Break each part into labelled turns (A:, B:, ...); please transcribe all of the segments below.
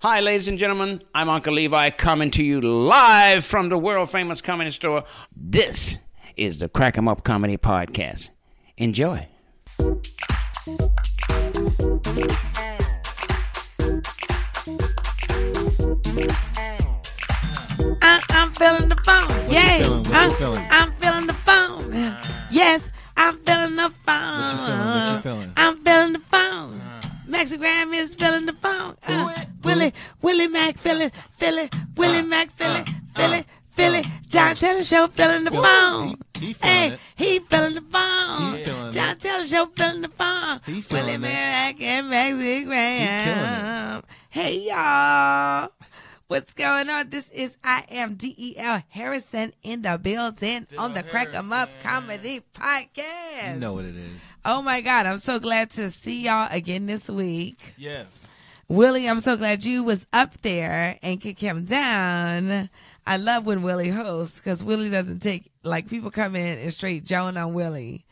A: Hi, ladies and gentlemen. I'm Uncle Levi coming to you live from the world famous comedy store. This is the Crack 'em Up Comedy Podcast. Enjoy.
B: I, I'm feeling the phone. Yay.
C: feeling? What you
D: uh,
B: I'm,
C: feeling?
B: I'm feeling the phone. Yes, I'm feeling the
C: What
B: phone.
C: you feeling?
D: uh,
C: What you feeling?
B: I'm feeling the phone.
C: Uh.
B: Maxie Graham is feeling the phone. Uh, Willie, Willie Mack, feeling, feeling,
C: Uh,
B: Willie Mack, feeling, feeling, feeling. John Taylor Show feeling the phone.
C: He- he feeling
B: Hey,
C: it.
B: he feeling the phone.
C: He feeling
B: John
C: it.
B: Taylor Show feeling the phone.
C: He feeling
B: Willie
C: it.
B: Mack and Maxie Graham.
C: He killing it.
B: Um, hey y'all. What's going on? This is I am D.E.L. Harrison in the building on the Crack 'em Up Comedy Podcast.
C: You know what it is.
B: Oh my God, I'm so glad to see y'all again this week.
D: Yes.
B: Willie, I'm so glad you was up there and could come down. I love when Willie hosts because Willie doesn't take like people come in and straight Joan on Willie.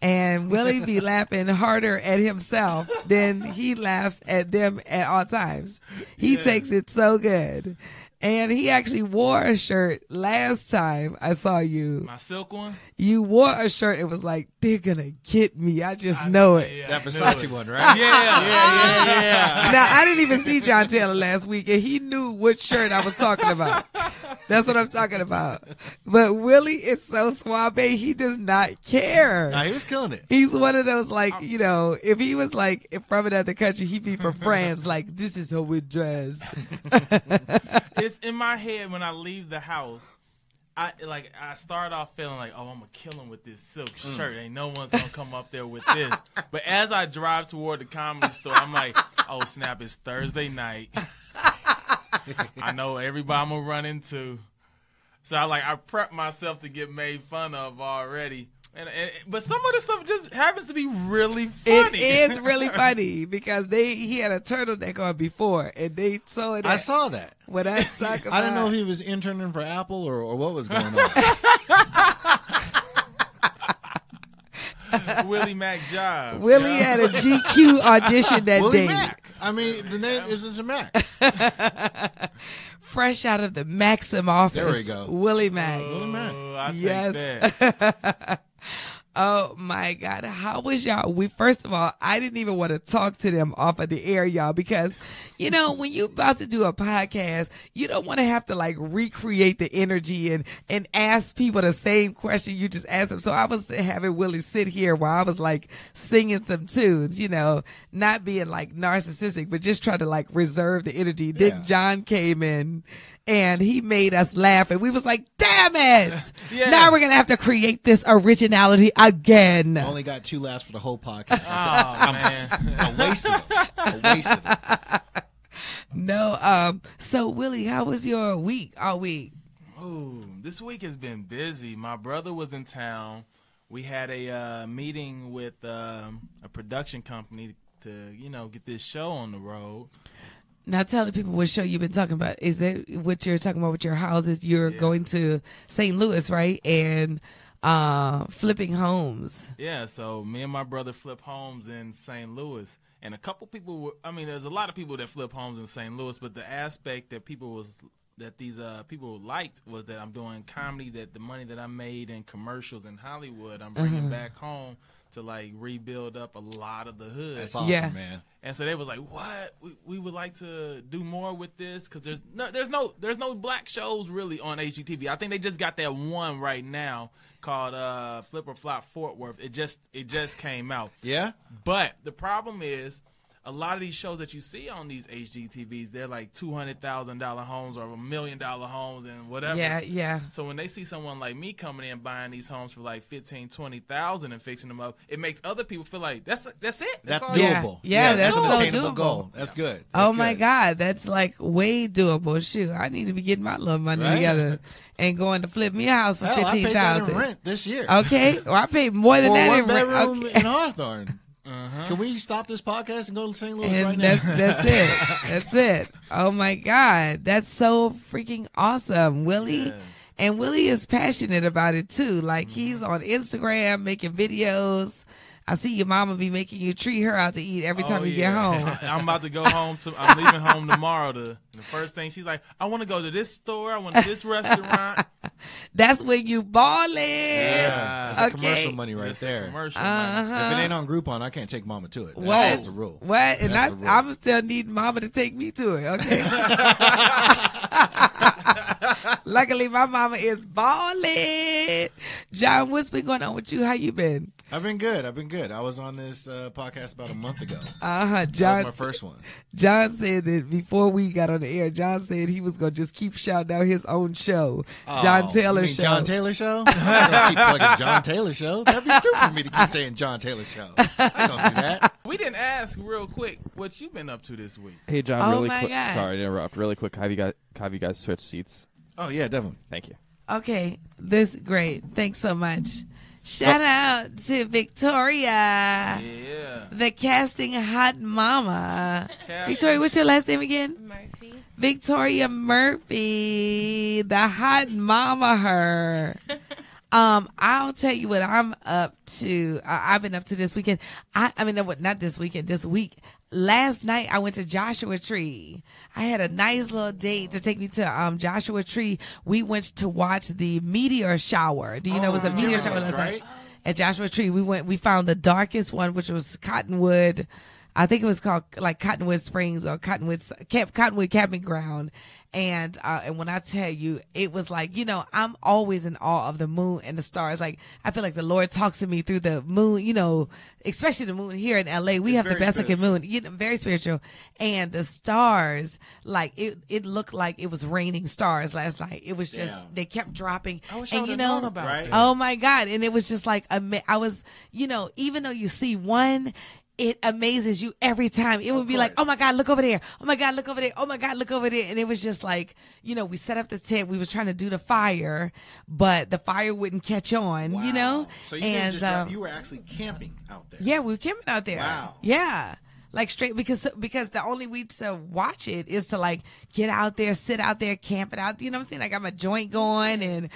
B: And Willie be laughing harder at himself than he laughs at them at all times. He takes it so good. And he actually wore a shirt last time I saw you.
D: My silk one?
B: You wore a shirt. It was like, they're going to get me. I just know it.
D: Yeah,
C: That
D: I knew
C: Versace
D: it.
C: one, right?
D: Yeah, yeah, yeah, yeah.
B: Now I didn't even see John Taylor last week, and he knew what shirt I was talking about. That's what I'm talking about. But Willie is so suave; he does not
C: Nah,
B: care.
C: he was killing it.
B: He's one of those like you know, if he was like from another country, he'd be from France. Like this is how we dress.
D: It's in my head when I leave the house. I like I start off feeling like, oh, I'm gonna kill him with this silk
B: Mm.
D: shirt. Ain't no one's gonna come up there with this. But as I drive toward the comedy store, I'm like, oh snap, it's Thursday night. I know everybody I'm gonna run into. So I like I prep myself to get made fun of already. And, and but some of the stuff just happens to be really
B: It
D: funny.
B: is really funny because they he had a turtleneck on before, and they told it.
C: I saw that.
B: what I talk about.
C: I didn't know if he was interning for Apple or, or what was going on.
D: Willie Mac Jobs.
B: Willie had a GQ audition that
C: Willie
B: day.
C: Mac. I mean, the name is it's a Mac.
B: fresh out of the Maxim office.
C: There we go.
B: Willie Mac.
D: Oh,
C: Mac.
D: I take
B: Yes.
D: that.
B: Oh my God. How was y'all? We first of all, I didn't even want to talk to them off of the air, y'all, because you know, when you about to do a podcast, you don't want to have to like recreate the energy and and ask people the same question you just asked them. So I was having Willie sit here while I was like singing some tunes, you know, not being like narcissistic, but just trying to like reserve the energy.
C: Yeah.
B: Then John came in and he made us laugh and we was like, damn it.
D: Yeah.
B: Now we're gonna have to create this originality again.
C: Only got two laughs for the whole podcast.
D: Oh man.
C: I wasted it. I wasted it.
B: No, um. So Willie, how was your week? All week?
D: Ooh, this week has been busy. My brother was in town. We had a uh, meeting with um, a production company to, you know, get this show on the road.
B: Now tell the people what show you've been talking about. Is that what you're talking about with your houses? You're going to St. Louis, right? And uh, flipping homes.
D: Yeah, so me and my brother flip homes in St. Louis, and a couple people. Were, I mean, there's a lot of people that flip homes in St. Louis, but the aspect that people was that these uh, people liked was that I'm doing comedy. That the money that I made in commercials in Hollywood, I'm bringing
B: Mm-hmm.
D: back home to like rebuild up a lot of the hood.
C: That's awesome,
B: Yeah.
C: man.
D: And so they was like, "What? We, we would like to do more with this because there's no, there's no, there's no black shows really on HGTV. I think they just got that one right now called uh, Flip or Flop Fort Worth. It just, it just came out.
C: Yeah?
D: But the problem is, a lot of these shows that you see on these HGTVs, they're like two hundred thousand dollar homes or a million dollar homes and whatever.
B: Yeah, yeah.
D: So when they see someone like me coming in buying these homes for like fifteen, twenty thousand and fixing them up, it makes other people feel like that's that's it.
C: That's
D: all you
B: Yeah.
C: doable.
B: Yeah,
C: that's,
B: that's
C: an
B: so
C: attainable
B: doable.
C: goal. That's good. That's
B: oh my
C: good.
B: God, that's like way doable. Shoot, I need to be getting my little money
C: Right?
B: together and going to flip me a house for
C: Hell, I
B: fifteen
C: paid that in
B: thousand.
C: rent this year.
B: Okay, well, I paid more than
C: for
B: that
C: one
B: in rent.
C: bedroom
B: Okay.
C: in Hawthorne.
D: Uh-huh.
C: Can we stop this podcast and go to St. Louis
B: and
C: right
B: that's
C: now?
B: that's it. That's it. Oh my God, that's so freaking awesome, Willie.
D: Yes.
C: Mm-hmm.
B: And Willie is passionate about it too. Like he's on Instagram making videos. I see your mama be making you treat her out to eat every time
D: Oh,
B: you
D: yeah.
B: get home.
D: I'm about to go home. To, I'm leaving home tomorrow. To, the first thing she's like, I want to go to this store. I want this restaurant.
B: That's when you balling.
D: Yeah.
C: That's the commercial money right
D: That's the
C: there.
D: Commercial. money.
B: Uh-huh.
C: If it ain't on Groupon, I can't take mama to it. That's,
B: What?
C: that's the rule.
B: What? And
C: That's the rule.
B: I, I'm still needing mama to take me to it. Okay. Luckily, my mama is balling. John, what's been going on with you? How you been?
C: I've been good. I've been good. I was on this uh, podcast about a month ago.
B: Uh huh.
C: That was
B: John.
C: my first one.
B: John said that before we got on the air, John said he was gonna just keep shouting out his own show, John
C: Oh,
B: Taylor
C: you mean
B: show.
C: John Taylor show. I'm not gonna keep plugging John Taylor show. That'd be stupid for me to keep saying John Taylor show. I don't do that.
D: We didn't ask real quick what you been up to this week.
E: Hey John,
B: Oh
E: really
B: my
E: quick.
B: God.
E: Sorry to interrupt. Really quick, have you guys have you guys switched seats?
C: Oh yeah, definitely.
E: Thank you.
B: Okay, this great. Thanks so much. Shout out to Victoria,
D: Oh. Yeah.
B: the casting hot mama.
D: Casting.
B: Victoria, what's your last name again?
F: Murphy.
B: Victoria Murphy, the hot mama her. Um, I'll tell you what I'm up to. I, I've been up to this weekend. I, I mean, no, what- not this weekend, this week. Last night I went to Joshua Tree. I had a nice little date to take me to um Joshua Tree. We went to watch the meteor shower. Do you know it was a
C: Oh,
B: meteor
C: Joshua,
B: shower last night?
C: right?
B: At Joshua Tree, we went. We found the darkest one, which was Cottonwood. I think it was called like Cottonwood Springs or Cottonwood Camp Cottonwood Camping Ground. And uh, and when I tell you, it was like you know I'm always in awe of the moon and the stars. Like I feel like the Lord talks to me through the moon. You know, especially the moon here in LA. We have the
C: very
B: best looking
C: spiritual.
B: moon. You know, very spiritual. And the stars, like it, it looked like it was raining stars last night. It was just
C: Damn.
B: they kept dropping.
D: I wish I
B: and
D: would
B: you
D: have
B: know,
D: known about
C: Right.
D: it.
B: Oh my God. And it was just like, ama- I was, you know, even though you see one, it amazes you every time. It would be like, oh my God, look over there. Oh my God, look over there. Oh my God, look over there. And it was just like, you know, we set up the tent. We was trying to do the fire, but the fire wouldn't catch on, you know?
C: Wow. so you
B: and
C: didn't just
B: um,
C: you were actually camping out there.
B: yeah, we were camping out there.
C: Wow.
B: Yeah. Like straight because because the only way to watch it is to like get out there, sit out there, camp it out. You know what I'm saying? I got my joint going, and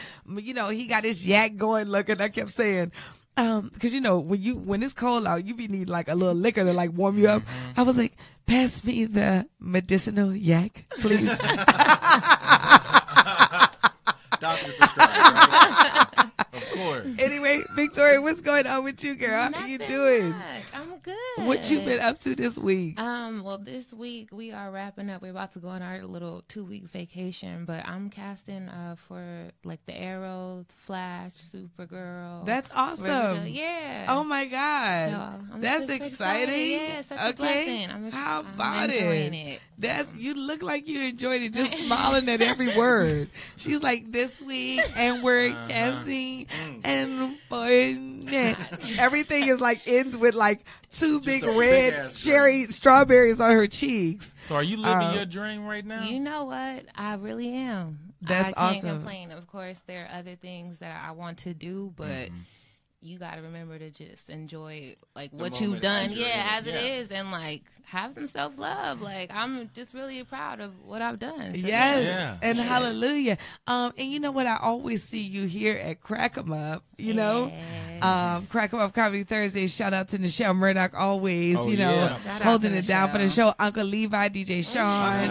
B: you know he got his yak going. Looking, I kept saying, um, because you know when you when it's cold out, you be need like a little liquor to like warm you up.
C: Mm-hmm.
B: I was like, pass me the medicinal yak, please.
C: Doctor prescribed. Right?
D: Of course.
B: anyway, Victoria, what's going on with you, girl? How you
F: Nothing
B: doing?
F: much. I'm good.
B: What you been up to this week?
F: Um, well, this week we are wrapping up. We're about to go on our little two week vacation, but I'm casting uh, for like the Arrow, Flash, Supergirl.
B: That's
F: We're gonna
B: awesome.
F: go- Yeah.
B: Oh my God.
F: So, I'm
B: That's
F: super
B: exciting.
F: Yeah, it's such a blessing. I'm, ex-
B: How
F: I'm
B: about
F: enjoying
B: it?
F: it?
B: That's you look like you enjoyed it, just smiling at every word. She's like this week and we're casting and for next." everything is like ends with like two big
C: a big
B: red
C: ass
B: cherry strawberries on her cheeks.
D: So are you living
B: Uh,
D: your dream right now?
F: You know what? I really am.
B: That's
F: I can't
B: awesome.
F: complain. Of course, there are other things that I want to do, but
D: Mm-hmm.
F: you got to remember to just enjoy like what
C: moment
F: you've done.
C: as you're
F: yeah,
C: in
F: as
C: it. Yeah.
F: it is, and like have some self love. Like I'm just really proud of what I've done. So,
B: Yes,
D: Yeah.
B: and hallelujah. Um, and you know what? I always see you here at Crack 'em Up. You know,
F: Yes.
B: um, Crack 'em Up Comedy Thursday. Shout out to Nichelle Murdoch, always.
C: Oh,
B: you know,
C: yeah.
F: Shout out
B: holding
F: to
B: it down for the
F: Nichelle.
B: show. Uncle Levi, DJ Sean.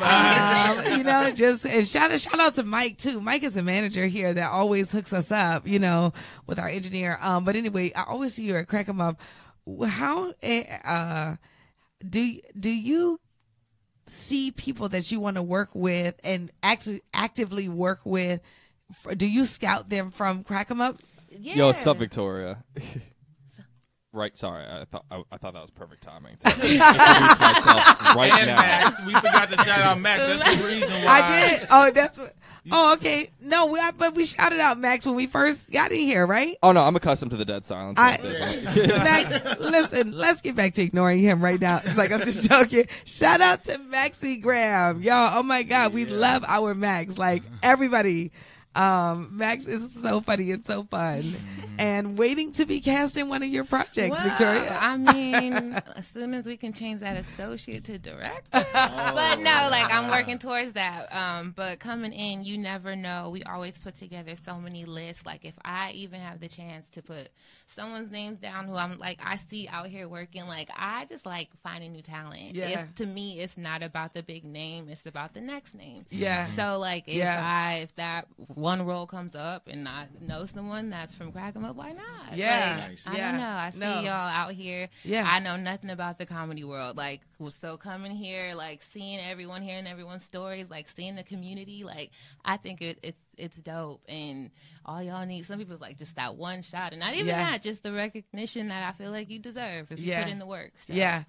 D: Bye.
B: Um, you know, just and shout out, shout out to Mike too. Mike is the manager here that always hooks us up, you know, with our engineer. Um, but anyway, I always see you at Crack 'em Up. How eh, uh, do do you see people that you want to work with and act- actively work with? F- Do you scout them from Crack 'em Up?
F: yeah.
E: Yo, what's up, Victoria? right. Sorry, I thought I, I thought that was perfect timing. To introduce myself right
D: And
E: now.
D: Max, we forgot to shout out Max. That's the reason why.
B: I did. Oh, that's. What, oh, okay. No, we, I, but we shouted out Max when we first got in here, right?
E: Oh no, I'm accustomed to the dead silence.
B: I-
E: It's just-
B: Max, listen, let's get back to ignoring him right now. It's like I'm just joking. Shout out to Maxi Graham, y'all. Oh my God, we love our Max. Like everybody, Um, Max is so funny. It's so fun.
C: Mm-hmm.
B: And waiting to be cast in one of your projects,
F: Well,
B: Victoria.
F: I mean, as soon as we can change that associate to director. But
B: Oh,
F: no, like I'm working towards that. Um, but coming in, you never know. We always put together so many lists. Like if I even have the chance to put someone's name down who I'm like I see out here working, like I just like finding new talent.
B: Yeah.
F: It's to me it's not about the big name, it's about the next name.
B: Yeah.
F: So like if
B: Yeah.
F: I if that one role comes up and I know someone that's from Crack 'em Up, why not?
B: Yeah.
F: Like,
B: Nice.
F: I
B: Yeah.
F: don't know. I see
B: No.
F: y'all out here.
B: Yeah.
F: I know nothing about the comedy world. Like was so coming here, like seeing everyone, hearing everyone's stories, like seeing the community, like I think it, it's it's dope and all y'all need some people's like just that one shot and not even
B: Yeah.
F: that, just the recognition that I feel like you deserve if you
B: Yeah.
F: put in the work. So.
B: Yeah.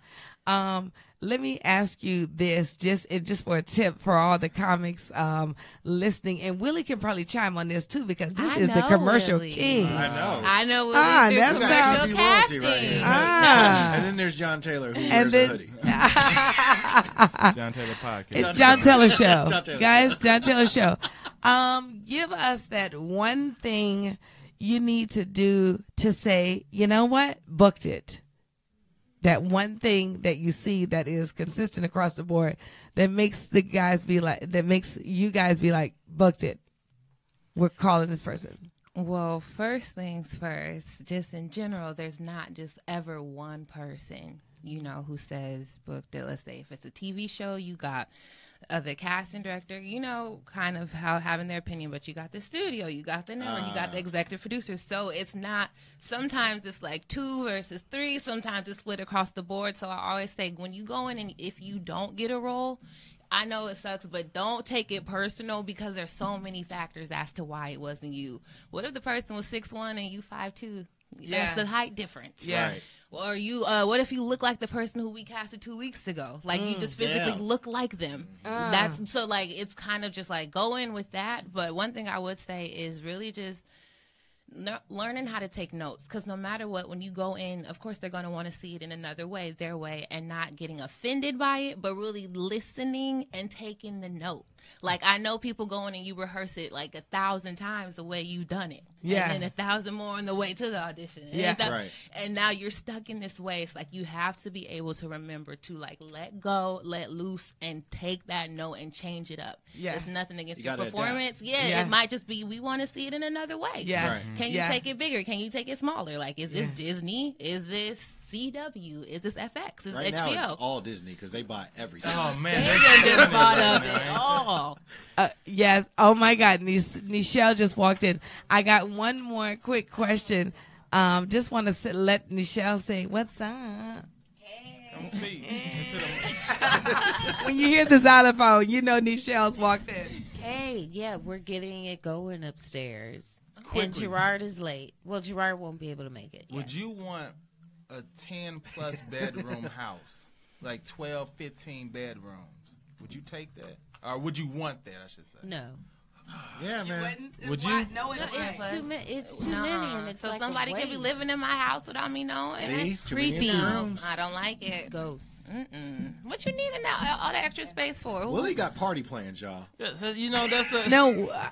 B: Um, let me ask you this, just it, just for a tip for all the comics um, listening, and Willie can probably chime on this too because this
F: I
B: is the
F: know,
B: commercial
F: Willie.
B: king.
C: I know.
F: I know we
B: Ah,
F: ah, through
B: that
C: sounds-
F: commercial
C: Royalty
F: casting.
C: right here.
B: Ah.
C: and then there's John Taylor who
B: and
C: wears a
B: then
C: hoodie.
D: John Taylor podcast.
B: it's John Taylor show,
C: John Taylor.
B: guys. John Taylor show. Um, give us that one thing you need to do to say, you know what, booked it. That one thing that you see that is consistent across the board that makes the guys be like, that makes you guys be like, booked it. We're calling this person.
F: Well, first things first, just in general, there's not just ever one person, you know, who says booked it. Let's say if it's a TV show, you got uh, the casting director, you know, kind of how having their opinion, but you got the studio, you got the network, you got the executive producer. So it's not, sometimes it's like two versus three, sometimes it's split across the board. So I always say when you go in and if you don't get a role, I know it sucks, but don't take it personal because there's so many factors as to why it wasn't you. What if the person was six one and you five two?
B: Yeah.
F: That's the height difference.
B: Yeah.
C: Right.
F: Or you, uh, what if you look like the person who we casted two weeks ago? Like
B: Mm,
F: you just physically
C: damn.
F: look like them.
G: Mm.
B: Uh.
F: That's so like it's kind of just like go in with that. But one thing I would say is really just no, learning how to take notes because no matter what when you go in of course they're going to want to see it in another way their way and not getting offended by it but really listening and taking the note like i know people go in and you rehearse it like a thousand times the way you've done it
B: Yeah.
F: and then a thousand more on the way to the audition And
B: Yeah.
F: that-
C: Right.
F: and now you're stuck in this way it's like you have to be able to remember to like let go let loose and take that note and change it up
B: Yeah.
F: it's nothing against
C: You
F: your
C: gotta adapt.
F: performance yeah,
B: Yeah.
F: it might just be we want to see it in another way
B: Yeah. Mm-hmm.
C: Right.
F: can you
B: Yeah.
F: take it bigger? Can you take it smaller? Like, is this Disney? Is this CW? Is this FX? Is
C: Right
F: HBO?
C: now it's all Disney because they buy everything.
D: Oh
F: they
D: man,
F: done just bought up it
D: man.
F: all.
B: Uh, yes. Oh my God. Nis- Nichelle just walked in. I got one more quick question. Um, just want to let Nichelle say what's up.
D: Don't speak. Into the-
B: When you hear the xylophone, you know Nichelle's walked in.
G: Hey, yeah, we're getting it going upstairs. And Gerard is late. Well, Gerard won't be able to make it.
D: Would
G: yes.
D: you want a 10 plus bedroom house? Like 12, 15 bedrooms. Would you take that? Or would you want that, I should say?
G: No.
C: yeah, man.
D: Would you?
B: No,
G: No, it's too many. It's too many,
F: Nah.
G: and it's
F: so
G: like a
F: somebody could be
G: waste.
F: living in my house without me knowing.
C: See,
F: That's
C: too many
F: creepy.
C: empty rooms.
F: I don't like it.
G: ghosts.
F: Mm-mm. What you needing now? All that extra space for? Who-
C: Willie got party plans, y'all.
D: Yeah, so, you know, that's a.
B: No, uh,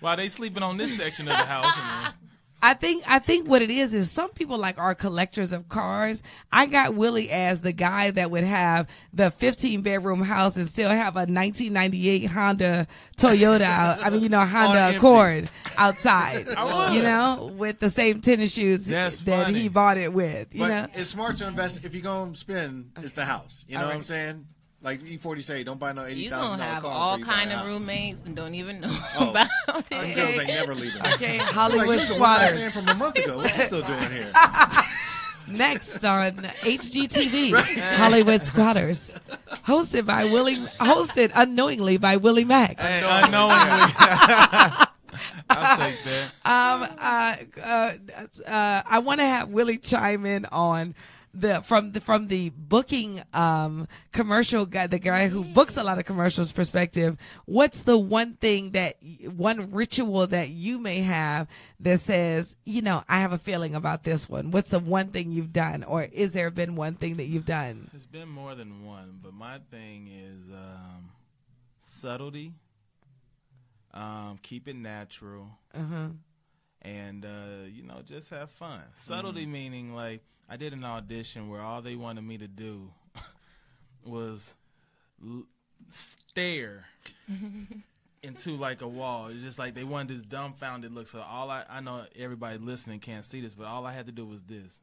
D: While they sleeping on this section of the house. and-
B: I think I think what it is is some people like are collectors of cars. I got Willie as the guy that would have the 15 bedroom house and still have a 1998 Honda Toyota. out- I mean, you know,
C: On
B: Honda
C: empty.
B: Accord outside.
D: would.
B: You know, with the same tennis shoes
D: That's
B: that
D: funny.
B: he bought it with. You
C: But
B: know,
C: it's smart to invest. If you're going to spend, it's the house. You know what I'm saying? Like E40 say, don't buy no $80,000
F: You
C: car.
F: gonna have
C: before
F: all
C: you buy a
F: kind of
C: house.
F: roommates and don't even know
C: Oh.
F: about it.
C: Them girls ain't never leaving.
B: okay,
C: Like, you
B: Hollywood
C: was the one last
B: squatters.
C: man from a month ago. What you still doing here?
B: Next on HGTV, Hollywood Squatters, hosted by Willie, hosted unknowingly by Willie Mack.
D: Hey, unknowingly. I'll take that.
B: Um, uh, uh, uh, I want to have Willie chime in on the from the from the booking um commercial guy, the guy who books a lot of commercials perspective. What's the one thing that one ritual that you may have that says, you know, I have a feeling about this one. What's the one thing you've done, or is there been one thing that you've done?
D: There's been more than one, but my thing is um, subtlety um, keep it natural,
B: Uh huh.
D: and uh, you know, just have fun. Subtlety meaning like I did an audition where all they wanted me to do was l- stare into like a wall. It's just like they wanted this dumbfounded look. So all I, I know everybody listening can't see this, but all I had to do was this.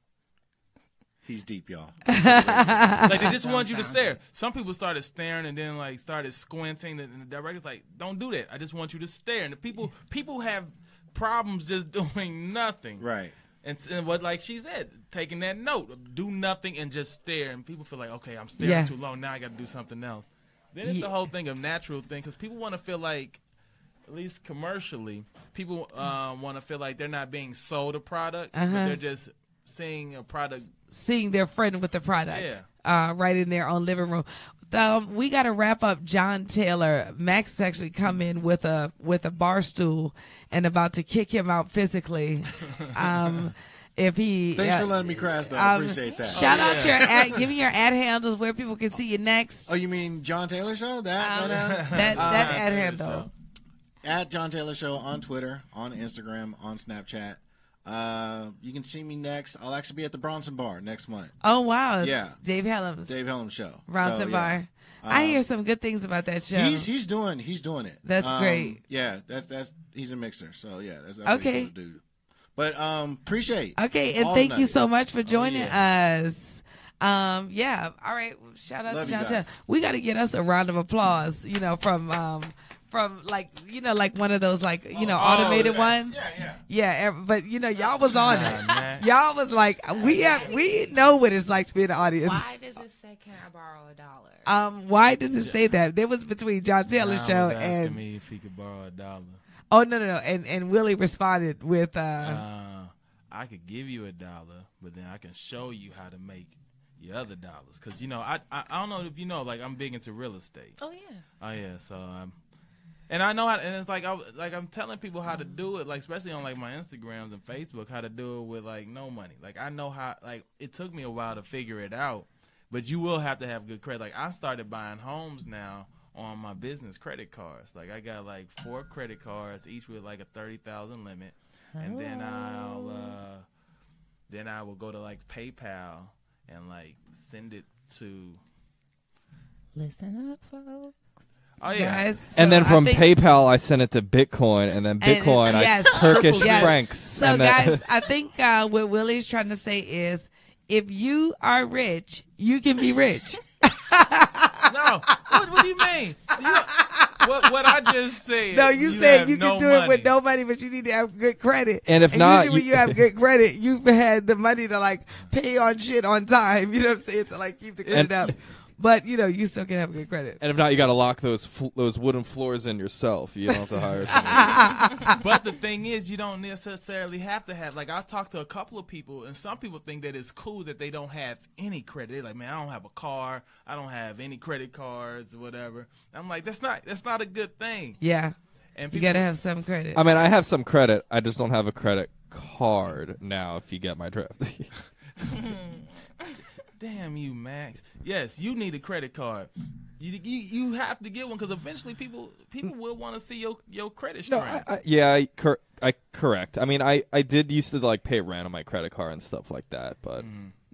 C: He's deep, y'all.
D: Like they just want you to stare. Some people started staring and then like started squinting, and the director's like, "Don't do that. I just want you to stare." And the people people have problems just doing nothing.
C: Right.
D: And, and what like she said, taking that note, do nothing and just stare. And people feel like, okay, I'm staring
B: Yeah.
D: too long. Now I got to do something else. Then it's
B: Yeah.
D: the whole thing of natural thing because people want to feel like, at least commercially, people um, want to feel like they're not being sold a product, but
B: Uh-huh.
D: they're just seeing a product.
B: seeing their friend with the product uh, right in their own living room. Um, we got to wrap up. John Taylor, Max is actually come in with a with a bar stool and about to kick him out physically. Um, if he
C: Thanks
B: uh,
C: for letting me crash, though. I
B: um,
C: appreciate that.
B: Shout out your ad, give me your ad handles where people can see you next.
C: Oh, you mean John Taylor Show? That?
B: Um,
C: no, Uh, no.
B: that that ad handle.
D: Show.
C: at John Taylor Show on Twitter, on Instagram, on Snapchat. Uh, you can see me next. I'll actually be at the Bronson Bar next month.
B: Oh wow, it's
C: Yeah.
B: Dave Helms,
C: Dave Helm Show.
B: Bronson
C: So, yeah. Um,
B: Bar. I hear some good things about that show.
C: He's he's doing he's doing it.
B: That's
C: Um,
B: great.
C: Yeah, that's that's he's a mixer. So yeah, that's, that's
B: Okay.
C: okay. Dude. But um, appreciate.
B: Okay, and
C: all Oh,
B: thank you
C: nuggets.
B: so much for joining uh, us. Um, yeah, all right. well, Shout out
C: Love
B: to
C: you guys.
B: John Taylor. We got to get us a round of applause. You know, from um, from like you know, like one of those like you know automated ones. Yeah, yeah. Yeah, ev- but you know, y'all was on
D: Nah, man.
B: it. Y'all was like, we have, we know what it's like to be in the audience.
F: Why does it say can I borrow a dollar?
B: Um, why does it say that? There was between John Taylor's
D: Nah,
B: show
D: was asking
B: and
D: me if he could borrow a dollar.
B: oh no no no and and Willie responded with uh,
D: Uh, I could give you a dollar, but then I can show you how to make your other dollars. Cause you know, I, I I don't know if you know, like I'm big into real estate.
F: oh yeah.
D: Oh yeah, so um, and I know how, and it's like I w- like I'm telling people how to do it, like especially on like my Instagrams and Facebook, how to do it with like no money. Like I know how, like it took me a while to figure it out, but you will have to have good credit. Like I started buying homes now on my business credit cards. Like I got like four credit cards, each with like a thirty thousand limit, and then I'll uh, then I will go to like PayPal and like send it to.
F: Listen up, folks.
D: Oh yeah,
B: guys.
E: and then
B: So I
E: from
B: think-
E: PayPal, I sent it to Bitcoin, and then
B: And-
E: Bitcoin,
B: yes.
E: I Turkish
B: Yes.
E: francs.
B: So,
E: and then,
B: guys, I think uh, what Willie's trying to say is if you are rich, you can be rich.
D: No. What, what do you mean? You know, what, what I just said.
B: no, you, said
D: have
B: you can
D: no
B: do it with
D: money.
B: nobody, but you need to have good credit.
E: And if not,
B: usually
E: you-
B: when you have good credit, you've had the money to like pay on shit on time. You know what I'm saying? To like keep the credit
E: And-
B: up. But you know, you still can have good credit.
E: and if not, you got to lock those fl- those wooden floors in yourself. You don't have to hire. someone.
D: But the thing is, you don't necessarily have to have. Like, I talked to a couple of people, and some people think that it's cool that they don't have any credit. They're like, man, I don't have a car. I don't have any credit cards, whatever. I'm like, that's not that's not a good thing.
B: Yeah.
D: And
B: You
D: people,
B: gotta have some credit.
E: I mean, I have some credit. I just don't have a credit card now. If you get my drift.
D: Damn you, Max. Yes, you need a credit card. You, you, you have to get one because eventually people people will want to see your, your credit
E: No,
D: strength.
E: I, I, yeah, I, cor- I correct. I mean, I, I did used to like pay rent on my credit card and stuff like that, but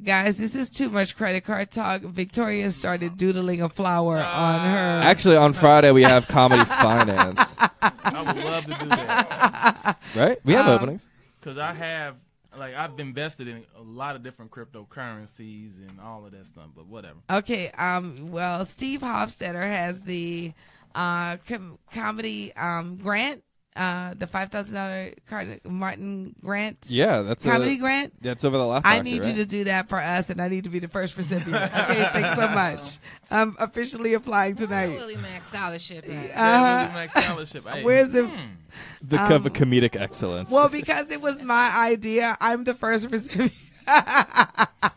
B: Guys, this is too much credit card talk. Victoria started doodling a flower
D: Ah.
B: on her
E: actually on Friday we have comedy finance,
D: I would love to do that. Uh,
E: right? We have openings.
D: Cause I have like I've invested in a lot of different cryptocurrencies and all of that stuff, but whatever.
B: Okay. Um. Well, Steve Hofstetter has the uh com- comedy um grant, uh the five thousand dollar Car- Martin grant,
E: Yeah, that's
B: comedy
E: a,
B: grant.
E: That's over the last.
B: I need you to do that for us, and I need to be the first recipient. Okay, thanks so much. I'm officially applying tonight. Uh-huh.
F: Willie Mac scholarship. at?
D: That Willie Mack scholarship. Hey, Hmm.
B: Where's it?
E: the cup of comedic excellence.
B: Well, because it was my idea, I'm the first recipient. Um,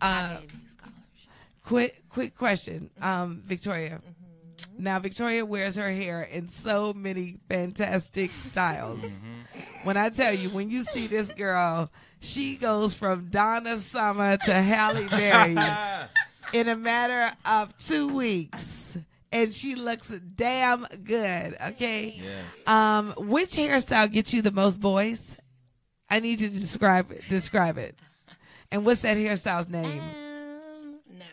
F: I gave you scholarship.
B: Quick, quick question, um, Victoria. Now, Victoria wears her hair in so many fantastic styles. When I tell you, when you see this girl, she goes from Donna Summer to Halle Berry in a matter of two weeks. and she looks damn good. Okay.
D: Yes.
B: Um, which hairstyle gets you the most boys? I need you to describe it. Describe it. And what's that hairstyle's name?
F: Um, no,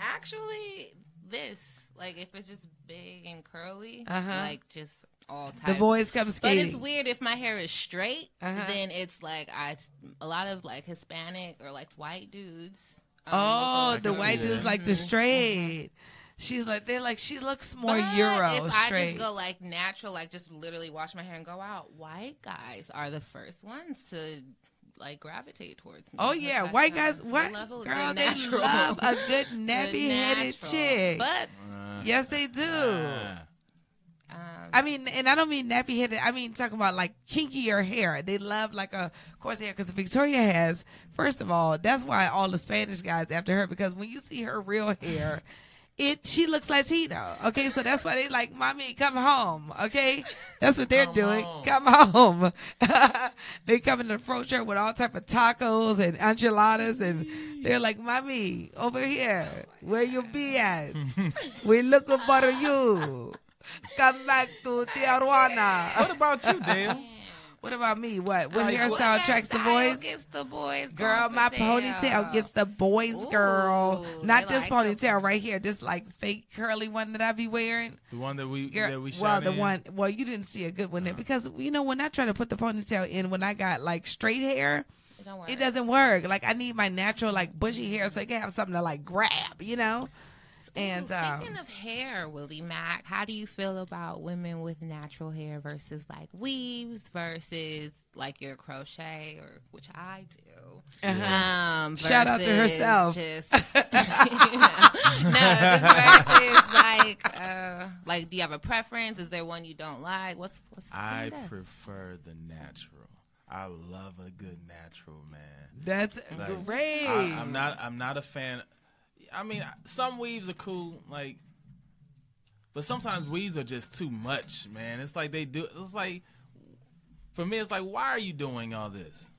F: actually, this like if it's just big and curly,
B: Uh-huh.
F: like just all types.
B: The boys come
F: But
B: skating.
F: it's weird if my hair is straight,
B: Uh-huh.
F: then it's like I a lot of like Hispanic or like white dudes. um, will
B: Oh,
F: go
B: the
F: with
B: white
F: it.
B: dude's like the
F: Mhm.
B: straight. She's like they're like she looks more
F: But
B: Euro
F: If I
B: straight.
F: just go like natural, like just literally wash my hair and go out, white guys are the first ones to like gravitate towards me.
B: oh
F: It's
B: yeah,
F: like,
B: white
F: uh,
B: guys,
F: they
B: what
F: love a good
B: girl? They
F: natural.
B: love a good
F: Good
B: nappy headed
F: natural.
B: chick.
F: But
D: Uh,
B: yes, they do.
D: uh,
F: um,
B: I mean, and I don't mean nappy headed. I mean talking about like kinkier hair. They love like a coarse hair because Victoria has. First of all, that's why all the Spanish guys after her because when you see her real hair, it she looks Latino. Okay, so that's why they like, mommy, come home. Okay, that's what they're
D: Come
B: doing.
D: home.
B: Come home. they come in the approach her with all type of tacos and enchiladas, and they're like, mommy, over here, where you be at? we looking for you. Come back to Tijuana.
D: what about you, Dale?
B: What about me? What? What
D: Like,
B: hairstyle
D: what
B: attracts the
F: hairstyle
B: boys?
F: Gets the boys.
B: Girl,
F: going
B: my
F: for
B: ponytail
F: Dale.
B: gets the boys, girl.
F: uh, Ooh,
B: Not
F: they
B: this
F: like
B: ponytail
F: the-
B: right here. This like fake curly one that I be wearing.
D: The one that we
B: Girl,
D: that we Uh-huh. shot
B: well, the
D: in?
B: one. Well, you didn't see a good one there because you know when I try to put the ponytail in when I got like straight hair,
F: It, don't work.
B: it doesn't work. Like I need my natural like bushy hair so I can have something to like grab. You know. And
F: Ooh,
B: um,
F: speaking of hair, Willie Mack, how do you feel about women with natural hair versus like weaves versus like your crochet or which I do? Um,
B: Uh-huh. Shout out to
F: versus
B: herself.
F: Just, no, just versus like uh, like do you have a preference? Is there one you don't like? What's what's
D: I
F: what's up?
D: prefer the natural. I love a good natural man.
B: that's
D: Like,
B: great.
D: I, I'm not. I'm not a fan. I mean, some weaves are cool, like, but sometimes weaves are just too much, man. It's like they do. It's like, for me, it's like, why are you doing all this?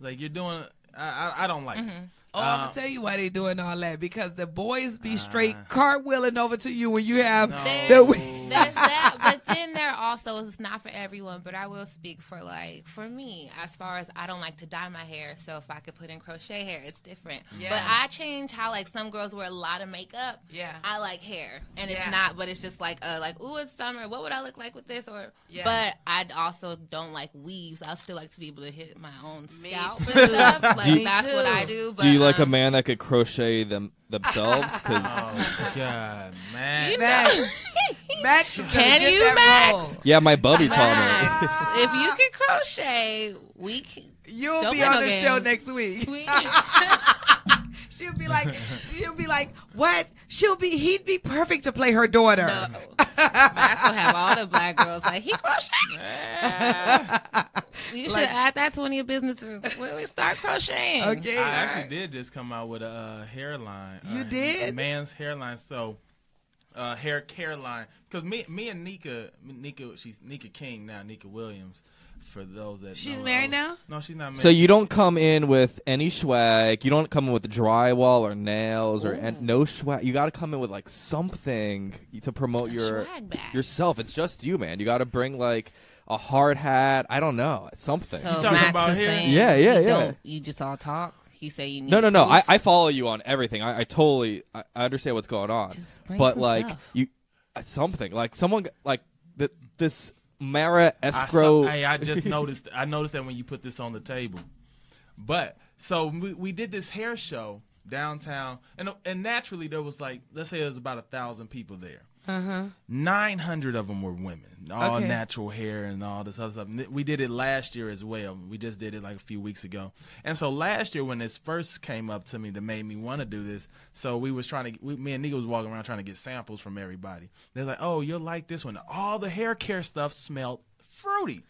D: Like you're doing. I I, I don't
F: Mm-hmm.
D: like. It.
B: Oh, I'm gonna
D: Um, uh,
B: tell you why they doing all that because the boys be straight cartwheeling over to you when you have
D: No.
B: the
F: There's-
B: we-
F: There's that, but then there also it's not for everyone. But I will speak for like for me as far as I don't like to dye my hair, so if I could put in crochet hair, it's different. But
B: Yeah.
F: I change how like some girls wear a lot of makeup.
B: Yeah.
F: I like hair, and
B: Yeah.
F: it's not, but it's just like uh like ooh it's summer. What would I look like with this? Or
B: Yeah.
F: but I also don't like weaves. I still like to be able to hit my own
B: Me
F: scalp
B: too.
F: and stuff. Like
E: Do you-
F: that's
B: Me
F: what I
B: too.
F: do. But
E: Do you like a
F: um,
E: man that could crochet them themselves? Because
D: Oh God, man.
F: You
B: Max.
F: know,
B: Max is gonna
F: Can
B: get
F: you,
B: that
F: Max?
B: role.
E: yeah, my buddy taught me.
F: Max, if you can crochet, we can.
B: You'll
F: Don't
B: be
F: play
B: on
F: no
B: the show
F: games.
B: next week.
F: We,
B: She'll be like, she'll be like, what? She'll be, he'd be perfect to play her daughter.
F: no. Max will have all the black girls like he crocheted. You should
B: Like-
F: add that to one of your businesses. When we start crocheting,
B: Okay.
D: I
B: All
D: actually did just come out with a uh, hairline.
B: You
D: uh,
B: did?
D: a man's hairline. So, uh, hair care line. Because me, me and Nika, Nika, she's Nika King now. Nika Williams. For those that
B: She's
D: know
B: married
D: her.
B: now?
D: No, she's not married.
E: So you don't come in with any swag. You don't come in with drywall or nails or an- no swag. You got to come in with like something to promote your
F: swag bag.
E: yourself. It's just you, man. You got to bring like a hard hat. I don't know, something.
F: so
D: talking
F: Max
D: about
F: is
D: hair?
F: saying,
E: Yeah, yeah,
F: you
E: yeah.
F: Don't, you just all talk. You say you need.
E: no, no, no. I,
F: proof.
E: I follow you on everything. I, I totally I, I understand what's going on.
F: Just bring
E: but
F: some
E: like
F: stuff.
E: you, uh, something like someone g- like th- this Mara
D: I saw-
E: escrow.
D: hey, I just noticed. I noticed that when you put this on the table. But so we, we did this hair show downtown, and and naturally there was like let's say there was about a thousand people there. Uh huh.
B: Uh-huh.
D: Nine hundred of them were women, all
B: Okay.
D: natural hair and all this other stuff. And We did it last year as well. We just did it like a few weeks ago. And so last year when this first came up to me that made me want to do this, so we was trying to we, me and Nigga was walking around trying to get samples from everybody. They're like, "Oh, you'll like this one. All the hair care stuff smelled fruity."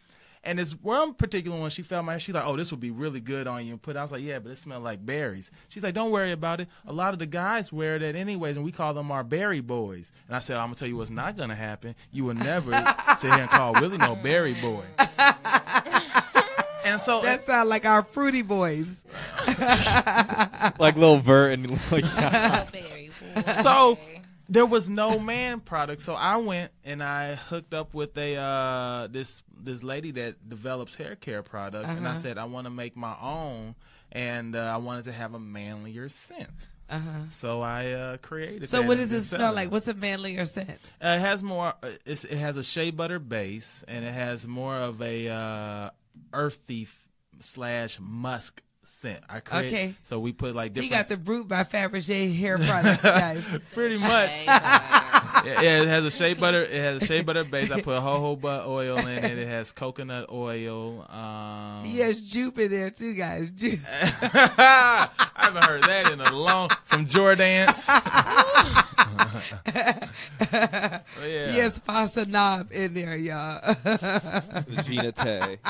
D: And this one particular one, she found my. She's like, "Oh, this would be really good on you." And put. it." I was like, "Yeah, but it smelled like berries." She's like, "Don't worry about it. A lot of the guys wear that anyways, and we call them our berry boys." And I said, "I'm gonna tell you what's not gonna happen. You will never sit here and call Willie no berry boy." and so
B: That sound like our fruity boys.
E: like little Vert and like,
F: Strawberry.
D: so there was no man product, so I went and I hooked up with a uh, this this lady that develops hair care products, and
B: Uh-huh.
D: I said I want to make my own, and uh, I wanted to have a manlier scent. So I uh, created.
B: Uh-huh. So
D: that
B: what does
D: and been
B: it smell
D: selling
B: like?
D: it.
B: What's a manlier scent?
D: Uh, it has more. uh, It's, it has a shea butter base, and it has more of a uh, earthy f- slash musk scent. I create,
B: Okay.
D: So we put like
B: We got
D: different.
B: the Brute by Fabergé hair products, guys.
D: pretty much. yeah, yeah, it has a shea butter. It has a shea butter base. I put jojoba oil in it. It has coconut oil. Um,
B: yes, Jupe in there too, guys. Jupe.
D: Ah, I haven't heard that in a long. Some Jordans. But yeah.
B: Yes, Fasa Knob in there, y'all.
E: The Gina Tay.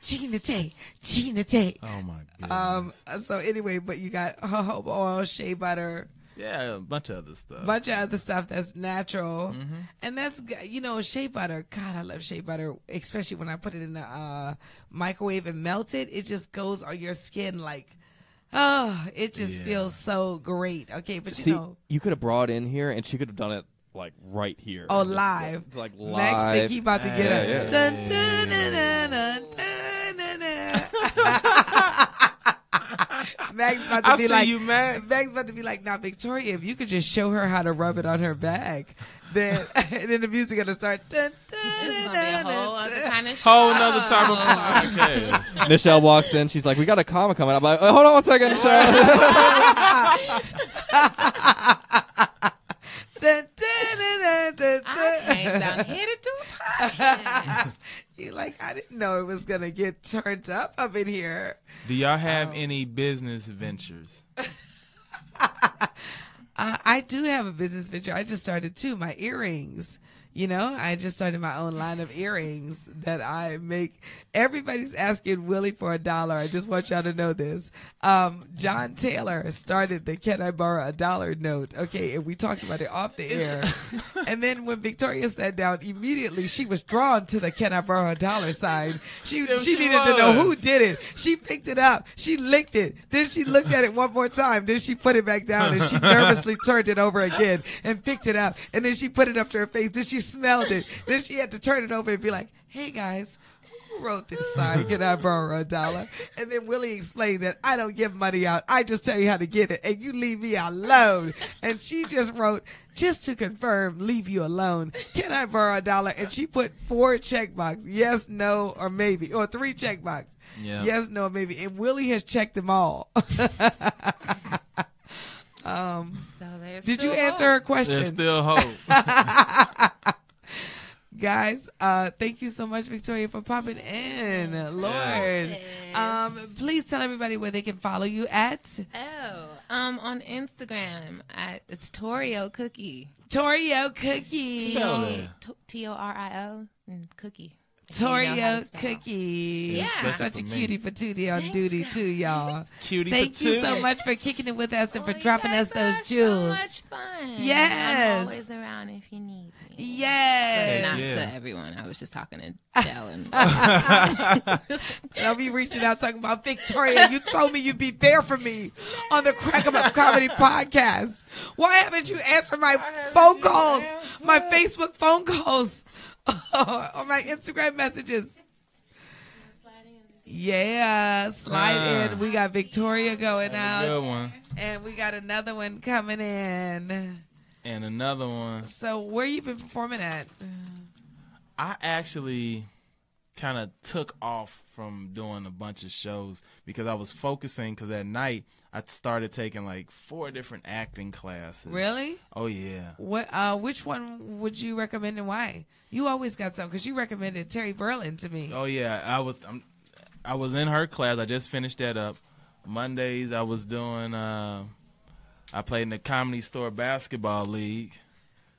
B: Gina Tay, Gina Tay.
D: Oh my goodness.
B: Um. So anyway, but you got jojoba oil, shea butter,
D: yeah, a bunch of other stuff.
B: bunch of other stuff that's natural,
D: Mm-hmm.
B: and that's g- you know shea butter. God, I love shea butter, especially when I put it in the uh, microwave and melt it. It just goes on your skin like, oh, it just
D: Yeah.
B: feels so great. Okay, but you
E: See,
B: know.
E: you could have brought in here, and she could have done it like right here.
B: Oh,
E: Just, uh,
B: live.
E: like
B: Max
E: live.
B: think he about to get
E: Yeah,
B: up.
E: yeah.
B: Dun, dun, dun, dun, dun, dun, dun, dun. Max about to
D: I
B: be
D: see
B: like
D: you, Max.
B: about to be like, now Victoria, if you could just show her how to rub it on her back, then and then the music gonna start. Dun, dun,
F: This is
B: dun,
F: gonna be a
B: dun,
F: whole
B: dun.
F: other kind of show. Oh,
D: Whole nother type of podcast.
E: Michelle walks in. She's like, "We got a comic coming." I'm like, oh, "Hold on one second, Michelle."
B: Dun, dun, dun, dun, dun,
F: I
B: dun.
F: came down here to do a podcast.
B: You like I didn't know it was gonna get turned up up in here.
D: Do y'all
B: Oh.
D: have any business ventures?
B: Uh, I do have a business venture. I just started too. My earrings. You know, I just started my own line of earrings that I make. Everybody's asking Willie for a dollar. I just want y'all to know this. Um, John Taylor started the "Can I borrow a dollar?" note. Okay, and we talked about it off the air. and then when Victoria sat down, immediately she was drawn to the "Can I borrow a dollar?" sign. She
D: Yeah,
B: she
D: she
B: needed to know
D: was.
B: who did it. She picked it up. She licked it. Then she looked at it one more time. Then she put it back down and she nervously turned it over again and picked it up. And then she put it up to her face. Then she smelled it. Then she had to turn it over and be like, hey guys. who Wrote this sign, can I borrow a dollar? And then Willie explained that I don't give money out. I just tell you how to get it, and you leave me alone. And she just wrote, just to confirm, leave you alone. Can I borrow a dollar? And she put four check box, yes, no, or maybe, or three check box.
D: Yeah.
B: Yes, no, maybe. And Willie has checked them all. um,
F: So there's
B: did
F: still
B: you answer
F: hope.
B: her question?
D: There's still hope.
B: Guys, uh, thank you so much, Victoria, for popping in. Lord. Um, please tell everybody where they can follow you at
F: Oh, um, on Instagram, I, it's Torio Cookie.
B: Torio Cookie.
D: Spell it.
F: T o r i o and Cookie. If you know how to
B: Torio
F: spell.
B: Cookie.
F: Yeah.
B: She's Such a
D: Especially for me.
B: cutie patootie on duty, too, y'all.
D: Cutie
B: Thank you
D: patootie.
B: so much for kicking it with us and for
F: Well, you
B: dropping
F: guys
B: us those
F: are
B: jewels.
F: So much fun.
B: Yes.
F: I'm always around if you need me.
B: Yes.
F: Not
D: Yeah.
F: to everyone. I was just talking to Dell and
B: And I'll be reaching out talking about Victoria. You told me you'd be there for me on the Crack 'em Up Comedy Podcast. Why haven't you answered my phone calls, my Facebook phone calls, or my Instagram messages? Yeah, slide in. We got Victoria going
D: Good
B: out,
D: one.
B: and we got another one coming in.
D: And another one.
B: So, where you been performing at?
D: I actually kind of took off from doing a bunch of shows because I was focusing. Because at night I started taking like four different acting classes.
B: Really?
D: Oh yeah.
B: What? Uh, which one would you recommend and why? You always got some because you recommended Terry Berlin to me.
D: Oh yeah. I was. I'm, I was in her class. I just finished that up. Mondays I was doing. Uh, I played in the comedy store basketball league.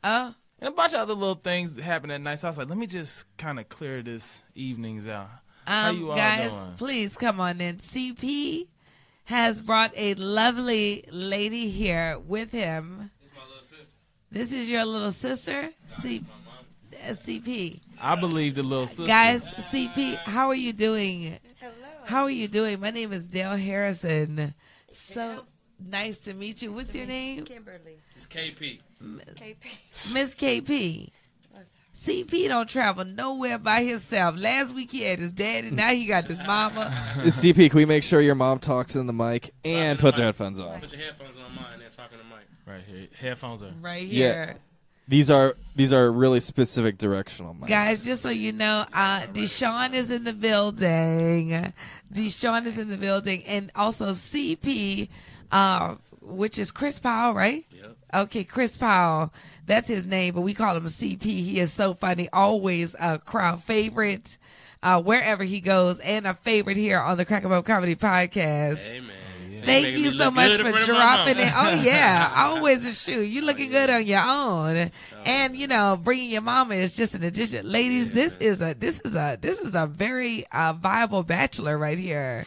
B: Oh,
D: and a bunch of other little things that happened at night. So I was like, let me just kind of clear this evenings out. How
B: um,
D: you all
B: guys,
D: doing?
B: please come on in. CP has brought a lovely lady here with him. This is your little sister, C- uh, CP.
D: I believe the little sister.
B: Guys, CP, how are you doing? Hello. How are you doing? My name is Dale Harrison. So, Nice to meet you. What's your name?
H: Kimberly.
I: It's KP.
H: KP.
B: Miss KP. CP don't travel nowhere by himself. Last week he had his dad, and now he got his mama.
E: CP, can we make sure your mom talks in the mic and
I: Talking in
E: puts
I: the
E: her
I: mic.
E: headphones on?
I: Put your headphones on mine and then talking to Mike.
D: Right here. Headphones are.
B: Right
E: Yeah.
B: here.
E: These are these are really specific directional mics.
B: Guys, just so you know, uh, Deshaun is in the building. Deshaun is in the building, and also CP, uh, which is Chris Powell, right?
I: Yep.
B: Okay, Chris Powell. That's his name, but we call him CP. He is so funny, always a crowd favorite uh, wherever he goes, and a favorite here on the Crack 'Em Up Comedy Podcast.
I: Hey man. See,
B: Thank
I: making
B: you
I: me
B: so
I: look
B: much
I: good in
B: for
I: front of my
B: dropping
I: mama.
B: it. Oh yeah, always a shoe. You
I: Oh,
B: looking good on your own, and you know bringing your mama is just an addition. Ladies, this is a this is a this is a very uh, viable bachelor right here.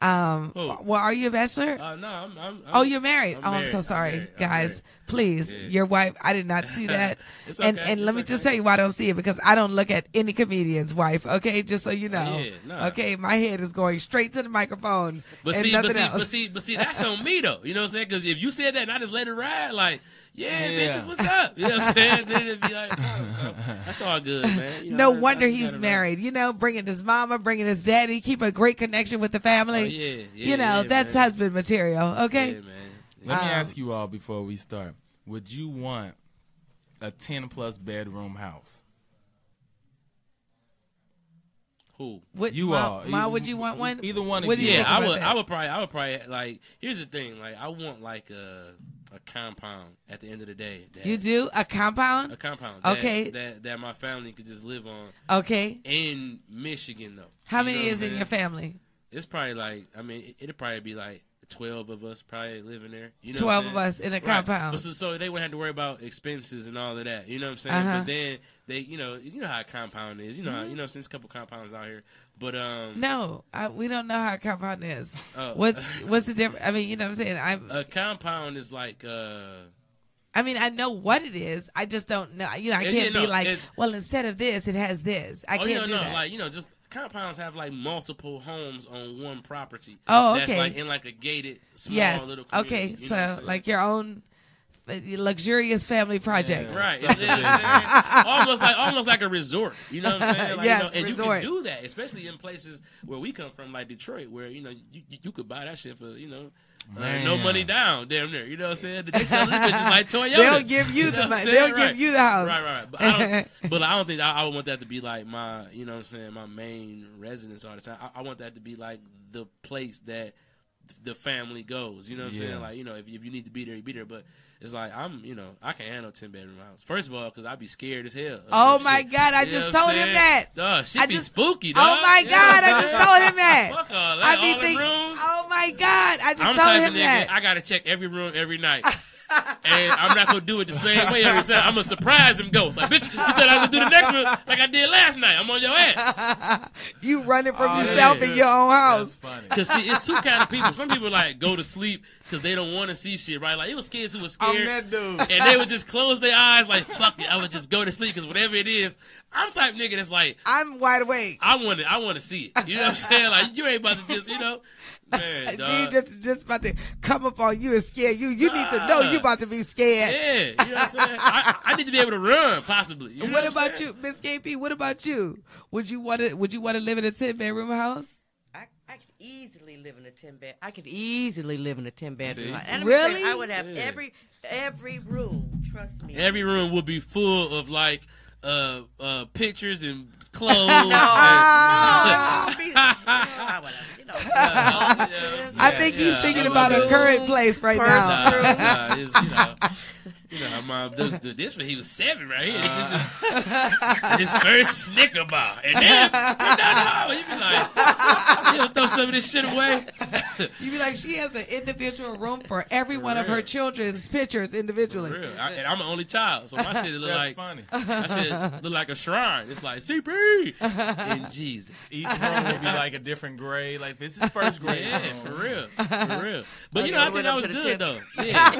B: Um,
I: Who?
B: well, are you a bachelor?
I: Uh, no, I'm, I'm, I'm,
B: Oh, you're married.
I: I'm
B: oh, I'm
I: married.
B: so
I: I'm
B: sorry,
I: married. I'm
B: guys.
I: married.
B: Please, your wife. I did not see that.
I: It's
B: and
I: okay.
B: and let
I: It's
B: me just
I: okay.
B: tell you why I don't see it because I don't look at any comedian's wife. Okay, just so you know.
I: Oh, yeah, nah.
B: Okay, my head is going straight to the microphone
I: But
B: and
I: see, but
B: nothing
I: see,
B: else.
I: but see, but see, that's on me though. You know what I'm saying? Because if you said that and I just let it ride, like, yeah,
D: Yeah.
I: bitches, what's up? You know what I'm saying? then it'd be like, oh, so that's all good, man. You know,
B: no
I: I- I
B: wonder
I: just
B: he's
I: gotta-
B: married. You know, bringing his mama, bringing his daddy, keep a great connection with the family.
I: Oh, yeah, yeah,
B: you know,
I: yeah,
B: that's
I: man.
B: husband material. Okay.
I: Yeah, man.
D: Let me
B: Um,
D: ask you all before we start. Would you want a 10 plus bedroom house?
I: Who?
B: What,
D: You
B: why,
D: all.
B: Why would you want one?
D: Either one of
B: What do you
D: you.
I: Yeah,
B: think
I: I
B: about
I: would.
B: that?
I: I would probably. I would probably like. Here's the thing. Like, I want like a a compound at the end of the day. That,
B: You do a compound?
I: a compound. that-
B: Okay.
I: That that my family could just live on
B: Okay.
I: in Michigan though.
B: How
I: You know
B: many
I: what
B: is
I: I'm
B: in
I: saying?
B: your family?
I: It's probably like. I mean, it, it'd probably be like twelve of us probably living there. You know, what I'm
B: 12 of
I: saying?
B: us in a
I: Right.
B: compound.
I: But So, so they wouldn't have to worry about expenses and all of that. You know what I'm saying?
B: Uh-huh. Mm-hmm.
I: But then they, you know, you know how a compound is. You know, how, you know, since a couple compounds out here. But um,
B: No, I, we don't know how a compound is.
I: Oh.
B: what's what's the difference? I mean, you know what I'm saying? I'm,
I: a compound is like uh,
B: I mean, I know what it is. I just don't know. You know, I
I: Yeah,
B: can't
I: yeah, no,
B: be like,
I: it's-
B: well, instead of this, it has this. I
I: oh,
B: can't
I: you know,
B: do
I: no,
B: that.
I: like you know, just compounds have like multiple homes on one property.
B: Oh, okay.
I: That's like in like a gated small
B: yes.
I: little community.
B: Okay.
I: you know what I'm
B: So,
I: saying?
B: like your own uh, luxurious family projects.
I: Right, it's, it's- it's- almost like almost like a resort. You know what I'm saying? Like,
B: Yes,
I: you know, and
B: resort.
I: you can do that, especially in places where we come from, like Detroit, where you know you, you, you could buy that shit for you know uh,
D: Man.
I: no money down, damn near. You know what I'm saying? They sell these bitches like Toyotas.
B: They'll give you,
I: know
B: the
I: what I'm
B: money.
I: saying?
B: They'll
I: Right.
B: give you the house.
I: Right, right. But I don't, but I don't think I, I would want that to be like my, you know what I'm saying, my main residence all the time. I, I want that to be like the place that the family goes. You know what I'm
D: Yeah.
I: saying? Like, you know, if, if you need to be there, you be there. But it's like, I'm, you know, I can't handle 10 bedroom house. First of all, because I'd be scared as hell. of
B: Oh
I: them
B: my
I: shit.
B: God! I
I: You know
B: just
I: what I'm
B: told him
I: saying?
B: that.
I: Dog, she
B: I
I: be
B: just-
I: spooky, dog.
B: Oh my
I: You know
B: God!
I: what I'm
B: I just
I: saying?
B: told him that.
I: Fuck all that.
B: I
I: all
B: be
I: them
B: thinking.
I: rooms.
B: Oh my God! I just
I: I'm
B: told
I: typing
B: him
I: nigga,
B: that.
I: I gotta check every room every night. and I'm not gonna do it the same way every time. I'm gonna surprise them ghosts. Like, bitch, you thought I was gonna do the next room like I did last night. I'm on your ass.
B: you running from
D: Oh,
B: yourself
D: yeah.
B: in your own
D: That's
B: house.
D: funny.
I: Cause see, it's two kind of people. Some people like go to sleep because they don't want to see shit, right? Like it was kids who was
D: I'm
I: scared,
D: that dude.
I: and they would just close their eyes, like fuck it. I would just go to sleep because whatever it is, I'm type nigga that's like
B: I'm wide awake.
I: I want it. I want to see it. You know what I'm saying? Like you ain't about to just you know, man,
B: You
I: dog.
B: just just about to come up on you and scare you. You need to know you about to be scared.
I: Yeah, you know what I'm saying. I, I need to be able to run, possibly. You know
B: what
I: I'm
B: about
I: saying?
B: you, Miss KP? What about you? Would you want to? Would you want to live in a ten bedroom house?
H: I, I could easily live in a ten bed. I could easily live in a ten bedroom.
I: See?
H: house. And I'm saying
B: Really?
H: I would have
I: Yeah.
H: every every room. Trust me.
I: Every room would be full of like uh uh pictures and clothes. and,
H: I would be- I would have, you know,
B: I think he's thinking about a current place right now.
I: Nah, nah, it's, you know, you know how mom does do this when he was seven, right here.
B: Uh.
I: his first Snicker bar, and then no, no, you be like, you gonna throw some of this shit away.
B: You'd be like, she has an individual room for every one of her
I: real.
B: children's pictures
I: For
B: individually.
I: real, I, and I'm an only child, so my shit look
D: That's
I: like
D: funny.
I: my shit look like a shrine. It's like CP and Jesus.
D: Each room would be like a different grade. Like this is first grade.
I: Yeah,
D: room.
I: for real, for real. But you
H: Okay,
B: Oh,
I: know, I
H: we're
I: think
H: gonna
I: I was
H: put a tip.
I: good though.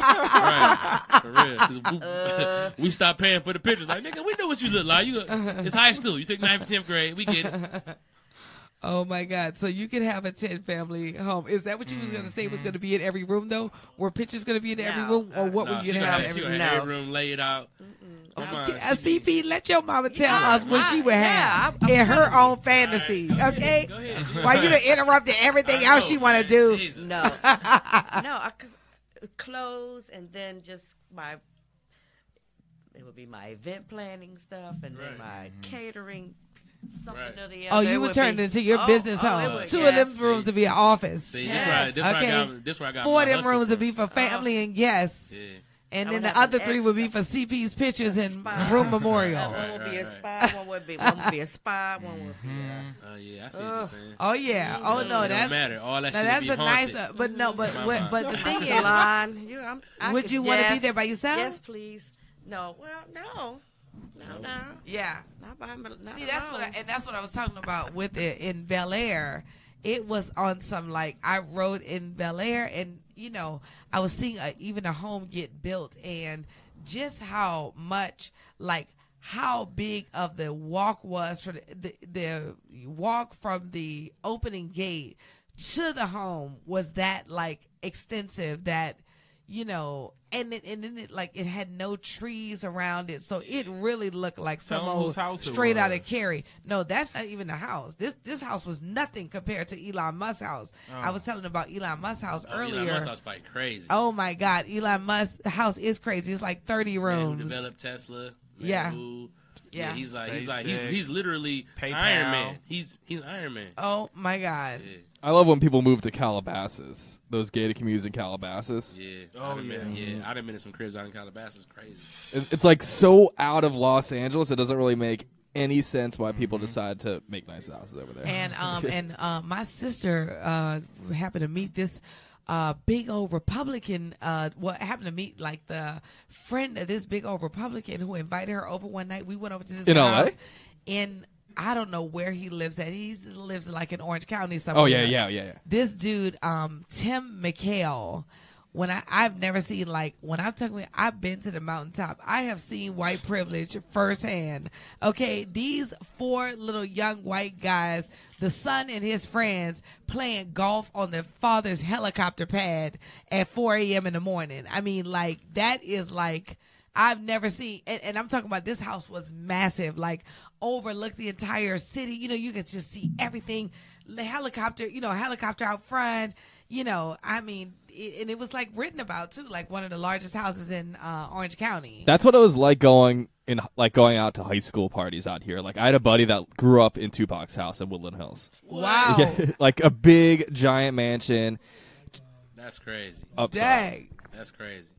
I: Yeah, right, for real. 'Cause We,
B: Uh.
I: we stopped paying for the pictures. Like, nigga, we know what you look like. You, it's high school. You took ninth and tenth grade. We get it.
B: Oh my God! So you could have a ten family home. Is that what you was gonna say was gonna be in every room though? Were pictures gonna be in every
H: No.
B: room, or what
I: Mm-hmm. No,
B: were you
I: she
B: gonna
I: gonna
B: have?
I: have, she
B: every
I: gonna
B: room?
I: have
H: No.
I: every room laid out. My mind,
B: Uh,
I: she be-
B: CP, let your mama tell us what she would
H: I-
B: have
H: yeah, I- I'm
B: in her
H: telling you.
B: own fantasy.
I: All right, go
B: okay,
I: ahead, go ahead.
B: while you done interrupted everything else she want to do.
I: Jesus.
H: No, no, I could uh, clothes and then just my. It would be my event planning stuff and then
I: Right. Mm-hmm.
H: my catering, something
I: Right.
H: or the
B: Oh,
H: other.
B: you would
H: would
B: turn
H: be-
B: it into your
H: oh,
B: business
H: oh, it
B: home.
H: would-
B: Two
H: yeah.
B: of them rooms would be an office.
I: See, this right, this
B: Okay.
I: where I got, this where I got
B: Four
I: my
B: of them
I: hustle
B: rooms would
I: from.
B: be for family and guests,
I: Yeah.
B: and
H: I
B: then
H: would
B: the
H: have
B: other
H: an
B: three would be for
H: extra.
B: CP's pictures and
H: Spa.
B: room memorial.
H: One would be a
I: Right,
H: spa. One would be one would be a spa. One would be a.
I: Oh yeah, I see what you're saying.
B: Oh yeah. Oh no,
I: it
B: that's
I: don't matter. All that
B: now
I: shit
B: that's
I: be
B: a
I: haunted.
B: nice. Uh, but no, but
I: My
B: what,
I: mind.
B: but the thing is,
H: salon. You, I'm, I
B: Would
H: could-
B: you wanna be
H: yes.
B: there by yourself?
H: Yes, please. No. Well, no. No, no.
B: yeah.
H: Not by my, not
B: See, that's what I,
H: alone.
B: and that's what I was talking about with it in Bel Air. It was on some like I rode in Bel Air, and you know I was seeing a, even a home get built, and just how much like how big of the walk was for the the, the walk from the opening gate to the home was that like extensive that you know, and it, and then it like it had no trees around it, so it really looked like
D: Tell
B: some
D: 'em
B: old
D: whose house it
B: straight out of
D: was.
B: Cary. No, that's not even the house. This this house was nothing compared to Elon Musk's house. I was telling about Elon Musk's house
I: Oh,
B: earlier.
I: Elon Musk house probably crazy.
B: oh my God, Elon Musk's house is crazy. It's like thirty
I: Man who
B: rooms.
I: developed Tesla? Man
B: Yeah.
I: who-
B: Yeah.
I: yeah. He's like he's like he's
D: SpaceX,
I: he's literally
D: PayPal.
I: Iron Man. He's he's Iron Man.
B: oh my God.
I: Yeah,
E: I love when people move to Calabasas. Those gated communities in Calabasas.
I: yeah.
D: Oh,
I: I done been-
D: yeah.
I: yeah. I done been in some cribs out in Calabasas. Crazy.
E: It- It's like so out of Los Angeles. It doesn't really make any sense why people decide to make nice houses over there.
B: And um and uh, my sister uh happened to meet this uh big old Republican uh what happened to meet like the friend of this big old Republican who invited her over one night. We went over to this
E: In LA?
B: house in I don't know where he lives at. He lives like in Orange County somewhere.
E: oh yeah, yeah, yeah, yeah.
B: This dude, um, Tim McHale. When I, I've never seen like when I'm talking, I've been to the mountaintop. I have seen white privilege firsthand. Okay, these four little young white guys, the son and his friends, playing golf on their father's helicopter pad at 4 a.m. in the morning. I mean, like that is like I've never seen, and, and I'm talking about this house was massive, like overlooked the entire city. You know, you could just see everything. The helicopter, you know, helicopter out front. You know, I mean, it, and it was like written about too, like one of the largest houses in uh, Orange County.
E: That's what it was like going in, like going out to high school parties out here. Like I had a buddy that grew up in Tupac's house in Woodland Hills,
B: wow,
E: like a big giant mansion.
I: That's crazy.
E: Up
B: dang,
I: That's crazy.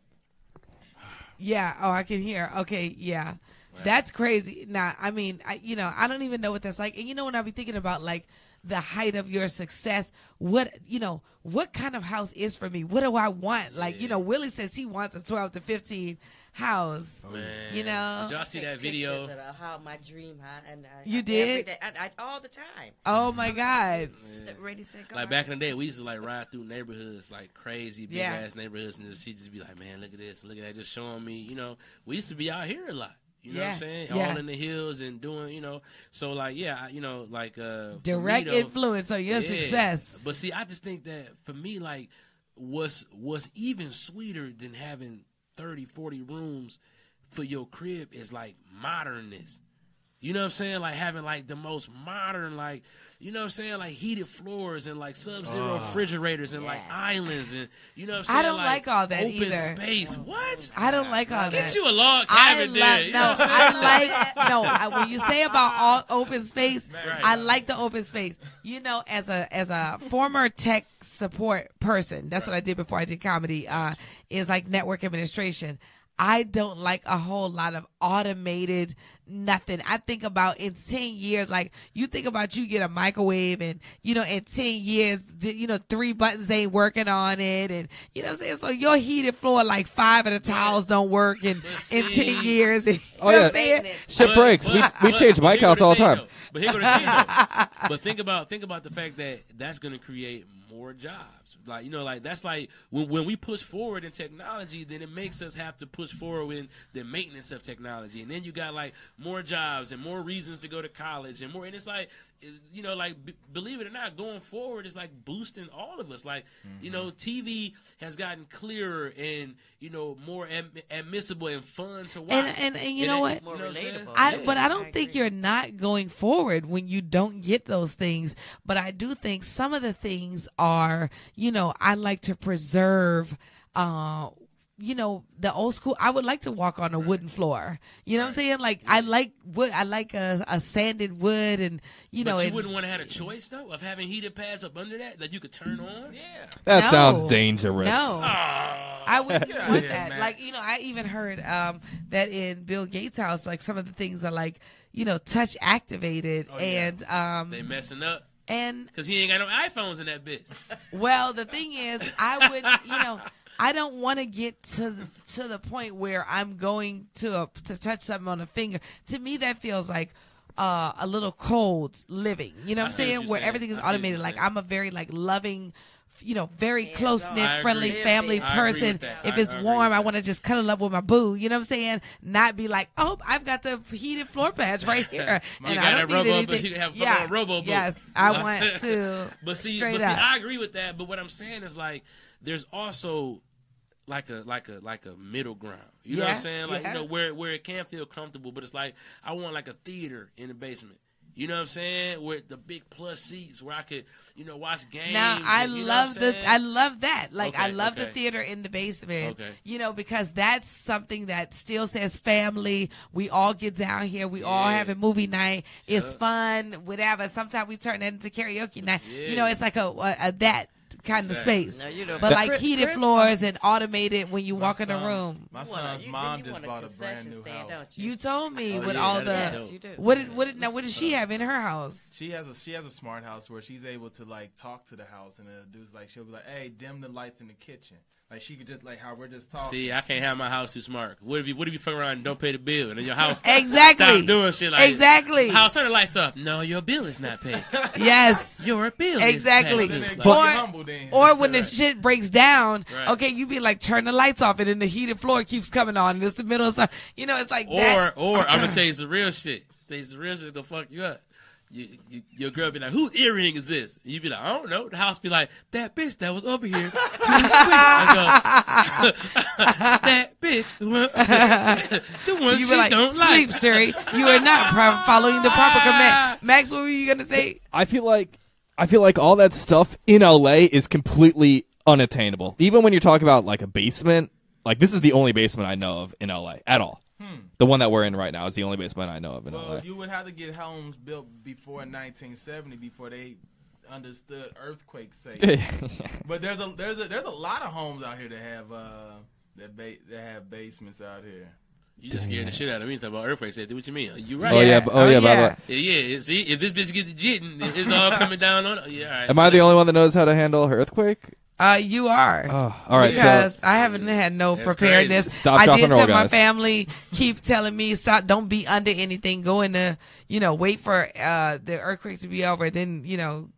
B: yeah. Oh, I can hear. Okay, yeah. That's crazy. Now, I mean, I, you know, I don't even know what that's like. And you know, when I be thinking about like the height of your success, what you know, what kind of house is for me? What do I want? Like, you know, Willie says he wants a twelve to fifteen house.
I: Oh, Man.
B: You know?
I: Did y'all see that
H: Pictures
I: video?
H: of how my dream how and I,
B: You
H: I-
B: did?
H: every day, I, I, all the time.
B: Oh my God.
H: Ready said go.
I: Like back in the day, we used to like ride through neighborhoods, like crazy big
B: Yeah.
I: ass neighborhoods, and she just be like, "Man, look at this, look at that," just showing me. You know, we used to be out here a lot. You know what
B: Yeah,
I: I'm saying?
B: yeah.
I: All in the hills and doing, you know. So like, yeah, I- you know, like uh, for
B: Direct
I: me, though-
B: influence on your
I: Yeah.
B: success.
I: But see, I just think that for me, like, what's what's even sweeter than having 30, 40 rooms for your crib is like modernness. You know what I'm saying? Like having like the most modern, like you know what I'm saying, like heated floors and like sub-zero refrigerators and like islands and you know what I'm
B: Ah. I
I: saying.
B: don't like all that
I: open
B: either.
I: space. What?
B: I don't like all
I: Get
B: that.
I: you a log
B: I
I: cabin there.
B: like
I: you know
B: no.
I: what I'm saying?
B: I like no. I, when you say about all open space,
I: Right.
B: I like the open space. You know, as a as a former tech support person, that's what I did before I did comedy. Uh, is like network administration. I don't like a whole lot of automated nothing. I think about in 10 years, like you think about you get a microwave and, you know, in 10 years, th- you know, three buttons ain't working on it. And, you know what I'm saying? So your heated floor, like five of the tiles don't work in, in 10 years. you know
E: Oh, yeah.
B: what I'm saying?
E: Shit
I: But-
E: breaks. We
I: but-
E: we
I: but-
E: change
I: but
E: mic
I: here go
E: outs all the
I: thing,
E: time.
I: though. But here go the thing, though. But think about think about the fact that that's going to create more jobs. Like you know, like that's like when, when we push forward in technology, then it makes us have to push forward in the maintenance of technology, and then you got like more jobs and more reasons to go to college and more. And it's like you know, like b- believe it or not, going forward is like boosting all of us. Like you
E: Mm-hmm.
I: know, TV has gotten clearer and you know more am- admissible and fun to watch.
B: and- and you know
I: it-
B: what?
I: I'm saying?
H: More relatable.
B: I,
H: Yeah.
B: but I don't
H: I
B: think
H: agree.
B: you're not going forward when you don't get those things. But I do think some of the things are, you know, I like to preserve, uh, you know, the old school. I would like to walk on a wooden floor. You know what I'm saying? Like I like wood. I like a, a sanded wood, and you know,
I: but you
B: and-
I: wouldn't want to have a choice though of having heated pads up under that that you could turn on. Yeah.
E: That
B: No.
E: sounds dangerous.
B: No. I wouldn't
D: Yeah,
B: want
D: yeah,
B: that.
D: Max.
B: Like, you know, I even heard um, that in Bill Gates' house, like some of the things are like, you know, touch activated
I: Oh, yeah.
B: and um
I: They messing up
B: and
I: because he ain't got no iPhones in that bitch.
B: well, the thing is, I would, you know, I don't want to get to the, to the point where I'm going to a, to touch something on a finger. To me, that feels like uh, a little cold living. You know what I'm
I: I see what
B: saying?
I: you're
B: Where
I: saying.
B: everything is
I: I see what you're
B: automated. Like
I: saying.
B: I'm a very like loving. You know, very
H: Hands
B: close
H: on.
I: I
B: knit, friendly
I: agree.
B: family
I: I agree with
B: person.
I: that.
B: If
I: I-
B: it's
I: I agree
B: warm,
I: with
B: I
I: that.
B: want to just cuddle up with my boo. You know what I'm saying? Not be like, oh, I've got the heated floor pads right here.
I: You
B: and I
I: got a
B: don't need
I: robo, but
B: anything."
I: you can have
B: yeah.
I: a robo.
B: Yes, I want to.
I: but see,
B: straight
I: but see,
B: up.
I: I agree with that. But what I'm saying is like, there's also like a like a like a middle ground. You know what
B: Yeah,
I: I'm saying? Like
B: yeah.
I: you know where where it can feel comfortable, but it's like I want like a theater in the basement. You know what I'm saying? With the big plus seats where I could, you know, watch games.
B: Now I
I: and, you know what I'm
B: love the
I: saying?
B: I love that. Like I
I: Okay,
B: love the
I: okay.
B: theater in the basement.
I: Okay.
B: You know, because that's something that still says family. We all get down here. We all
I: Yeah.
B: have a movie night. It's fun, whatever. Sometimes we turn that into karaoke night. You know,
I: Yeah.
B: it's like a, a, a that kind
I: Exactly.
B: of space.
H: Now, you know,
B: But like
H: Chris-
B: heated
H: Chris-
B: floors and automated when you
D: My
B: walk in the
D: son-
B: room.
D: My
H: You wanna-
D: son's
H: you- then
D: mom
H: you
D: just
H: want a
D: bought a brand
H: concession
D: new
H: stand,
D: house.
H: don't you?
B: You told me
I: Oh,
B: with
I: yeah,
B: all
I: that'd
B: the
I: be dope.
H: Yes, you do.
B: what did what did now what does she have in her house?
D: She has a she has a smart house where she's able to like talk to the house and the dude's like she'll be like, Hey, dim the lights in the kitchen. Like she could just like how we're just talking.
I: See, I can't have my house too smart. What if you what if you fuck around and don't pay the bill and then your house
B: Exactly.
I: stop doing shit like
B: Exactly.
I: House turn the lights up. No, your bill is not paid.
B: Yes.
I: Your bill
B: Exactly.
I: is
D: Then
I: paid.
D: they
I: Like,
D: get
B: But-
D: humble then.
B: Or when the
I: Right.
B: shit breaks down,
I: Right.
B: okay, you be like, turn the lights off, and then the heated floor keeps coming on, and it's the middle of summer. You know, it's like
I: Or
B: that.
I: or I'm gonna tell you some real shit. Tell you some real shit gonna fuck you up. You, you, your girl be like, whose earring is this? And you be like, I don't know. The house be like, that bitch that was over here two weeks ago. that bitch, the one
B: You
I: she
B: be like,
I: don't
B: sleep,
I: like.
B: Suri. You are not pro- following the proper command. Max, what were you gonna say?
E: I feel like I feel like all that stuff in LA is completely unattainable. Even when you're talking about like a basement, like this is the only basement I know of in LA at all. The one that we're in right now is the only basement I know of in LA.
D: Well, you would have to get homes built before 1970 before they understood earthquake safety. but there's a there's a there's a lot of homes out here that have uh that ba- that have basements out here.
I: You just scared the shit out of me talking about earthquake safety. What you mean? You right?
E: Oh yeah, b- oh,
B: Oh,
E: yeah, by the
B: yeah.
E: way.
I: Yeah, yeah. See, if this bitch get the jitting, then it's all coming down on. Yeah, all right.
E: Am I the only one that knows how to handle an earthquake?
B: Uh, you are.
E: Oh, all right,
B: because
E: so
B: I haven't had no
I: That's
B: preparedness.
E: crazy. Stop,
B: I
E: drop,
B: did
E: and roll,
B: tell my
E: guys.
B: family keep telling me stop, don't be under anything. Go in the, you know, wait for uh, the earthquake to be over, then you know,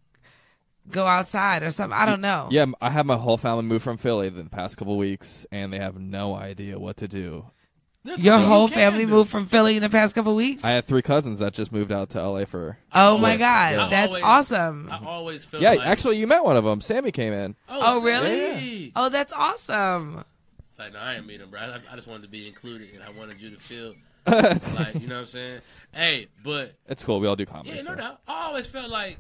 B: go outside or something. I don't know.
E: yeah, m- I had my whole family move from Philly the past couple weeks, and they have no idea what to do.
D: There's
B: Your
D: nothing you
B: whole
D: can
B: family
D: do.
B: moved from Philly in the past couple weeks.
E: I had three cousins that just moved out to LA for.
B: oh my
E: work.
B: god,
I: Yeah.
B: that's
I: Always-
B: awesome.
I: I always felt.
E: Yeah,
I: like,
E: actually, you met one of them. Sammy came in.
B: Oh,
I: see,
B: really?
I: yeah.
B: Oh, that's awesome.
I: It's like, no, I ain't meeting him, bro. I just, I just wanted to be included, and I wanted you to feel like, you know what I'm saying? Hey, but
E: It's cool. We all do comedy.
I: yeah, no
E: stuff.
I: doubt. I always felt like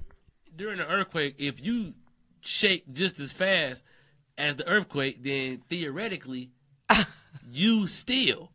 I: during the earthquake, if you shake just as fast as the earthquake, then theoretically, you still.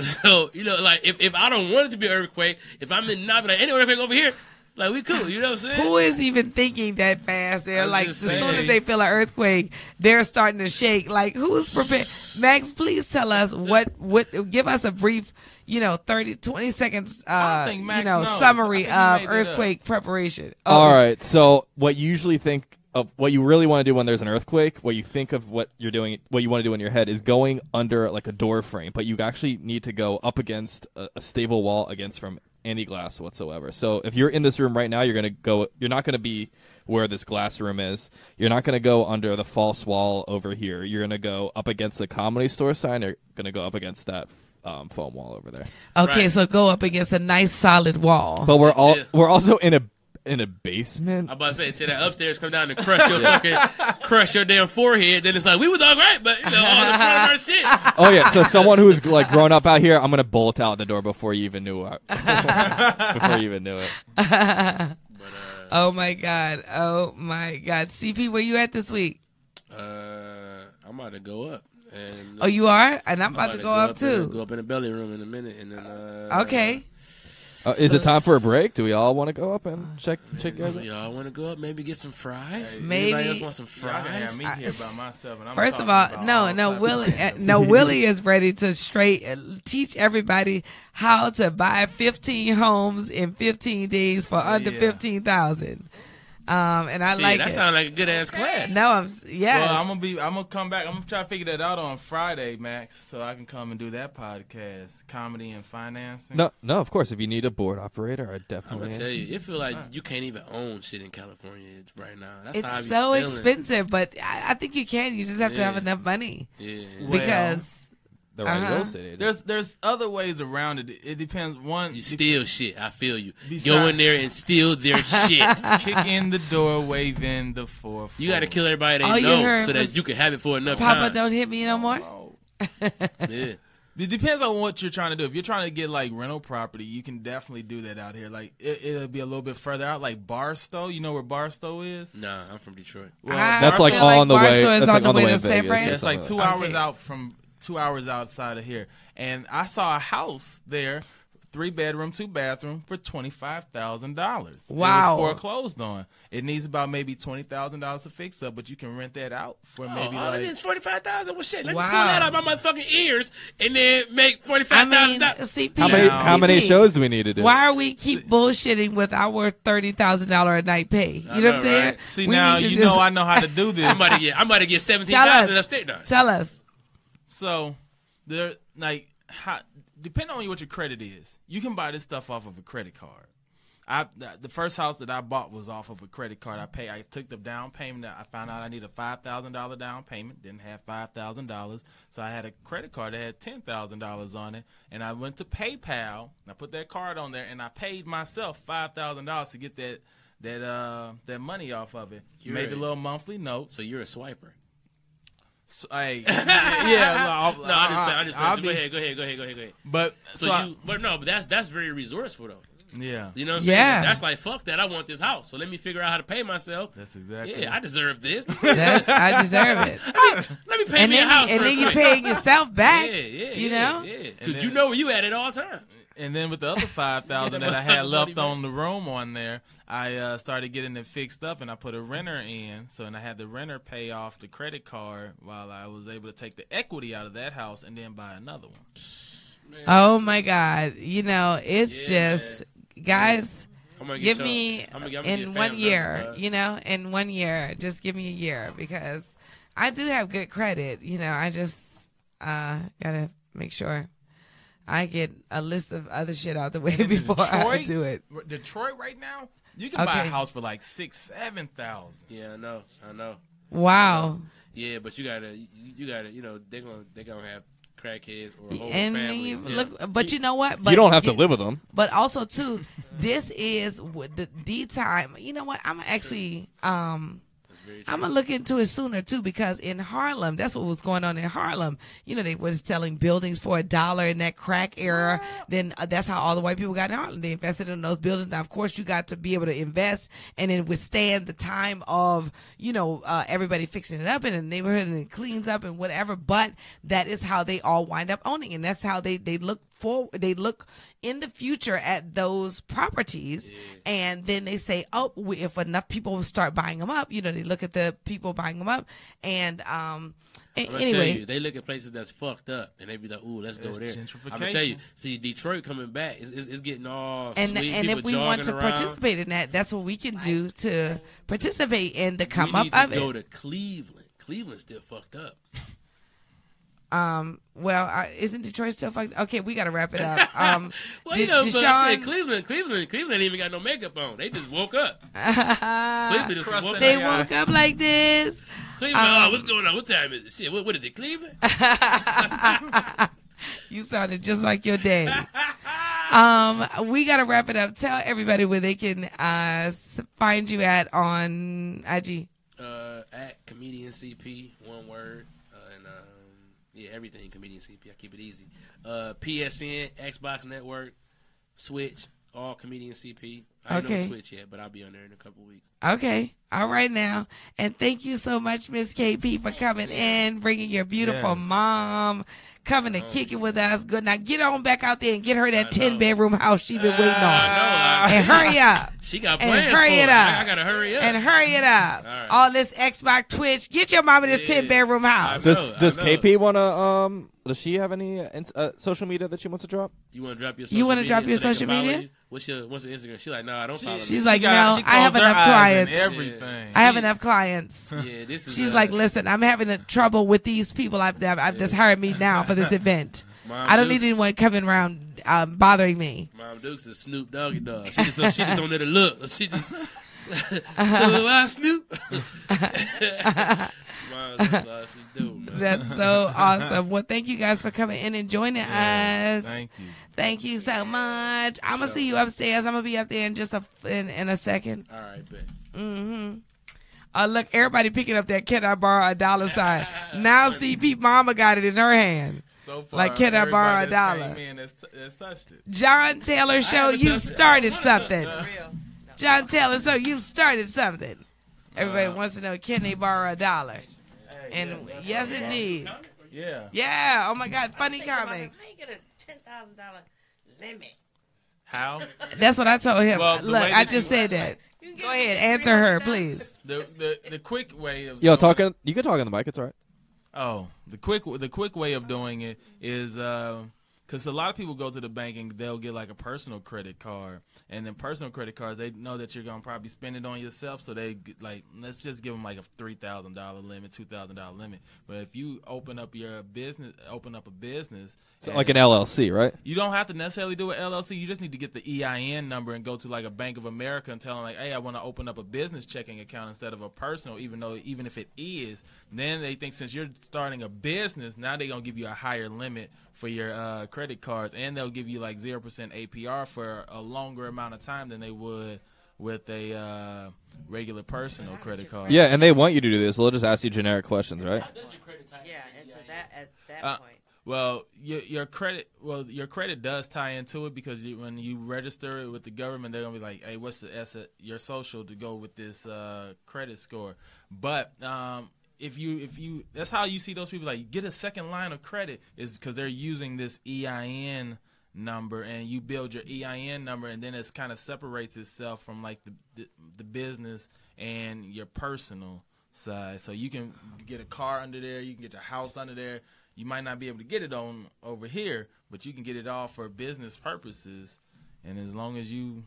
I: So you know, like if, if I don't want it to be an earthquake, if I'm in not be like any earthquake over here, like we cool, you know what I'm saying?
B: Who is even thinking that fast? They're
I: I'm
B: like, as
I: just
B: soon as
I: saying.
B: they feel an earthquake, they're starting to shake. Like, who's prepared? Max, please tell us what, what, give us a brief, you know, 30, 20 seconds,
D: I
B: uh,
D: don't think Max
B: you know,
D: knows.
B: summary
D: I
B: of
D: think he made that
B: earthquake preparation. Oh,
E: All right. So what you usually think of what you really want to do when there's an earthquake, what you think of what you're doing, what you want to do in your head is going under like a door frame, but you actually need to go up against a, a stable wall against from any glass whatsoever. So if you're in this room right now, you're gonna go. You're not gonna be where this glass room is. You're not gonna go under the false wall over here. You're gonna go up against the comedy store sign. You're gonna go up against that um, foam wall over there.
B: Okay,
I: Right.
B: so go up against a nice solid
I: Oh,
B: wall.
E: But we're all
I: it.
E: we're also in a in a basement.
I: I'm about to say until that upstairs come down and crush your fucking crush your damn forehead. Then it's like we was all right, but you know all the front of our shit.
E: Oh yeah, so someone who's like grown up out here, I'm gonna bolt out the door before you even knew it. before you even knew it.
D: uh,
B: oh my god. Oh my god. CP, where you at this week?
I: Uh, I'm about to go up. And
B: Oh, you are, and I'm
I: I'm
B: about to go up
I: in the- Go
B: too.
I: up in the belly room in a minute, and then uh,
B: Okay.
E: Uh, is it time for a break? Do we all want to go up
I: Uh,
E: and check check guys? out?
I: Y'all want to go up? Maybe get some fries.
B: Maybe-
I: Anybody else want some
D: Y'all can have
I: fries?
D: me here by myself. And I'm
B: First of
D: talking
B: all,
D: about
B: no,
D: all
B: no,
D: types of
B: Willie, uh,
D: random-
B: no, Willie is ready to straight uh, teach everybody how to buy 15 homes in 15 days for under
D: yeah.
B: 15,000. Um, and I
I: Shit,
B: like
I: that
B: it.
I: sounds like a good ass class.
B: no, I'm yes.
D: Well, I'm gonna be. I'm gonna come back. I'm gonna try to figure that out on Friday, Max, so I can come and do that podcast, comedy and financing.
E: No, no. Of course, if you need a board operator, I
I: I'm gonna
E: definitely.
I: tell you, it feel like you can't even own shit in California right now. That's how I
B: it's
I: be
B: so
I: feeling.
B: expensive, but I, I think you can. You just have to have
I: Yeah.
B: enough money
I: Yeah.
D: Well,
B: because
E: the right
B: Uh-huh.
E: real estate agent.
D: there's there's other ways around it. It depends. One,
I: You
D: you
I: steal shit. I feel you. Go
D: Besides-
I: in there and steal their shit.
D: kick in the door, wave in the fourth.
I: You got to kill everybody they
B: All you
I: know
B: heard
I: so that
B: was,
I: you can have it for enough
B: Papa
I: time.
B: don't hit me no more.
I: Yeah.
D: It depends on what you're trying to do. If you're trying to get like rental property, you can definitely do that out here. Like it, it'll be a little bit further out, like Barstow. You know where Barstow is?
I: Nah, I'm from Detroit.
B: I
E: Ah, that's like
B: feel
E: on the way.
B: Barstow is
E: That's
B: on
E: like
B: the
E: on the
B: way
E: way
B: to
E: in
B: San
E: Vegas.
D: Yeah,
E: or
B: Fran.
D: it's like
E: something
D: two
E: like
B: that.
D: hours
B: Okay.
D: out from two hours outside of here, and I saw a house there, three bedroom, two bathroom, for twenty five thousand dollars.
B: Wow.
D: it was foreclosed on. It needs about maybe twenty thousand dollars to fix up, but you can rent that out for maybe
I: Oh, all
D: like
I: it is forty five thousand. Well, shit, let
B: Wow.
I: me pull that out of my motherfucking ears and then make forty
B: I
I: five
B: mean,
I: thousand dollars.
B: CP,
E: How many
D: Yeah.
E: how many
B: CP.
E: shows do we need to do?
B: Why are we keep bullshitting with our thirty thousand dollar a night pay? You know,
I: know,
B: what I'm saying?
I: right?
D: See
B: We
D: now
B: need
D: you
B: to
D: know
B: just-
D: I know how to do this.
I: I'm about to get. I'm about to get seventeen
B: Tell us.
I: thousand upstairs. No,
B: Tell us.
D: So there, like, how, depending on what your credit is, you can buy this stuff off of a credit card. I the- the first house that I bought was off of a credit card. I pay. I took the down payment. I found out I needed a five thousand dollar down payment. Didn't have five thousand dollars, so I had a credit card that had ten thousand dollars on it. And I went to PayPal. And I put that card on there, and I paid myself five thousand dollars to get that that uh that money off of it.
I: You're
D: Made
I: right.
D: a little monthly note.
I: So you're a swiper.
D: So, hey, yeah, no,
I: No, I just. I, just
D: I'll
I: go
D: be-
I: ahead. Go ahead. Go ahead. Go ahead. Go ahead.
D: But
I: So, you. but no, but that's that's very resourceful though.
D: I, yeah,
I: You know what I'm
B: Yeah.
I: saying? That's like fuck that. I want this house, so let me figure out how to pay myself.
D: that's exactly.
I: Yeah, I deserve this. let, me,
B: That's, I deserve it.
I: let me pay
B: And
I: me
B: then,
I: a house.
B: and
I: real
B: then you
I: quick.
B: paying yourself
I: Yeah,
B: back.
I: yeah,
B: you
I: yeah,
B: know.
I: yeah.
D: And
I: Because
D: then-
I: you know where you at at all times.
D: and then with the other five thousand that I had left on the room on there, I uh, started getting it fixed up, and I put a renter in. So and I had the renter pay off the credit card while I was able to take the equity out of that house and then buy another one.
B: Oh my God! You know, it's just guys.
I: I'm gonna
B: Give
I: y'all-
B: me
I: I'm gonna- I'm gonna
B: in
I: get
B: one
I: fans
B: year,
I: number,
B: you know, in one year. Just give me a year because I do have good credit. You know, I just uh, gotta make sure I get a list of other shit out the way
D: And in
B: before I
D: Detroit-
B: do it.
D: Detroit right now, you can buy a
B: Okay.
D: house for like six, seven thousand.
I: but- Yeah, I know. I know.
B: Wow.
I: Yeah, but you gotta, you, you gotta, you know, they're gonna, they're gonna have crackheads or whole
B: and
I: families.
B: you
I: yeah.
B: look, but you know what? But
E: You don't have to
B: it-
E: live with them.
B: But also too, this is with the the time. You know what? I'm actually um
I: very true.
B: I'm gonna look into it sooner too because in Harlem, that's what was going on in Harlem. You know, they was selling buildings for a dollar in that crack era. Then uh, that's how all the white people got in Harlem. They invested in those buildings. Now, of course, you got to be able to invest and then withstand the time of you know uh, everybody fixing it up in the neighborhood and it cleans up and whatever. But that is how they all wind up owning, and that's how they they look for they look in the future at those properties and then they say oh we, if enough people start buying them up you know they look at the people buying them up and um a-
I: I'm gonna tell
B: anyway
I: you, they look at places that's fucked up, and they be like, "Ooh, let's go
D: It's
I: there." I'm gonna
D: gentrification.
I: tell you, see, Detroit coming back is it's, it's getting all
B: and
I: sweet
B: and
I: people
B: if we
I: jogging
B: want to
I: around.
B: participate in that that's what we can do to participate in the
I: we
B: come up
I: need
B: of
I: to go
B: it
I: to Cleveland. Cleveland's still fucked up.
B: Um, well, I, isn't Detroit still fucked? Okay, we got to wrap it up. Um,
I: Well,
B: did,
I: you know, but I
B: Deshaun-
I: said Cleveland, Cleveland, Cleveland ain't even got no makeup on. They just woke up. Cleveland just
D: Crust in
I: woke up.
B: they
D: Yeah.
B: woke up like this. Um,
I: Cleveland, oh, what's going on? What time is it? Shit, what, what is it, Cleveland?
B: You sounded just like your daddy. Um, we gotta wrap it up. Tell everybody where they can uh s- find you at on IG.
I: uh, at comedian CP, one word, uh, and um, yeah, everything comedian CP. I keep it easy. Uh, PSN, Xbox Network, Switch, all comedian CP. I ain't
B: Okay.
I: on Twitch yet, but I'll be on there in a couple weeks.
B: Okay, all right now, and thank you so much, Miss KP, for coming in, bringing your beautiful
D: Yes.
B: mom, coming to kick it with us. Good now, get on back out there and get her that
I: I know. Ah,
B: ten bedroom house she been waiting on,
I: I know, I
B: and
I: see.
B: hurry up.
I: She got
B: And
I: plans
B: hurry
I: for
B: it
I: it. I,
B: up.
I: I gotta hurry up.
B: And hurry it up. All,
I: right.
B: this Xbox Twitch. Get your mom in this
I: Yeah.
B: 10 bedroom house.
I: I
E: Does
I: know, I
E: Does
I: know.
E: KP want to? Um, does she have any uh, ins- uh, social media that she wants to drop?
I: you want to drop your social
B: You wanna
I: want to
B: drop your social media?
I: What's your What's your Instagram? She like, nah, I don't follow.
B: She's
I: me.
B: like,
D: got-
B: no,
D: she
B: Oh, I have
D: closed her
B: enough
D: eyes and
B: clients.
D: Everything.
B: I have enough clients.
I: yeah, this is.
B: She's
I: uh,
B: like, listen, I'm having a trouble with these people I've, I've, I've just hired me now for this event.
I: Mom
B: I don't need
I: Dukes,
B: anyone coming around um, bothering me.
I: Mom Dukes is Snoop Doggy Dog. She just, she just on there to look. She just. Still alive, Snoop. Mom, that's all she do, man.
B: That's so awesome. Well, thank you guys for coming in and joining us.
D: Thank you.
B: Thank you so much. I'm gonna see you upstairs. I'm gonna be up there in just a in, in a second.
I: All right, bet.
B: Mm-hmm. Uh, look, everybody picking up that can I borrow a dollar sign. now CP Mama got it in her hand.
D: So far,
B: Like, can I borrow a
D: everybody that's
B: dollar?
D: came in that's, that's touched it.
B: John Taylor Show,
I: haven't
B: you
I: touched it.
B: started
I: I
B: something.
F: Real.
B: John Taylor Show, you started something.
D: Uh,
B: Everybody wants to know, can they borrow a dollar? And yes, indeed.
D: Yeah.
B: Yeah. Oh my God. Funny
H: Think about it.
B: comment.
H: How you get a ten thousand dollar limit?
D: How?
B: That's what I told him.
D: Well, the
B: Look,
D: way
B: I
D: that
B: just
D: you-
B: said that.
F: You
B: Go
F: can get
B: ahead,
F: it
B: answer her,
F: $300.
B: please.
D: The, the the quick way of
E: Yo,
D: doing-
E: talking. You can talk on the mic. It's all right.
D: Oh, the quick the quick way of doing it is because a lot of people go to the bank and they'll get like a personal credit card, and then personal credit cards they know that you're gonna probably spend it on yourself, so they g- like let's just give them like a three thousand dollar limit, two thousand dollar limit. But if you open up your business, open up a business,
E: So,
D: and-
E: like an LLC, right?
D: you don't have to necessarily do an LLC. You just need to get the EIN number and go to like a Bank of America and tell them like, "Hey, I want to open up a business checking account instead of a personal." Even though, even if it is, then they think since you're starting a business, now they're gonna give you a higher limit for your uh, credit cards, and they'll give you like zero percent APR for a longer amount of time than they would with a uh, regular personal credit card.
E: Oh, Yeah, and they want you to do this. So they'll just ask you generic questions, right?
H: Yeah, and so that at that
D: Uh,
H: point.
D: Well, your, your credit, well, your credit does tie into it because you, when you register it with the government, they're gonna be like, "Hey, what's the S your social to go with this uh, credit score?" But um, if you if you that's how you see those people like get a second line of credit is because they're using this EIN number and you build your EIN number and then it's kind of separates itself from like the, the the business and your personal side. So you can get a car under there, you can get your house under there. You might not be able to get it on over here, but you can get it all for business purposes. And as long as you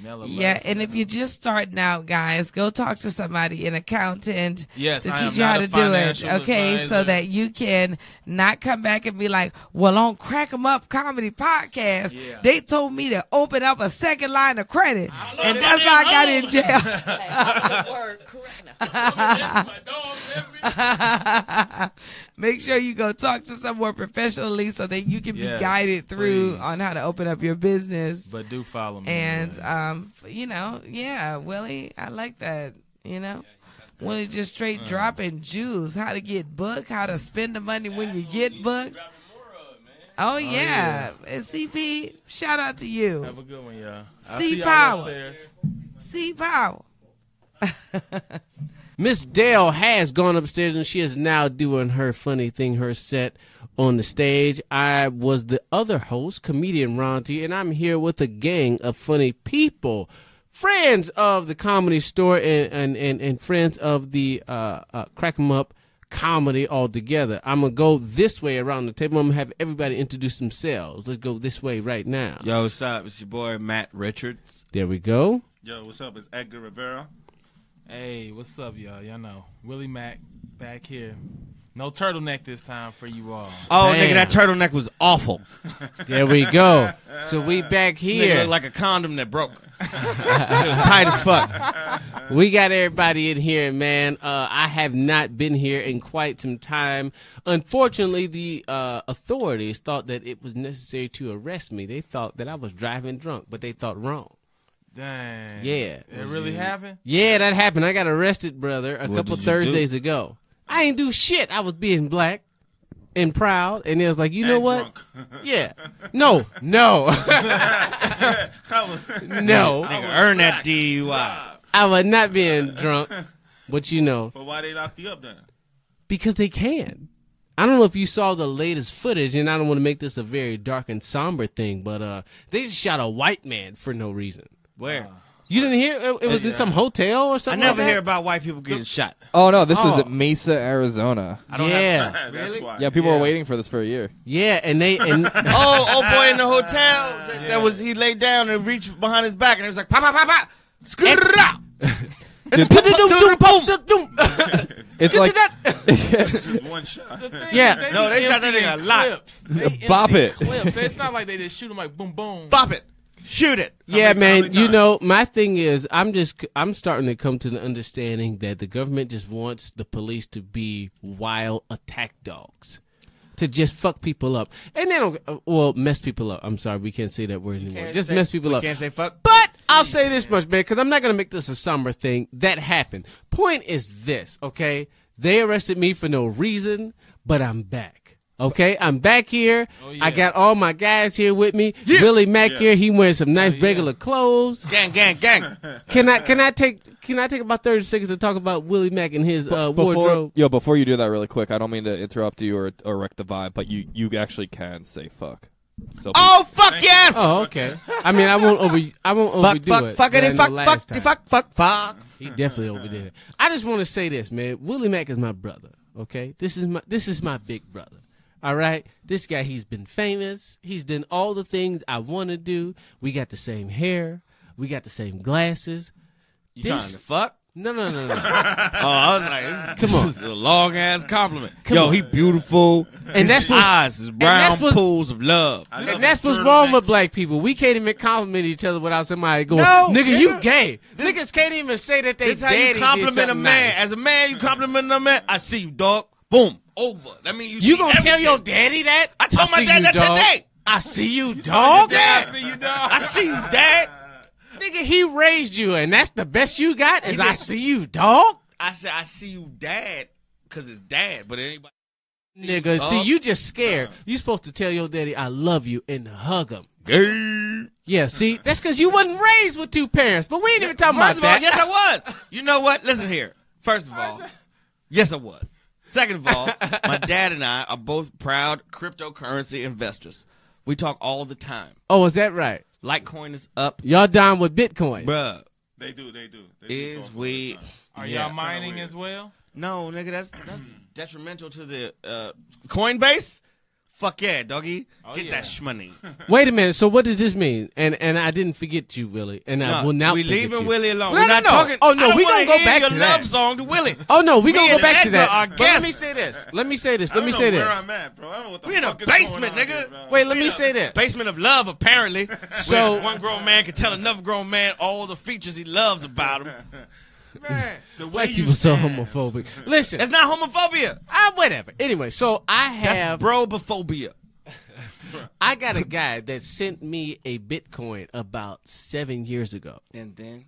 D: mellow
B: Yeah,
D: out-
B: and if you're just starting out, guys, go talk to somebody, an accountant,
D: Yes,
B: to
D: I am
B: teach you how
D: not
B: to
D: a
B: do it.
D: financial
B: Okay, so
D: advisor.
B: that you can not come back and be like, "Well, on Crack 'Em Up Comedy Podcast,
D: Yeah.
B: they told me to open up a second line of credit,
I: know
B: and
I: if
B: that's
I: they
B: how I got in
I: know."
B: jail."
H: Like, the word correct. No.
I: My dog, every-
B: Make sure you go talk to someone professionally so that you can be
D: Yes,
B: guided through
D: please.
B: on how to open up your business.
D: But do follow me.
B: And
J: uh,
D: yes.
B: um, f- you know, yeah, Willie, I like that. You know, Willie just straight
D: Uh-huh.
B: dropping jewels, how to get booked, how to spend the money when you get booked. Oh yeah, and CP, shout out to
D: have
B: you,
D: a good one, y'all. I'll
B: See
D: see y'all
B: power.
D: upstairs.
B: C Powell.
K: Miss Dale has gone upstairs and she is now doing her funny thing, her set on the stage. I was the other host, comedian Ronti, and I'm here with a gang of funny people, friends of the comedy store and and and, and friends of the uh, uh, crack 'em up comedy altogether. I'm gonna go this way around the table. I'm gonna have everybody introduce themselves. Let's go this way right now.
J: Yo, what's up? It's your boy Matt Richards.
K: There we go.
J: Yo, what's up? It's Edgar Rivera.
D: Hey, what's up, y'all? Y'all know Willie Mack back here. No turtleneck this time for you all.
J: Oh, nigga, that turtleneck was awful.
K: There we go. So we back
J: This nigga
K: here.
J: looked like a condom that broke. it was tight as fuck.
K: We got everybody in here, man. Uh, I have not been here in quite some time. Unfortunately, the uh, authorities thought that it was necessary to arrest me. They thought that I was driving drunk, but they thought wrong.
D: Dang.
K: Yeah.
D: It really happened?
K: Yeah, that happened. I got arrested, brother, a
J: What
K: couple
J: did you do?
K: Thursdays ago. I ain't do shit. I was being black and proud, and it was like, you know what? Yeah. No, no. no.
J: Nigga, earn that DUI.
K: I was not being drunk, but you know,
J: But why they locked you up then?
K: because they can. I don't know if you saw the latest footage, and I don't want to make this a very dark and somber thing, but uh, they just shot a white man for no reason.
J: Where?
K: You didn't hear? It, it was in some hotel or
J: I
K: something.
J: never
K: like that?
J: hear about white people getting shot.
E: Oh no, this is
K: Oh.
E: at Mesa, Arizona.
J: I don't
K: yeah,
J: have. That's why.
E: Yeah, people were waiting for this for a year.
K: yeah, and they and
J: Oh, old boy in the hotel. That, that was he laid down and reached behind his back and it was like pop pop pop pop. Skrrrrah.
E: It's like
J: One shot.
K: Yeah.
J: No, they shot that nigga a lot.
D: lot.
E: Bop it.
D: Clips. It's not like they just shoot him like boom, boom.
J: Bop it. Shoot it.
K: yeah,
J: How many- how
K: man.
J: many
K: You
J: times?
K: know, my thing is, I'm just, I'm starting to come to the understanding that the government just wants the police to be wild attack dogs, to just fuck people up, and they don't, uh, well, mess people up. I'm sorry, we can't say that word anymore.
J: Can't
K: Just
J: say-
K: mess people
J: we
K: up.
J: Can't say fuck.
K: But I'll say this much, man, because I'm not going to make this a summer thing. That happened. Point is this, okay? They arrested me for no reason, but I'm back. Okay, I'm back here. I got all my guys here with me. Billy Mack here. He wearing some nice regular clothes.
J: Gang, gang, gang.
K: Can I can I take can I take about thirty seconds to talk about Willie Mack and his uh,
E: before,
K: wardrobe?
E: yo, before you do that, really quick, I don't mean to interrupt you or, or wreck the vibe, but you, you actually can say fuck. So
J: Oh fuck yes.
K: Oh, okay. I mean, I won't over I won't
J: Fuck,
K: overdo
J: fuck,
K: it.
J: fuck
K: but I
J: it,
K: know
J: fuck,
K: last
J: fuck,
K: time.
J: fuck, fuck, fuck.
K: He definitely overdid it. I just want to say this, man. Willie Mack is my brother. Okay, this is my this is my big brother. All right, this guy he's been famous. He's done all the things I want to do. We got the same hair. We got the same glasses.
J: You
K: This-
J: trying to fuck?
K: No, no, no, no.
J: Oh, I was like, this, come on. This is a long ass compliment. Yo,
K: on.
J: he beautiful.
K: And that's
J: His
K: what-
J: eyes is
K: that's
J: brown
K: what-
J: pools of love.
K: And that's what's wrong with black people. We can't even compliment each other without somebody going,
J: No,
K: "Nigga,
J: nigga.
K: you gay." Niggas can't even say that they
J: This is how you
K: daddy did
J: compliment a
K: something
J: man.
K: nice.
J: As a man, you compliment a man. I see you, dog. Boom. Over. That means you.
K: You
J: see
K: gonna tell
J: everything.
K: your daddy that?
J: I told my
K: see
J: dad
K: you,
J: that
K: dog.
J: today.
K: I see you, dog.
J: Dad,
D: See you,
J: I
D: dog.
J: see you, dad.
K: Nigga, he raised you, and that's the best you got is
J: He
K: I
J: did.
K: see you, dog.
J: I said I see you, dad, because it's dad. But anybody.
K: Nigga,
J: dog.
K: see, you just scared. You supposed to tell your daddy I love you and hug him.
J: Gay.
K: Yeah, see, that's because you wasn't raised with two parents, but we ain't even talking
J: First
K: about
J: of all,
K: that.
J: yes, I was. You know what? Listen here. First of all, yes, I was. Second of all, my dad and I are both proud cryptocurrency investors. We talk all the time.
K: Oh, is that right?
J: Litecoin is up,
K: Y'all down with Bitcoin.
J: bruh.
I: They do, they do. They do
J: Is
I: talk about
J: we?
D: Are
J: Yeah.
D: y'all mining as well?
J: No, nigga, that's that's
I: Mm-hmm.
J: detrimental to the uh, Coinbase. Fuck yeah, doggy.
I: Oh,
J: Get
D: yeah.
J: that shmoney.
K: Wait a minute. So what does this mean? And and I didn't forget you, Willie. And I
J: No,
K: will not
J: we
K: forget
J: leaving
K: you.
J: Willie alone.
K: No,
J: We're
K: no,
J: not
K: no.
J: talking.
K: Oh, no,
J: I don't
K: we
J: wanna
K: gonna go
J: hear
K: back
J: your
K: to
J: love
K: that.
J: song to Willie.
K: Oh no, we
J: Me
K: gonna go
J: and
K: back to
J: Edgar are
K: that. But let
J: guests.
K: me say this. Let me say this. Let
I: I
K: me
I: don't
K: say
I: know
K: this.
I: Where I'm at, bro. I don't know what the
J: We in a
I: fuck is going
J: basement,
I: on here,
J: nigga.
I: bro.
K: Wait, let me
J: Yeah.
K: say that.
J: Basement of love, apparently.
K: So-
J: so one grown man can tell another grown man all the features he loves about him. Man,
I: The way
K: Black
I: you
K: people so
I: stand.
K: homophobic. Listen,
J: that's not homophobia.
K: I, whatever. Anyway, so I
J: That's
K: have
J: brobophobia.
K: I got a guy that sent me a Bitcoin about seven years ago.
J: And then,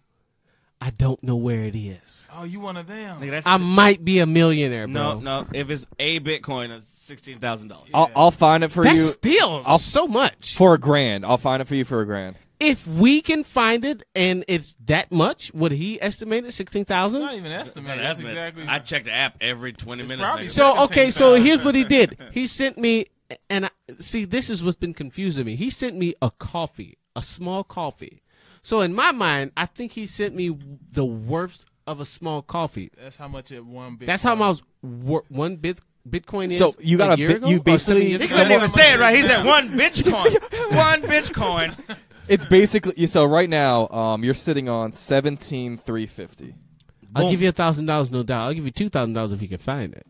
K: I don't know where it is.
D: Oh, you one of them.
J: nigga, that's
K: I might be a millionaire, bro.
J: no, no. If it's a Bitcoin, it's sixteen thousand dollars.
E: I'll, I'll find it for
K: That's
E: you
K: still
E: I'll-
K: so much.
E: for a grand. I'll find it for you for a grand.
K: if we can find it and it's that much, would he estimate it sixteen
D: Not
K: thousand?
D: even estimated. That's exactly.
J: I check the app every twenty minutes.
D: probably
J: nigga.
K: So okay, so
D: 10,000.
K: here's what he did. He sent me, and I, see, this is what's been confusing me. He sent me a coffee, a small coffee. So in my mind, I think he sent me the worth of a small coffee.
D: That's how much at one bit.
K: That's how much wor- one bit Bitcoin is.
E: So you got
K: a
E: a
K: year
E: bit-
K: ago
E: you
K: or seven
E: basically-
K: years
J: he
K: ago?
J: couldn't even say it right. He said one Bitcoin, one Bitcoin.
E: It's basically so right now. Um, you're sitting on seventeen three fifty.
K: I'll give you a thousand dollars, no doubt. I'll give you two thousand dollars if you can find it.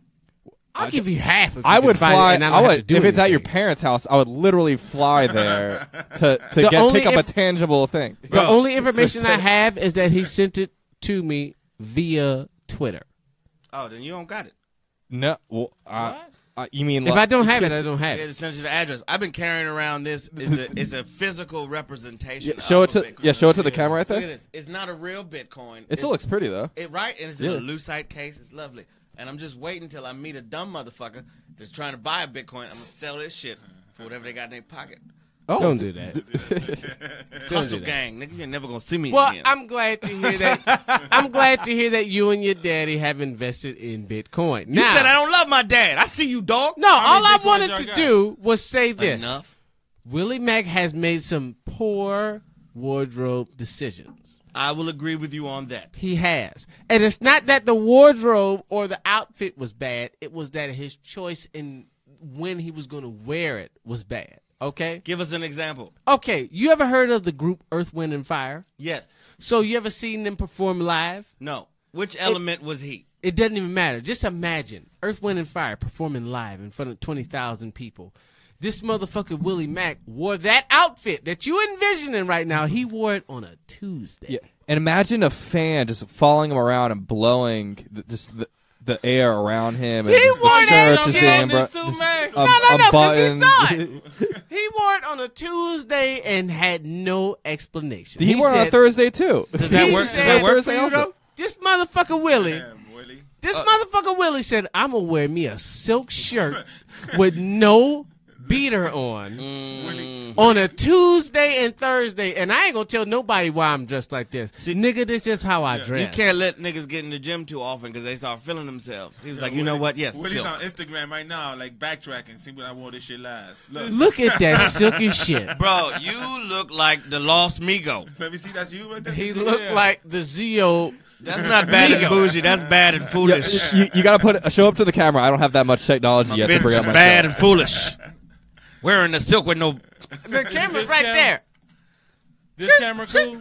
K: I'll give you half. If
E: I
K: you can
E: would
K: find it
E: fly.
K: and I
E: I,
K: don't have
E: would
K: to do
E: if it's at your
K: anything.
E: parents' house. I would literally fly there to to
K: The
E: get
K: only
E: pick up
K: if-
E: a tangible thing.
K: The only information I have is that he sent it to me via Twitter.
J: Oh, then you don't got it.
E: No, well, I, I, you mean
K: If
E: like-
K: I don't have it, I don't have
J: Yeah,
K: it.
J: just send you the address. I've been carrying around this. It's a, it's a physical representation.
E: Yeah, show
J: of
E: it to-
J: a Bitcoin.
E: yeah, show it to the camera right there.
J: Look at this. It's not a real Bitcoin.
E: It still looks pretty, though.
J: It right, and it's in
E: Yeah.
J: a lucite case. It's lovely. And I'm just waiting till I meet a dumb motherfucker that's trying to buy a Bitcoin. I'm gonna sell this shit for whatever they got in their pocket.
K: Oh. Don't do that. Don't do
J: Hustle
K: that.
J: gang, nigga, you ain't never gonna see me
K: Well,
J: again.
K: I'm glad to hear that. I'm glad to hear that you and your daddy have invested in Bitcoin.
J: You
K: Now,
J: said I don't love my dad. I see you, dog.
K: No,
J: How
K: all
J: many
K: I
J: Bitcoins
K: wanted
J: y'all
K: to
J: got?
K: do was say this.
J: Enough.
K: Willie Mack has made some poor wardrobe decisions.
J: I will agree with you on that.
K: He has. And it's not that the wardrobe or the outfit was bad, it was that his choice in when he was going to wear it was bad. Okay?
J: Give us an example.
K: Okay, you ever heard of the group Earth, Wind, and Fire?
J: Yes.
K: So you ever seen them perform live?
J: No. Which element was he?
K: Oh. It doesn't even matter. Just imagine Earth, Wind, and Fire performing live in front of 20,000 people. This motherfucker Willie Mack wore that outfit that you envisioning right now. He wore it on a Tuesday.
E: Yeah. And imagine a fan just following him around and blowing th just the, the air around him. And
K: He
E: just
K: wore
E: the
K: that
E: shirts
K: shit.
E: being bro-
K: This too
E: just
K: much.
E: a-
K: No, no,
E: a
K: no, 'cause you
E: button.
K: saw it. he wore it on a Tuesday and had no explanation.
E: He, wore it on a
K: said-
E: Thursday too.
K: Does that work- does that work for
E: Thursday
K: you,
E: also.
K: though? Uh, This motherfucker Willie. This motherfucker Willie said, "I'm gonna wear me a silk shirt with no beater on on a Tuesday and Thursday, and I ain't gonna tell nobody why I'm dressed like this, nigga. This is how I dress.
J: You can't let niggas get in the gym too often because they start feeling themselves. He was like, you know what? Yes.
L: Willie's
J: silk.
L: on Instagram right now, like backtracking, see when I wore this shit last.
K: Look at that silky shit.
J: Bro, you look like the lost Migo.
L: Let me see, that's you right there.
K: He looked like the Zio.
J: That's not bad and
K: Migo.
J: bougie. That's bad and foolish.
E: You, you gotta put show up to the camera. I don't have that much technology yet to
J: Bitch,
E: bring up myself.
J: bad and foolish. Wearing the silk with no.
K: The camera's
D: This
K: right
D: cam-
K: there.
D: This camera cool.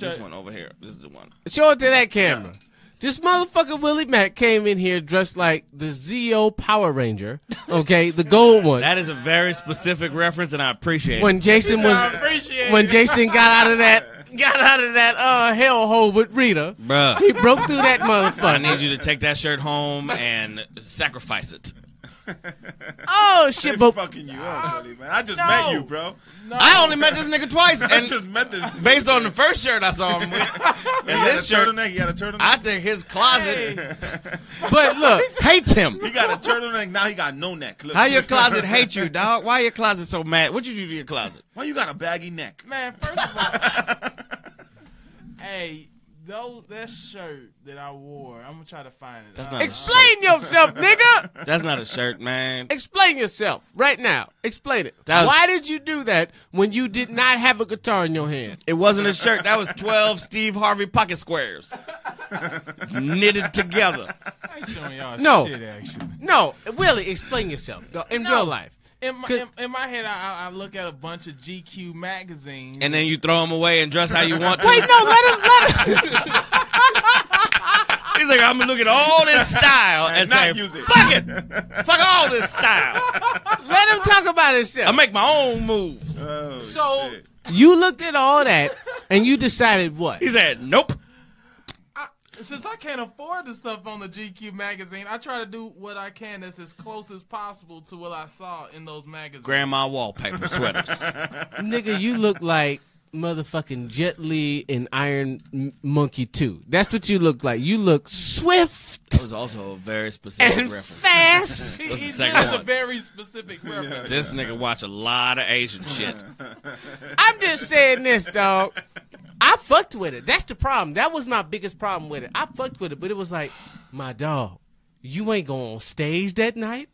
D: That's
J: this
D: it.
J: one over here. This is the one.
K: Show it to that camera. This motherfucker Willie Mack came in here dressed like the Zio Power Ranger. Okay, the gold one.
J: That is a very specific reference, and I appreciate
K: when
J: it.
K: Jason was
D: I appreciate
K: when
D: it.
K: Jason got out of that got out of that uh hellhole with Rita.
J: Bruh.
K: He broke through that
J: I
K: motherfucker.
J: need you to take that shirt home and sacrifice it.
K: Oh shit,
L: I'm
K: but
L: fucking you up, buddy, man. I just met you, bro.
J: I only met this nigga twice,
L: I
J: and
L: just met this. dude.
J: based on the first shirt I saw him with,
L: he
J: and
L: had
J: this
L: a
J: shirt,
L: turtleneck. He had a turtleneck.
J: I think his closet
K: but look,
J: hates him.
L: he got a turtleneck. Now he got no neck. Look.
J: How your closet hate you, dog? Why your closet so mad? What you do to your closet?
L: Why you got a baggy neck?
D: Man, first of all, hey, those that shirt that I wore, I'm gonna try to find it.
J: That's
D: Uh,
J: not a shirt.
K: explain yourself, nigga.
J: That's not a shirt, man.
K: Explain yourself right now. Explain it.
J: That was-
K: Why did you do that when you did not have a guitar in your hand?
J: It wasn't a shirt. That was 12 Steve Harvey pocket squares knitted together.
D: I ain't showing y'all
K: No.
D: Oh, shit actually.
K: No, Willie, explain yourself Go- in
D: No.
K: real life.
D: In my,
K: Cause-
D: in, in my head, I, I- I look at a bunch of GQ magazines.
J: And then you throw them away and dress how you want to.
K: Wait, no, let him let him.
J: He's like, I'm going to look at all this style and,
L: not
J: say,
L: use it.
J: fuck it. fuck all this style.
K: Let him talk about himself.
J: I make my own moves.
L: Oh,
K: so
L: shit.
K: you looked at all that and you decided what?
J: He said, nope.
D: Since I can't afford the stuff on the GQ magazine, I try to do what I can that's as close as possible to what I saw in those magazines.
J: Grandma wallpaper sweaters.
K: Nigga, you look like motherfucking Jet Li in Iron M- Monkey 2. That's what you look like. You look swift
J: That was also a very specific
K: and
J: reference.
K: fast.
D: he
J: That's the
D: he did
J: second
D: a
J: one.
D: very specific reference.
J: This nigga watch a lot of Asian shit.
K: I'm just saying this, dog. I fucked with it. That's the problem. That was my biggest problem with it. I fucked with it, but it was like, my dog, you ain't going on stage that night.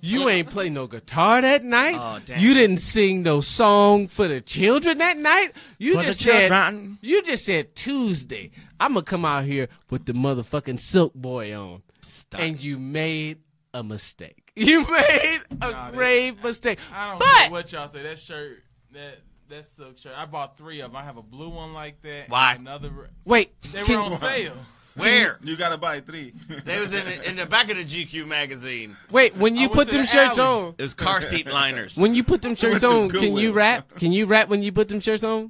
K: You ain't play no guitar that night.
J: Oh, damn.
K: You didn't sing no song for the children that night. You
J: For the
K: just said
J: children.
K: you just said Tuesday. I'm gonna come out here with the motherfucking silk boy on,
J: Stop.
K: and you made a mistake. You made a
D: that-
K: grave mistake.
D: I don't
K: but
D: know what y'all say. That shirt, that that silk shirt. I bought three of them. I have a blue one like that.
J: Why?
D: and Another.
K: wait,
D: They
K: can-
D: were on sale.
J: Where?
L: you gotta buy three.
J: They was in the, in the back of the GQ magazine.
K: Wait, when
J: I
K: you
J: went
K: put
J: to
K: them
J: the
K: shirts
J: alley.
K: on,
J: it was car seat liners.
K: When you put them
J: I
K: shirts
J: went to
K: on, can you
J: Goodwill.
K: rap? Can you rap when you put them shirts on?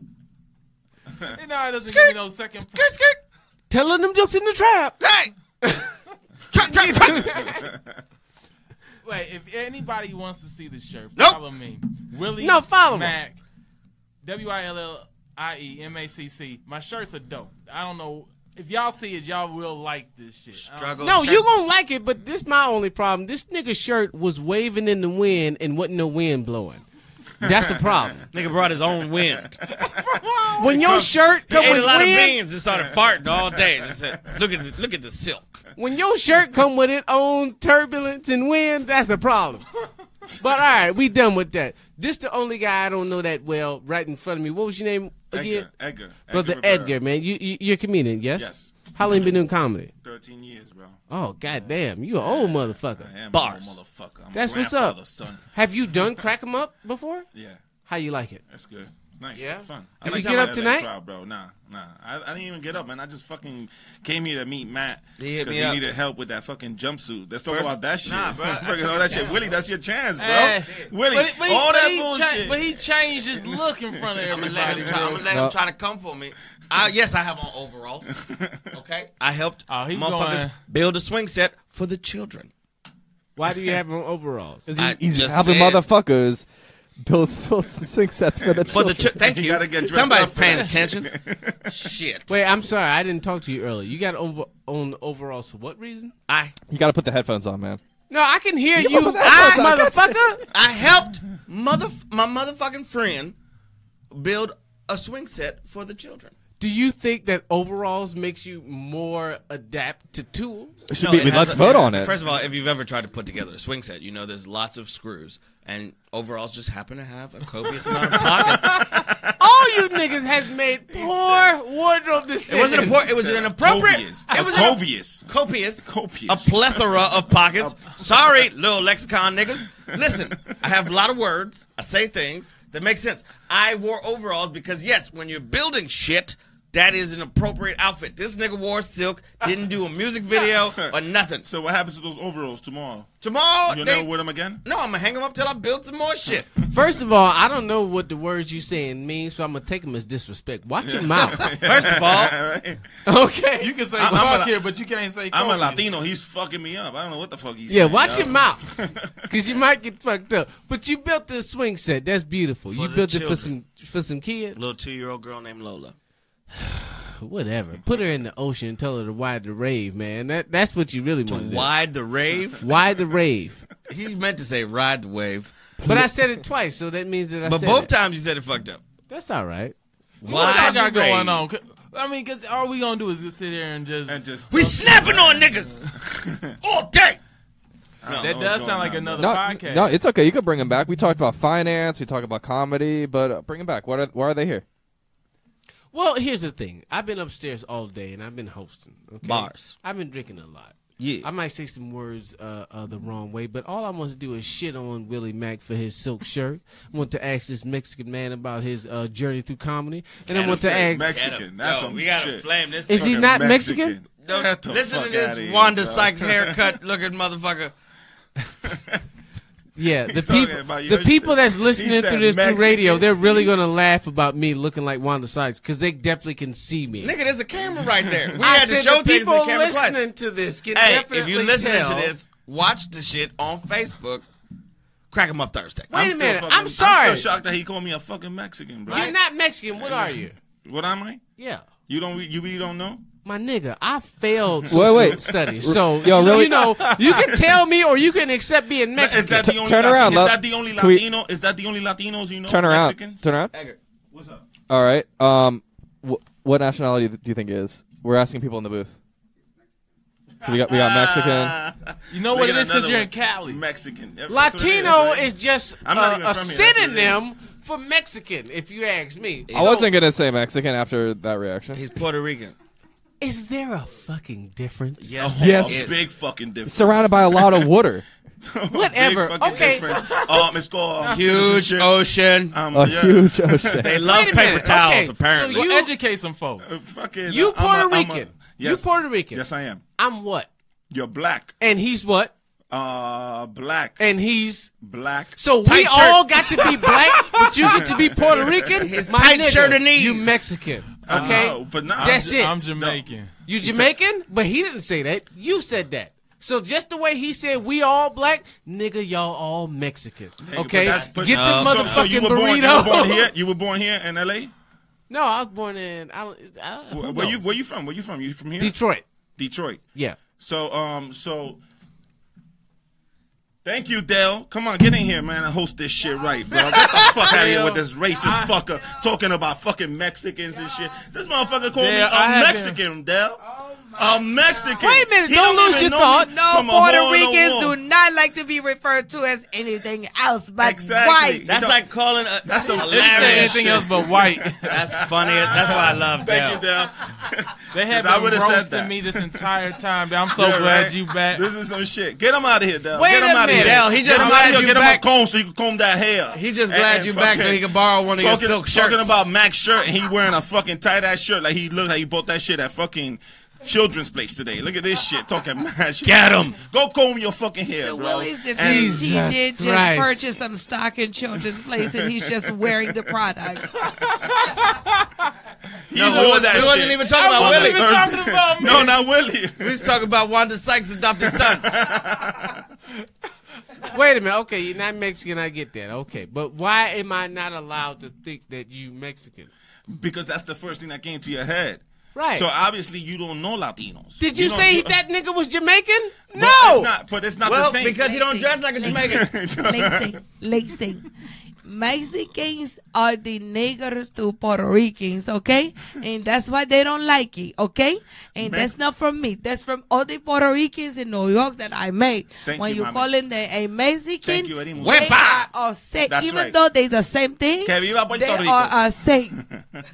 D: You know, it doesn't give me no second. Skirt, skirt.
K: Telling them jokes in the trap.
J: Hey.
D: Wait, if anybody wants to see this shirt,
K: Nope.
D: follow me. Willie
K: No, follow him.
D: Mac. W I L L I E M A C C. My shirts are dope. I don't know. If y'all see it, y'all will like this shit. I don't-
K: No, you gonna like it, but this my only problem. This nigga shirt was waving in the wind and wasn't no wind blowing. That's the problem.
J: nigga brought his own wind.
K: when your shirt
J: He
K: come
J: ate
K: with
J: a lot
K: wind,
J: of beans and started farting all day. Just said, look at the, look at the silk.
K: when your shirt come with it own turbulence and wind, that's a problem. But all right, we done with that. This the only guy I don't know that well right in front of me. What was your name again?
L: Edgar, Edgar.
K: Brother
L: Edgar Rivera.
K: Edgar, man. You, you you're a comedian, yes?
L: Yes.
K: How long you been doing comedy?
L: Thirteen years, bro.
K: Oh goddamn, you an old motherfucker.
L: I am
K: Bars.
L: a old motherfucker. I'm a
K: That's what's up.
L: grandfather's son.
K: Have you done crack 'em up before?
L: Yeah.
K: How you like it?
L: That's good. It's nice.
K: Yeah?
L: It's fun.
K: Did you
L: the
K: get up
L: LA
K: tonight?
L: Crowd, bro. Nah, nah. I, I didn't even get up, man. I just fucking came here to meet Matt
J: He hit
L: because
J: me
L: he
J: up.
L: needed help with that fucking jumpsuit. Let's talk
J: First-
L: about that shit.
J: Nah, bro.
L: Fucking all that shit, Willie. That's your chance, bro.
J: Eh.
D: Hey.
L: Willie,
D: Eh, But he- but he-
L: all
D: but
L: that
D: he cha-
L: bullshit.
D: but he changed his look in front of
J: I'm gonna let
D: everybody.
J: him try, I'm gonna let
L: No.
J: him try to come for me. I, yes, I have on overalls. Okay, I helped
K: Oh,
D: Oh,
K: he
J: motherfuckers
K: going-
J: build a swing set for the children.
K: Why do you have on overalls?
E: Is he, he's having motherfuckers build build swing sets for the
K: For the
E: children.
K: chi- thank You you. gotta get dressed Somebody's up for paying that attention.
J: Shit.
K: Wait, I'm sorry, I didn't talk to you earlier. You got over on overalls for what reason?
J: I
E: You got to put the headphones on, man.
K: No, I can hear you,
J: You open that door,
K: I,
J: it's like-
K: motherfucker.
J: I helped mother my motherfucking friend build a swing set for the children.
K: Do you think that overalls makes you more adapt to tools?
E: It should be-
J: has
E: let's
J: a-
E: vote on it.
J: First of all, if you've ever tried to put together a swing set, you know there's lots of screws, and overalls just happen to have a copious amount of pockets.
K: All you niggas has made poor wardrobe
J: It
K: decisions.
J: wasn't important. It was an appropriate. It was an- copious. Copious. A plethora of pockets. Sorry, little lexicon niggas. Listen, I have a lot of words. I say things that make sense. I wore overalls because yes, when you're building shit, that is an appropriate outfit. This nigga wore silk. Didn't do a music video or nothing.
L: So what happens to those overalls tomorrow?
J: Tomorrow
L: You'll
J: they-
L: never wear them again.
J: No, I'm gonna hang them up till I build some more shit.
K: First of all, I don't know what the words you saying mean, so I'm gonna take them as disrespect. Watch your mouth.
J: First of
K: all, okay,
L: You can say
K: I- I'm
L: fuck
K: a-
L: here, but you can't say. I'm a Latino. He's fucking me up. I don't know what the fuck he's.
K: yeah,
L: saying,
K: watch
L: yo.
K: your mouth, because you might get fucked up. But you built this swing set. That's beautiful. you
J: the
K: built it
J: children.
K: for some for some kids.
J: Little two year old girl named Lola.
K: Whatever. Put her in the ocean and tell her to wide the rave, man. That that's what you really want.
J: Wide the rave.
K: Wide the rave.
J: He meant to say ride the wave,
K: But I said it twice, so that means that I
J: But
K: said
J: both
K: it.
J: times you said it fucked up.
K: That's all right.
D: So what y'all got
J: the rave.
D: going on? 'Cause- I mean, because all we gonna do is just sit here and just and
L: just
J: we snapping on niggas. all day.
D: that does sound like another
E: No,
D: podcast.
E: no, it's okay. You could bring them back. We talked about finance. We talked about comedy, but uh, bring them back. What are, why are they here?
K: Well, here's the thing. I've been upstairs all day and I've been hosting. Okay?
E: Bars.
K: I've been drinking a lot.
J: Yeah.
K: I might say some words uh, uh, the wrong way, but all I want to do is shit on Willie Mack for his silk shirt. I want to ask this Mexican man about his uh, journey through comedy, and I
J: Adam
K: want to
J: said
K: ask
L: Mexican. That's some
J: we gotta
L: shit.
J: flame this.
K: Is he
J: fucking
K: not Mexican?
J: No,
L: Get the
J: listen
L: fuck
J: to
L: outta
J: this
L: here,
J: Wanda
L: bro.
J: Sykes haircut looking motherfucker.
K: Yeah,
J: He
K: the
J: talking
K: people,
J: about
K: the
J: your
K: people
J: shit.
K: that's
J: He
K: listening
J: said
K: through this through
J: Mexican.
K: radio, they're really gonna laugh about me looking like Wanda Sykes because they definitely can see me.
J: Nigga, there's a camera right there. We
K: I
J: had to
K: said
J: show
K: the
J: things
K: people
J: the camera
K: listening
J: twice.
K: to this can
J: Hey, if
K: definitely
J: you listening
K: tell.
J: to this, watch the shit on Facebook. Crack 'em up Thursday.
K: Wait
L: I'm
K: a
L: still
K: minute,
L: fucking-
K: I'm sorry.
L: I'm still shocked that he called me a fucking Mexican, bro.
K: You're not Mexican. What are you?
L: What am I?
K: Yeah.
L: You don't. You really don't know.
K: My nigga, I failed
E: Wait,
K: social
E: wait.
K: studies,
E: R-
K: so
E: yo, really-
K: you know you can tell me or you can accept being Mexican.
L: Is that the only
E: turn
L: Lat-
E: around,
L: Is
E: love.
L: that the only
E: Can we-
L: Latino? Is that the only Latinos you know?
E: Turn around.
L: Mexican?
E: Turn around.
L: What's up?
E: All right. Um, wh- what nationality th- do you think it is? We're asking people in the booth. So we got we got Mexican.
D: You know
L: Look
D: what
L: at
D: it is because
L: another
D: you're
L: one.
D: in Cali.
L: Mexican. That's what it is,
K: Latino
L: right?
K: is just
L: I'm
K: uh,
L: not even
K: a
L: from here, that's what it
K: synonym for Mexican, if you ask me.
E: I wasn't gonna say Mexican after that reaction.
J: He's Puerto Rican.
K: Is there a fucking difference?
J: Yes.
E: Yes.
L: A big fucking difference.
E: Surrounded by a lot of water.
K: Whatever.
L: Big fucking
K: Okay.
L: Difference. Um, it's called um,
J: Huge
L: citizenship.
J: ocean.
L: Um,
E: A
L: yeah.
E: huge ocean.
J: They love
K: Wait a
J: paper
K: minute,
J: towels,
K: okay, so
J: apparently.
K: you-
D: Well, educate some folks.
L: Uh, Fucking.
K: You
L: I'm a-
K: Puerto
L: I'm a-
K: Rican.
L: Yes.
K: You Puerto Rican.
L: Yes, I am.
K: I'm what?
L: You're black.
K: And he's what?
L: Uh, black.
K: And he's
L: black.
K: So we all got to be black, but you get to be Puerto Rican.
L: His
K: My
L: tight
K: nigga,
L: shirt and knees.
K: You Mexican.
L: I
K: Okay,
L: know, but no, I'm
K: that's
L: Ja-
K: it.
L: I'm
D: Jamaican.
K: You Jamaican, but he didn't say that. You said that. So just the way he said, "We all black, nigga, y'all all Mexican." Okay, get the
L: Uh, so-
K: motherfucking
L: so you were born- you
K: burrito.
L: were born here. You were born here in L.A.
K: No, I was born in. I, don't- I, who
L: Where, where
K: knows?
L: you where you from? Where you from? You from here?
K: Detroit.
L: Detroit.
K: Yeah.
L: So um so Thank you, Dell. Come on, get in here, man, and host this shit right, bro. Get the fuck out of here with this racist fucker talking about fucking Mexicans and shit. This motherfucker called me
J: Dell, I
L: a
J: have been-
L: Mexican, Dell.
K: Oh
L: a Mexican.
B: Wait a minute,
L: He
B: don't, lose
L: even
B: your
L: know
B: thought.
L: me
B: No,
L: from a
B: Puerto
L: hole in the
B: Ricans
L: wall.
B: do not like to be referred to as anything else but
J: Exactly.
B: white.
J: That's like calling a. That's
L: some
J: hilarious.
D: anything
J: shit.
D: else but white.
J: That's funny. That's why I love Dell.
L: Thank you, Dell.
D: They have
L: 'Cause I
D: been
L: would've said that.
D: roasting me this entire time. but I'm so
L: Yeah,
D: glad
L: right?
D: you back.
L: This is some shit. Get him out of here, Dell.
D: Wait
L: Get him
D: a
L: out of here.
D: minute. Dell, he
L: Get
D: just
L: him
D: glad
L: out of here.
D: you
L: Get him a
D: back.
L: comb so you can comb that hair.
J: He just glad you back so
L: fucking-
J: he can borrow one of your
L: talking,
J: silk
L: Talking
J: shirts.
L: about Max shirt, and he wearing a fucking tight ass shirt like he looked like he bought that shit at fucking children's place today. Look at this shit. Talking mad shit.
J: Get him.
L: Go comb your fucking hair, bro.
B: Willie's defense,
L: And-
B: he did just purchase some stock in Children's Place, and he's just wearing the product.
L: He
J: No,
L: wore
J: we wasn't,
L: that
J: we wasn't
L: shit.
J: even talking
L: I
J: about
L: wasn't
J: Willie.
L: even talking about me. No, not Willie.
J: we was talking about Wanda Sykes' adopted son.
K: Wait a minute. Okay, you're not Mexican. I get that. Okay, but why am I not allowed to think that you Mexican?
L: because that's the first thing that came to your head.
K: Right.
L: So obviously you don't know Latinos.
K: Did you
L: don't-
K: say that nigga was Jamaican?
L: But
K: No.
L: it's not. But it's not the
J: Well,
L: same
J: because he don't dress like a Jamaican.
B: Listen, listen. Mexicans are the niggers to Puerto Ricans, okay? And that's why they don't like it, okay? And that's not from me. That's from all the Puerto Ricans in New York that I made.
L: Thank
B: when
L: you,
B: you
L: mama.
B: call them the, a Mexican,
L: Thank you very much.
B: they
L: Huepa!
B: are upset.
L: That's
B: Even
L: right.
B: though they the same thing,
L: Que viva Puerto
B: they
L: Rico.
B: are upset.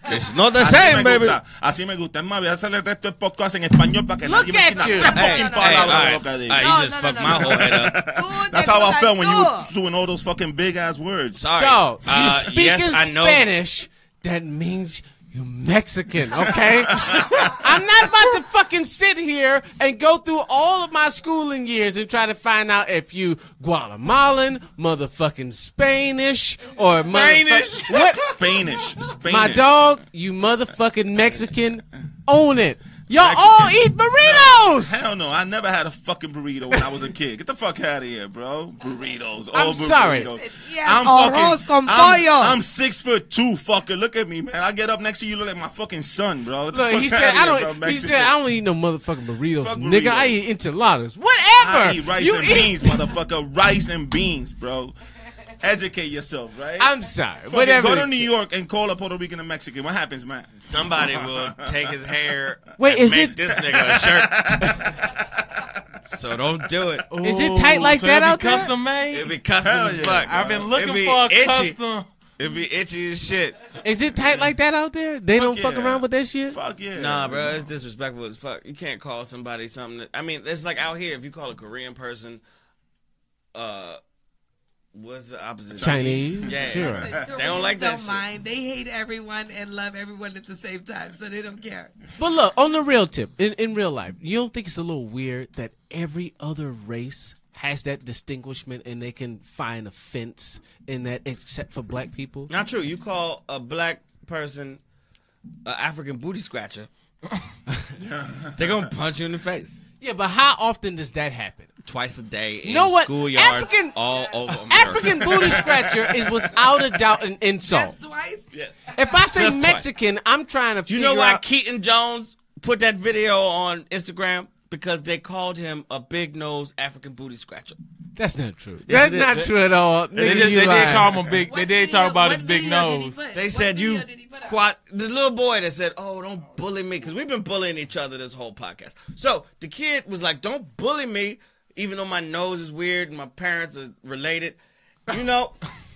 J: It's not the
L: Así
J: same,
L: me
J: baby.
L: gusta, Así me gusta. Es más, voy a hacer el resto del podcast en español para que nadie me
K: at
L: quita
K: you.
L: tres
J: Hey,
L: fucking
J: hey,
L: palabras
J: all right.
L: de lo que digo.
J: All right, you just fucked my whole head up.
L: That's how I felt when you were doing all those fucking big ass words.
J: Sorry.
K: Dog,
J: Uh,
K: you speak
J: yes,
K: in
J: I know.
K: Spanish, that means you Mexican, okay? I'm not about to fucking sit here and go through all of my schooling years and try to find out if you Guatemalan, motherfucking Spanish, or motherfuck-
L: Spanish?
K: What?
L: Spanish. Spanish.
K: My dog, you motherfucking Mexican, own it. Y'all all eat burritos.
L: Hell no, I never had a fucking burrito when I was a kid. Get the fuck out of here, bro. Burritos.
K: I'm
L: all bur-
K: sorry.
L: burritos.
B: Yeah, arroz con
L: I'm,
B: pollo.
L: I'm six foot two, fucker. Look at me, man. I get up next to you, look like my fucking son, bro. Get the
K: Look, he
L: fuck
K: said
L: outta
K: I
L: here,
K: don't.
L: bro,
K: he
L: Mexican.
K: said I don't eat no motherfucking burritos,
L: Fuck
K: nigga. I
L: burritos.
K: eat enchiladas. Whatever.
L: I eat rice
K: you
L: and
K: eat.
L: beans, motherfucker. Rice and beans, bro. Educate yourself, right?
K: I'm sorry.
L: Fucking
K: Whatever.
L: Go to
K: it
L: New
K: is.
L: York and call a Puerto Rican and Mexican. What happens, man?
J: Somebody will take his hair.
K: Wait,
J: and
K: is
J: make
K: it-
J: this nigga a shirt? so don't do it.
K: Is it tight like
D: so
K: that
D: it be
K: out there?
D: custom made?
J: It'd be custom
L: Hell
J: as
L: yeah.
J: fuck.
D: I've
J: bro.
D: been looking
J: It'd be
D: for a
J: itchy.
D: custom.
J: It'd be itchy as shit.
K: Is it tight like that out there? They don't fuck
L: yeah.
K: around with that shit.
L: Fuck yeah.
J: Nah, bro, it's disrespectful as fuck. You can't call somebody something. That, I mean, it's like out here if you call a Korean person, uh, what's the opposite?
K: Chinese.
J: Yeah,
K: Sure.
J: they don't like that.
B: don't
J: shit.
B: mind. They hate everyone and love everyone at the same time, so they don't care.
K: But look, on the real tip, in, in real life, you don't think it's a little weird that every other race has that distinguishment and they can find a fence in that except for black people?
J: Not true. You call a black person an African booty scratcher, they're gonna punch you in the face
K: Yeah, but how often does that happen?
J: twice a day in
K: You know what?
J: schoolyards
K: African-
J: all over America.
K: African booty scratcher is without a doubt an insult.
B: That's twice.
J: Yes.
K: If I say
J: Just twice.
K: Mexican, I'm trying to.
J: You
K: figure
J: know why
K: out-
J: Keaton Jones put that video on Instagram? Because they called him a big nosed African booty scratcher.
K: That's not true.
J: Yes,
K: That's
J: it is.
K: not true at all.
D: They,
K: Nigga,
D: just,
K: you
D: they did
K: lying.
D: call him a big. They
B: What
D: did
B: video-
D: talk about
B: what
D: his big
B: video did he
D: nose.
B: put?
J: They
B: What
J: said
B: video
J: you
B: did he put up?
J: quat the little boy that said, "Oh, don't bully me," because we've been bullying each other this whole podcast. So the kid was like, "Don't bully me," even though my nose is weird and my parents are related. You know,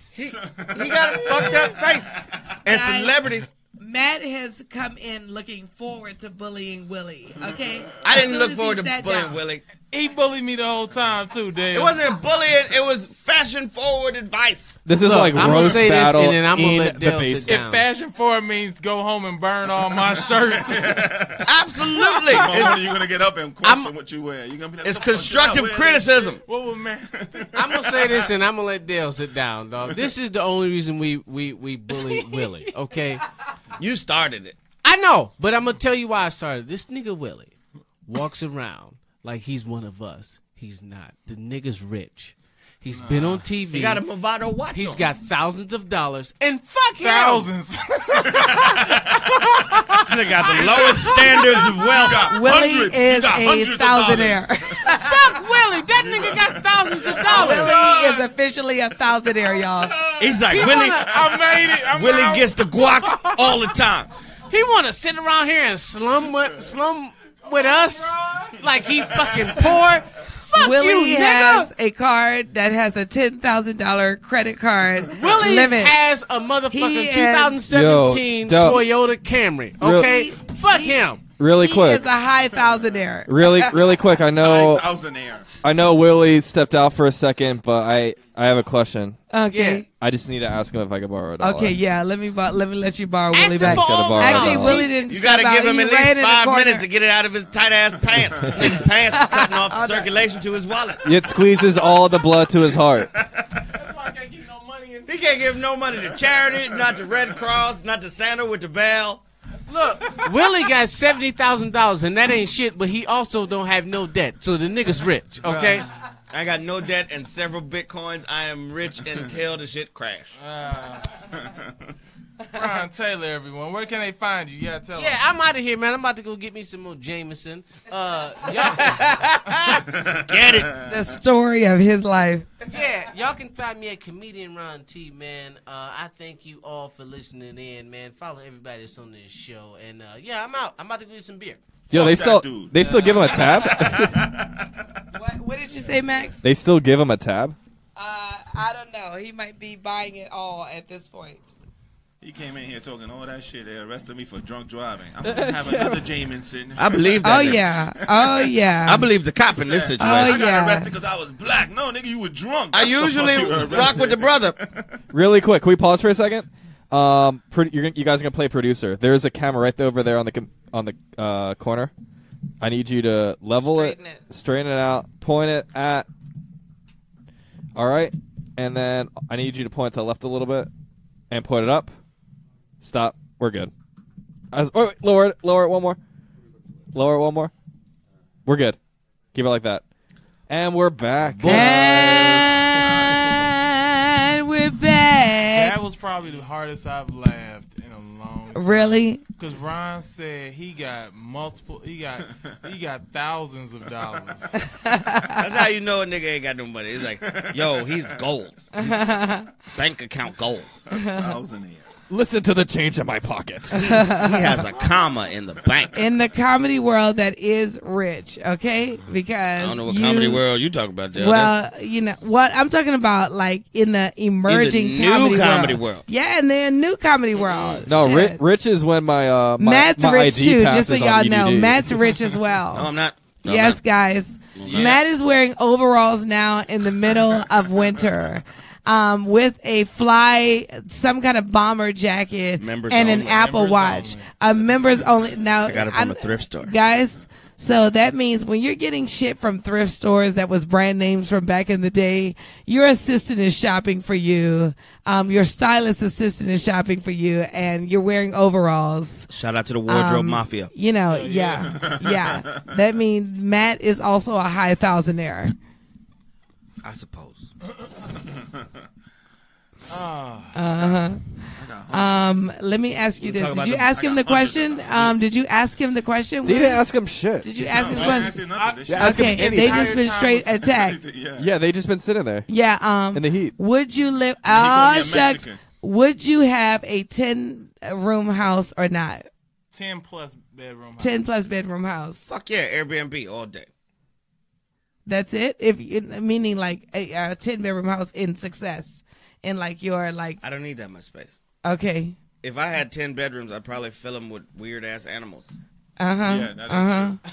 J: he he got a fucked up face. And
B: Guys.
J: celebrities,
B: Matt has come in looking forward to bullying Willie. Okay,
J: I
B: As
J: didn't
B: soon
J: look
B: as
J: forward
B: he
J: to
B: sat
J: bullying
B: down.
J: Willie.
D: He bullied me the whole time too, Dave.
J: It wasn't bullying. It was fashion forward advice.
E: This is
D: Look,
E: like
D: I'ma
E: roast
D: say this,
E: battle
D: and then I'ma
E: in
D: let
E: the
D: Dale sit
E: basement.
D: If fashion forward means go home and burn all my shirts,
J: absolutely.
L: Mom, you're gonna get up and question what you wear. You're gonna be like,
D: It's
L: "What the fuck you not
D: constructive
L: wearing?"
J: criticism.
D: What would man?
K: I'm gonna say this, and I'm gonna let Dale sit down, dog. This is the only reason we we we bully Willie. Okay,
J: you started it.
K: I know, but I'm gonna tell you why I started. This nigga Willie walks around like he's one of us. He's not. The nigga's rich. He's been on TV.
J: He got a Movado watch
K: He's
J: on.
K: got thousands of dollars and fuck him.
D: Thousands.
J: This nigga got the lowest standards of wealth.
B: Willie is a thousandaire.
K: Fuck Willie. That nigga got thousands of
B: Oh, Willie is officially a thousandaire, y'all.
J: He's like,
B: He
J: Willie,
B: wanna- I made it. I'm
J: Willie
B: out.
J: gets the guac all the time.
K: He want to sit around here and slum with, slum with us like he fucking poor. Fuck
B: Willie
K: you, nigga.
B: has a card that has a ten thousand dollar credit card
K: Willie
B: limit.
K: has a motherfucking
B: He is-
K: 2017
E: Yo, Del-
K: Toyota Camry.
E: Real-
K: Okay, fuck him.
E: Really quick.
B: It's a high thousandaire.
E: really, really quick. I know.
L: Thousandaire.
E: I know Willie stepped out for a second, but I I have a question.
B: Okay.
E: I just need to ask him if I could borrow it.
B: Okay, yeah. Let me bo- let me let you borrow
J: Ask
B: Willie
J: him
B: back.
J: for all
B: Actually,
E: kinds.
B: Willie didn't.
J: You
B: got
J: gotta
B: to
J: give him at
B: ran
J: least
B: in the
J: five
B: corner.
J: minutes to get it out of his tight ass pants. his pants are cutting off the circulation to his wallet.
E: It squeezes all the blood to his heart.
J: He can't give no money to charity, not to Red Cross, not to Santa with the bell.
K: Look, Willie got seventy thousand dollars, and that ain't shit. But he also don't have no debt, so the nigga's rich. Okay,
J: I got no debt and several bitcoins. I am rich until the shit crash.
D: Brian Uh, Taylor, everyone. Where can they find you? You gotta tell
K: yeah,
D: them.
K: I'm out of here, man. I'm about to go get me some more Jameson. Uh, y'all
J: get it.
B: The story of his life.
K: Yeah, y'all can find me at comedian Ron T. Man, uh, I thank you all for listening in, man. Follow everybody that's on this show, and uh, yeah, I'm out. I'm about to go get some beer.
E: Yo, they
K: Fuck
E: still
K: that dude.
E: they still give him a tab.
B: What, what did you say, Max?
E: they still give him a tab.
B: Uh, I don't know. He might be buying it all at this point.
L: He came in here talking all that shit. They arrested me for drunk driving. I'm gonna have another Jamison.
J: I believe that.
B: Oh yeah. Oh yeah. Oh,
J: I believe the cop in this
L: Said,
J: situation.
L: I got arrested because I was black. No, nigga, you were drunk.
J: I
L: That's the fuck
J: usually
L: you were arrested.
J: rock with the brother.
E: Really quick, can we pause for a second? Um, pro- you're, gonna- you guys are gonna play producer. There is a camera right there over there on the com- on the uh, corner. I need you to level it, straighten it out, point it at. All right, and then I need you to point to the left a little bit, and point it up. Stop. We're good. I was, oh, wait, lower it. Lower it one more. Lower it one more. We're good. Keep it like that. And we're back.
B: And we're back.
D: That was probably the hardest I've laughed in a long time.
B: Really?
D: Because Ron said he got multiple, he got he got thousands of dollars. That's
J: That's how you know a nigga ain't got no money. He's like, yo, he's goals. Bank account goals.
L: Thousand
E: Listen to the change in my pocket.
J: he has a comma in the bank.
B: In the comedy world, that is rich. Okay, because
J: I don't know what
B: you-
J: comedy world you talking about, Dale.
B: Well, you know what I'm talking about, like in the emerging
J: new
B: comedy,
J: comedy
B: world.
J: world.
B: Yeah, in the new comedy world.
E: No,
B: Shit.
E: rich, rich is when my uh my,
B: Matt's
E: my
B: rich
E: ID
B: too,
E: pass
B: just so
E: is on E
B: y'all know.
E: EDD.
B: Matt's rich as well.
J: No, I'm not. No, I'm
B: yes,
J: not.
B: guys.
J: No, I'm not.
B: Matt is wearing overalls now in the middle of winter. Um, with a fly, some kind of bomber jacket,
J: Members
B: and an
J: only.
B: Apple
J: Members
B: Watch. A members only. Now,
J: I got it
B: I'm-
J: from a thrift store.
B: guys. So that means when you're getting shit from thrift stores that was brand names from back in the day, your assistant is shopping for you. Um, your stylist assistant is shopping for you, and you're wearing overalls.
J: Shout out to the wardrobe
B: Um,
J: mafia.
B: You know,
J: Oh,
B: yeah, yeah. That means Matt is also a high thousandaire.
J: I suppose.
D: Ah,
B: Uh huh. Um, let me ask you
J: We were
B: this: Did
J: talking about
B: you
J: the-
B: ask
J: I
B: him
J: got
B: the
J: hundreds
B: question? Um, did you ask him the question?
E: They didn't ask him shit.
B: Did you ask him the
L: No, I didn't ask
B: question?
L: you nothing. They
E: asked him
B: okay, and they
E: anything.
B: just been straight attacked.
E: yeah. they just been sitting there.
B: Yeah. Um.
E: In the heat.
B: Would you live?
E: Mexican,
B: Oh
E: yeah,
B: shucks.
E: Mexican.
B: Would you have a ten room house or not?
D: Ten plus bedroom. house.
B: Ten plus bedroom house.
J: Fuck yeah, Airbnb all day.
B: That's it. If meaning like a, a ten bedroom house in success, in like your like.
J: I don't need that much space.
B: Okay.
J: If I had 10 bedrooms, I'd probably fill them with weird ass animals. Oh,
B: Uh huh.
L: Yeah, that is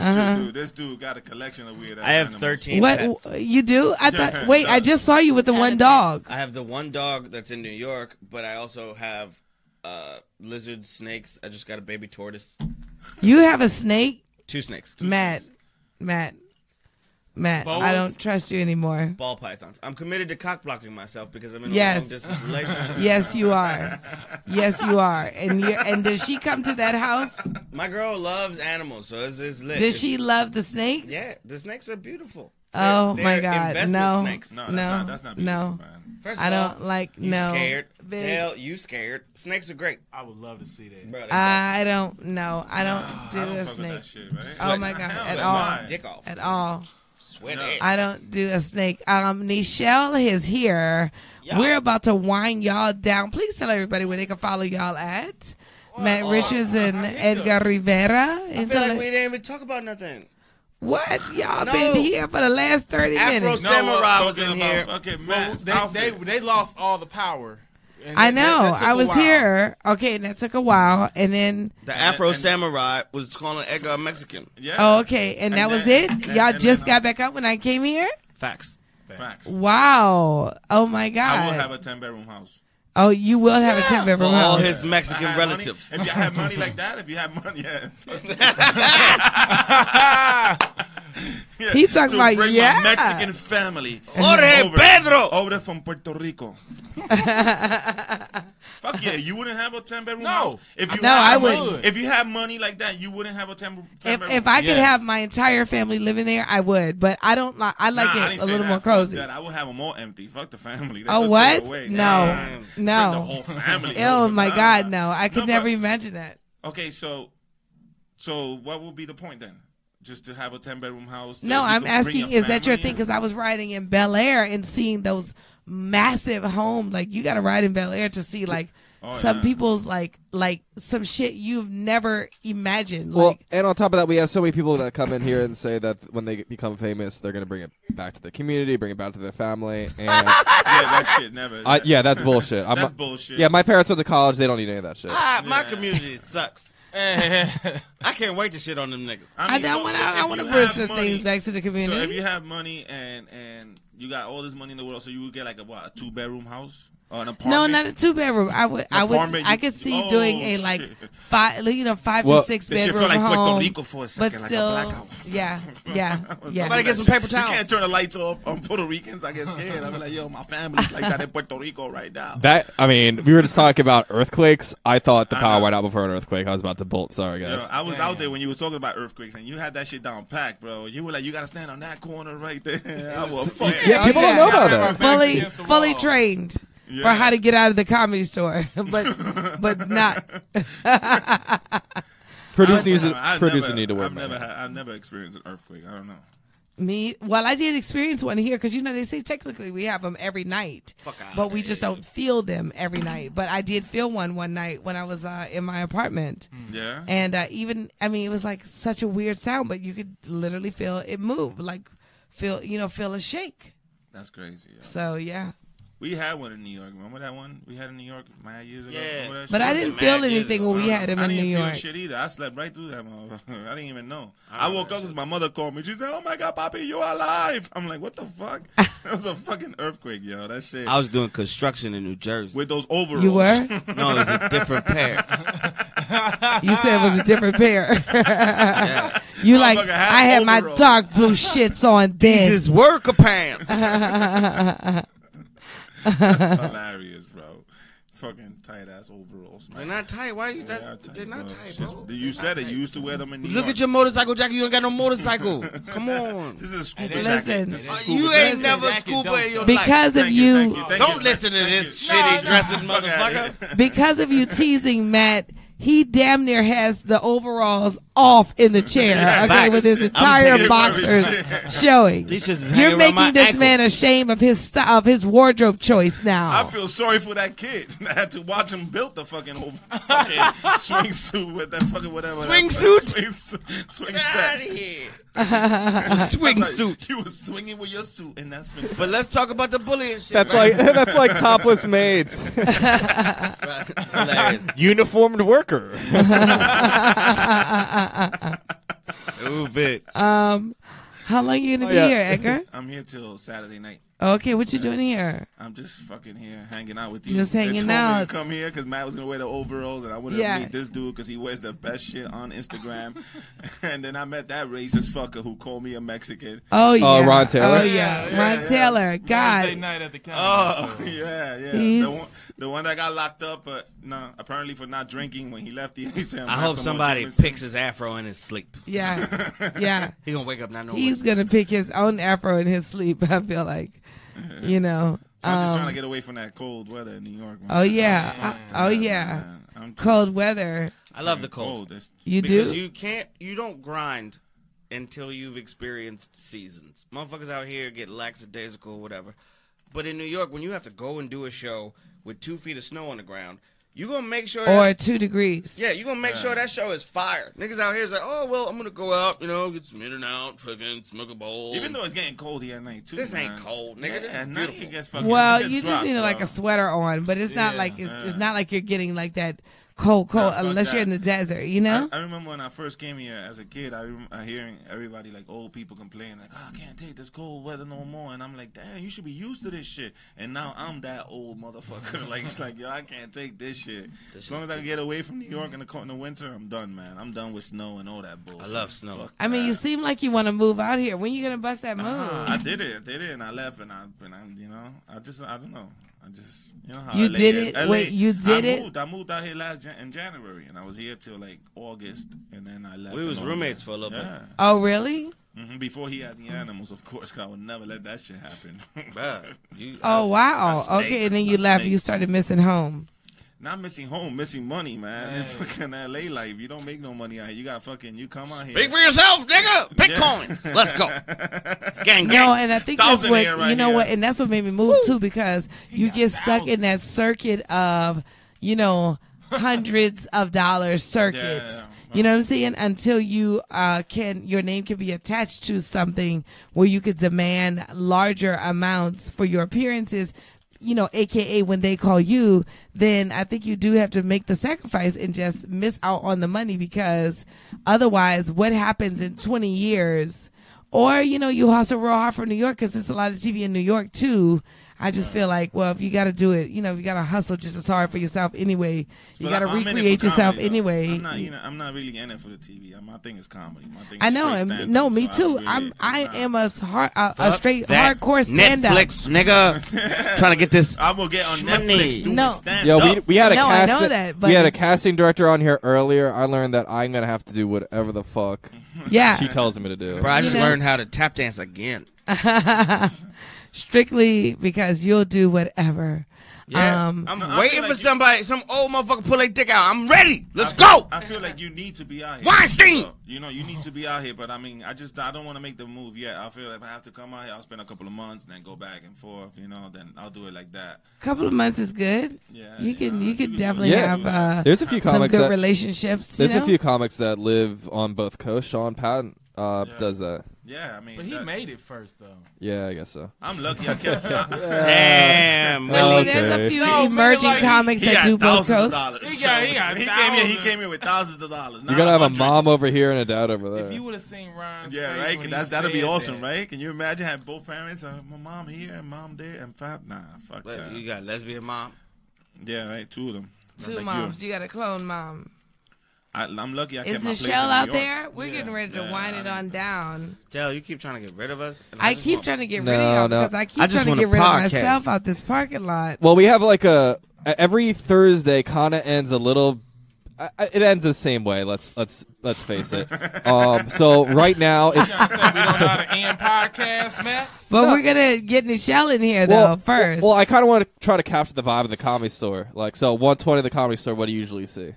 L: true. That is true, dude. This dude got a collection of weird.
J: I have 13
B: Uh-huh. What
J: pets.
B: you do? I thought. Wait, I just saw you with the one dog.
J: I have the one dog that's in New York, but I also have uh, lizards, snakes. I just got a baby tortoise.
B: You have a snake,
J: Two snakes.
B: Matt. Matt. Matt. I
J: Boas?
B: don't trust you anymore.
J: Ball pythons. I'm committed to cock blocking myself because I'm in a long
B: Yes.
J: distance relationship.
B: yes, you are. Yes, you are. And you and does she come to that house?
J: My girl loves animals, so it's, it's lit.
B: Does
J: It's-
B: she love the snakes?
J: Yeah, the snakes are beautiful.
B: Oh
J: They're-
B: my
J: they're
B: God!
J: investment
B: No,
J: snakes.
B: no, no.
J: First of
B: I don't
J: all,
B: like
J: you
B: no.
J: Scared?
B: Big-
J: Dale, you scared? Snakes are great. I would love to see that.
B: I don't know. I don't do
J: I don't
B: a
J: fuck with
B: snake.
J: that shit, man.
B: Oh
J: Sweat-
B: my god!
J: Sweat
B: At
J: my
B: all,
J: dick off.
B: at all.
J: Sweat it.
B: I don't do a snake. Um, Nichelle is here. We're about to wind y'all down. Please tell everybody where they can follow y'all at. Matt
J: Oh,
B: Richards and Edgar Rivera.
J: I
B: And
J: feel
B: tell
J: like
B: it-
J: we didn't even talk about nothing.
B: what y'all
J: No.
B: been here for the last thirty
J: Afro
B: minutes?
J: No, Samurai was
D: talking
J: in
D: about
J: here.
D: fucking Matt's they, they, they lost all the power. And
B: I
D: that-
B: know.
D: that- that took
B: I
D: a
B: was
D: while.
B: here. Okay, and that took a while, and then
J: The Afro Samurai was calling Edgar a Mexican. Yeah.
B: oh, okay, and, that was it. y'all just
J: uh,
B: got back up when I came here.
J: Facts.
L: Facts.
B: Wow. Oh my god.
L: I will have a ten bedroom house.
B: oh, you will have a ten
L: For
B: bedroom
L: all
B: house.
L: his
J: Mexican
L: I had money-
J: relatives.
L: if you had money like that, if you had money, yeah. yeah.
B: He talking
L: to
B: about,
L: bring
B: yeah.
L: my Mexican family.
B: Jorge
L: over,
B: Pedro.
L: over there from Puerto Rico. Fuck yeah, you wouldn't have a ten bedroom house if you
B: No,
L: had
B: I
L: money-
B: wouldn't.
L: If you had money like that, you wouldn't have a ten. 10
B: If,
L: bedroom
B: if I could
L: house.
B: have my entire family living there, I would. But I don't like. I like
L: Nah, I
B: it
L: didn't
B: a
L: say
B: little
L: that.
B: more
L: Fuck
B: cozy.
L: that. I would have them all empty. Fuck the family. They
B: Oh,
L: just
B: what?
L: go away.
B: No,
L: Nah. Bring
B: no.
L: the whole family.
B: Oh
L: over.
B: my
L: Nah.
B: God, no! I could
L: No, but-
B: never imagine that.
L: Okay, so, so what would be the point then? Just to have a ten bedroom house? so
B: no,
L: you
B: I'm
L: could bring
B: asking,
L: your
B: is that your
L: family
B: thing?
L: in?
B: Because I was riding in Bel Air and seeing those massive homes. Like you got to ride in Bel Air to see like
E: Oh,
B: some
E: yeah.
B: people's like like some shit you've never imagined. Like,
E: Well, and on top of that, we have so many people that come in here and say that when they become famous, they're going to bring it back to the community, bring it back to their family. And yeah,
L: that shit never.
E: I, yeah, that's bullshit. I'm-
J: That's bullshit.
E: Yeah, my parents went to college; they don't need any of that shit.
J: Ah, my community sucks. I can't wait to shit on them niggas.
B: I, don't want to. I want to bring some things back to the community.
L: So if you have money and and you got all this money in the world, so you would get like a what a two bedroom house or an apartment?
B: No, not a two bedroom. I would, I would,
L: Apartment,
B: I
L: you-
B: could see
L: oh,
B: doing a like five, you know, five
L: Well,
B: to six
L: this shit
B: bedroom
L: feel like Puerto
B: home.
L: Rico for a second,
B: but
L: like a
B: still,
L: blackout.
B: yeah, yeah, yeah.
L: You can't turn the lights off on Puerto Ricans. I get scared. i be like, yo, my family's like that in Puerto Rico right now.
E: That I mean, we were just talking about earthquakes. I thought the power went out before an earthquake. I was about to bolt. Sorry,
L: You
E: guys.
L: know, I was out there when you was talking about earthquakes, and you had that shit down packed, bro. You were like, you gotta stand on that corner right there. I was fucking-
E: Yeah, people don't know about that.
B: Fully, fully trained for
L: Yeah.
B: how to get out of the comedy store, but but not.
E: Producer
L: I don't
E: needs to-
L: know. I've
E: producer
L: never-
E: need to work
L: I've
E: my
L: never, had, I've never experienced an earthquake. I don't know.
B: Me, well, I did experience one here because you know they say technically we have them every night, but we just don't feel them every night. But I did feel one one night when I was uh, in my apartment.
J: Uh-huh.
L: Yeah.
B: and uh, even I mean it was like such a weird sound, but you could literally feel it move, like feel you know feel a shake.
L: That's crazy. yo.
B: So yeah,
L: We had one in New York. Remember that one we had in New York mad years ago?
B: Yeah.
L: Remember that
B: But
L: shit?
B: I didn't feel anything when we had him
L: I
B: in
L: didn't
B: New
L: feel
B: York.
L: shit either. I slept right through that motherfucker. I didn't even know. I, woke up because my mother called me. She said, "Oh my God, Papi, you alive!" I'm like, "What the fuck?" that was a fucking earthquake, yo. That shit.
J: I was doing construction in New Jersey
L: with those overalls.
B: You were?
J: no, it was a different pair.
B: you said it was a different pair.
J: Yeah.
B: You like
J: Motherfucker had
B: I had my
J: overalls.
B: dark blue shits on. Then
J: These is worker pants.
L: That's hilarious, bro. Fucking tight ass overalls.
J: They're not tight. Why you? That's,
L: are tight,
J: they're not
L: bro.
J: tight,
L: Just-
J: bro.
L: You said it. You used to wear them in New
J: Look
L: York.
J: at your motorcycle jacket. You ain't got no motorcycle. Come on.
L: This is a scuba
B: Listen.
L: jacket.
B: This is
J: Uh,
B: scuba
J: you
B: jacket.
J: ain't never
B: Jacket
J: scuba
B: don't
J: in your
B: fit.
J: life.
B: Because of Thank you, you- thank you, thank
J: Don't listen to this shitty dressing motherfucker.
B: because of you teasing Matt, he damn near has the overalls off in the chair. okay,
J: facts.
B: with his
J: I'm
B: entire
J: taking
B: boxers
J: it with me.
B: showing.
J: These shits is hanging
B: You're
J: around my
B: making this
J: ankles.
B: man ashamed of his st- of his wardrobe choice now.
L: I feel sorry for that kid. I had to watch him build the fucking whole fucking swing suit with that fucking whatever.
J: Swing
L: that,
J: suit?
L: Swing, su- swing
J: Get
L: set.
J: outta here.
L: That's
J: Swing
L: like-
J: suit.
L: You were swinging with your suit and that swing set.
J: But let's talk about the bullying shit.
E: That's
J: right?
E: like that's like topless maids.
J: Hilarious.
E: Uniformed work worker.
L: Stupid.
B: Um, how long you gonna be here, Edgar?
L: Oh, I'm here till Saturday night.
B: Okay, what you doing here?
L: I'm just fucking here, hanging out with you.
B: Just
L: They
B: hanging
L: told me to
B: out.
L: come here because Matt was gonna wear the overalls, and I wanted
B: Yeah.
L: to meet this dude because he wears the best shit on Instagram. and then I met that racist fucker who called me a Mexican.
B: Oh yeah.
E: Oh, Ron Taylor?
B: Oh yeah.
L: Yeah,
B: Ron
L: yeah.
B: Taylor. God.
L: Oh yeah, yeah.
B: He's-
L: The one, the one that got locked up, but no, apparently for not drinking when he left. He, he said, "I'm
J: I
L: not
J: hope
L: someone
J: somebody
L: famous."
J: picks his afro in his sleep.
B: Yeah. Yeah.
J: he gonna wake up not knowing.
B: He's
J: what-
B: gonna pick his own afro in his sleep. I feel like, you know.
L: So I'm just trying to
B: um,
L: get away from that cold weather in New York. man.
B: Oh yeah.
L: Man,
B: I- oh
L: man,
B: yeah.
L: man. I'm just-
B: Cold weather.
J: I love the cold.
L: It's-
B: You
J: because
B: do?
J: You can't. You don't grind until you've experienced seasons. Motherfuckers out here get lackadaisical or whatever. But in New York, when you have to go and do a show with two feet of snow on the ground, you gonna make sure.
B: Or
J: that-
B: two degrees.
J: Yeah, you gonna make sure that show is fire. Niggas out here is like, oh well, I'm gonna go out, you know, get some in and out, fucking smoke a bowl.
L: Even though it's getting cold here at night too.
J: This ain't
L: man.
J: cold, nigga.
L: Yeah,
J: This is
L: at night it
J: beautiful.
L: gets fucking-
B: Well,
L: it gets
B: you just
L: dropped,
B: need like
L: bro.
B: a sweater on, but it's not like it's, it's not like you're getting like that cold,
L: Nah,
B: cold
L: fuck
B: unless you're in
L: that.
B: the desert, you know.
L: I, I remember when I first came here as a kid, I rem- I hearing everybody like old people complaining like, oh, "I can't take this cold weather no more," and I'm like, "Damn, you should be used to this shit." And now I'm that old motherfucker. like it's like, yo, I can't take this shit. as long as I get away from New York in the co- in the winter, I'm done, man. I'm done with snow and all that bullshit. I love
J: snow.
B: I, mean, you seem like you want to move out here. When you gonna bust that move?
L: I did it. I did it, and I left, and I, and I, you know, I just, I don't know. I just, you know how
B: You
L: LA
B: did
L: is.
B: it?
L: LA,
B: Wait, you did
L: I
B: it?
L: Moved, I moved out here last Jan- in January, and I was here till like August, and then I left.
J: We
L: in
J: was
L: August.
J: roommates for a little bit.
L: yeah.
B: Oh, really?
L: hmm Before he had the animals, of course, 'cause I would never let that shit happen.
B: Oh wow.
L: A snake.
B: okay, and then
L: A
B: you left.
L: snake.
B: You started missing home.
L: Not missing home, missing money, man. In fucking LA life, you don't make no money out here. You got fucking, you come out here.
J: Speak for yourself, nigga.
L: Yeah.
J: Bitcoins. Let's go. Gang, gang.
B: No, and I think that's
J: Thousand
B: what
J: here right
B: you know.
J: here.
B: What and that's what made me move too because you get stuck in that circuit of you know hundreds of dollars circuits. You know what I'm saying? Until you uh, can your name can be attached to something where you could demand larger amounts for your appearances. You know, aka when they call you, then I think you do have to make the sacrifice and just miss out on the money because otherwise, what happens in 20 years? Or, you know, you hustle real hard from New York because there's a lot of TV in New York too. I just feel like, well, if you got to do it, you know, if you got to hustle just as hard for yourself anyway. You
L: But
B: got to
L: I'm in it for
B: recreate yourself
L: comedy, though.
B: anyway.
L: I'm not, you know, I'm not really in it for the TV. My thing is comedy. My thing is
B: I know,
L: straight
B: and
L: stand-up,
B: no, me
L: so I
B: too.
L: don't
B: I'm,
L: really-
B: I am a s- hard, a, a
J: Fuck
B: straight
J: that
B: hardcore stand up.
J: Netflix, nigga. Trying to get this.
L: I will get on
J: Netflix.
B: No,
E: Yo, we, we had a
B: no,
E: casting.
B: I know that, but
E: we had a
B: it's-
E: casting director on here earlier. I learned that I'm gonna have to do whatever the fuck.
B: Yeah.
E: she tells me to do.
J: Bro, I
B: You
J: just
B: know-
J: learned how to tap dance again.
B: strictly because you'll do whatever.
J: Yeah,
B: Um,
J: I'm
L: No, I
J: waiting
L: feel
J: for
L: like you-
J: somebody, some old motherfucker pull their dick out. I'm ready. Let's
L: I feel-
J: go.
L: I feel like you need to be out here.
J: Weinstein!
L: You know, you need to be out here, but I mean, I just I don't want to make the move yet. I feel like if I have to come out here, I'll spend a couple of months and then go back and forth. You know, then I'll do it like that.
B: couple of months is good.
L: Yeah,
B: you can you could definitely
E: yeah,
B: have uh,
E: there's a few
B: some
E: comics
B: good
E: that,
B: relationships. you
E: There's
B: know?
E: a few comics that live on both coasts. Sean Patton uh, does that.
L: Yeah, I mean,
D: but he made it first though.
E: Yeah, I guess so.
L: I'm lucky I kept.
J: Damn,
E: Yeah.
B: Willie, there's a
E: Okay.
B: few
D: No,
B: emerging
D: man, like,
B: comics
L: He
B: that
L: got
B: do both
L: thousands of
B: coasts.
L: dollars.
D: He got- he got
L: So, came here. He
D: thousands.
L: came here with thousands of dollars.
E: You're
L: not
E: gonna have a
L: hundreds.
E: mom over here and a dad over there.
D: If you would have seen Ryan's
L: Yeah,
D: face
L: right.
D: when he
L: That that'd be
D: said
L: awesome,
D: that.
L: right? Can you imagine having both parents? Uh, my mom here and mom there and five. Nah, fuck
J: Wait,
L: that.
J: you got lesbian mom.
L: Yeah, right. Two of them. Not
B: Two
L: like you.
B: moms. You got a clone mom.
L: I, I'm lucky I
B: Is
L: kept my
B: the
L: place in
B: shell
L: New
B: out
L: York.
B: there? We're getting ready to
L: Yeah,
B: wind
L: I
B: it
L: mean-
B: on down.
J: Dell, you keep trying to get rid of us. and
B: I
J: just
B: keep
J: want-
B: trying to get
E: No,
B: rid of y'all
E: no.
B: because I keep
J: I just
B: trying to
J: want a
B: get rid
J: podcast.
B: of myself out this parking lot.
E: Well, we have like a every Thursday kind of ends a little. I- I- It ends the same way. Let's let's let's face it. um, so right now it's
D: We don't know how to end podcasts, Max.
B: But
E: No.
B: we're gonna get Nichelle in here though first.
E: Well, I kind of want to try to capture the vibe of the comedy store. Like so, 120 of the comedy store. What do you usually see?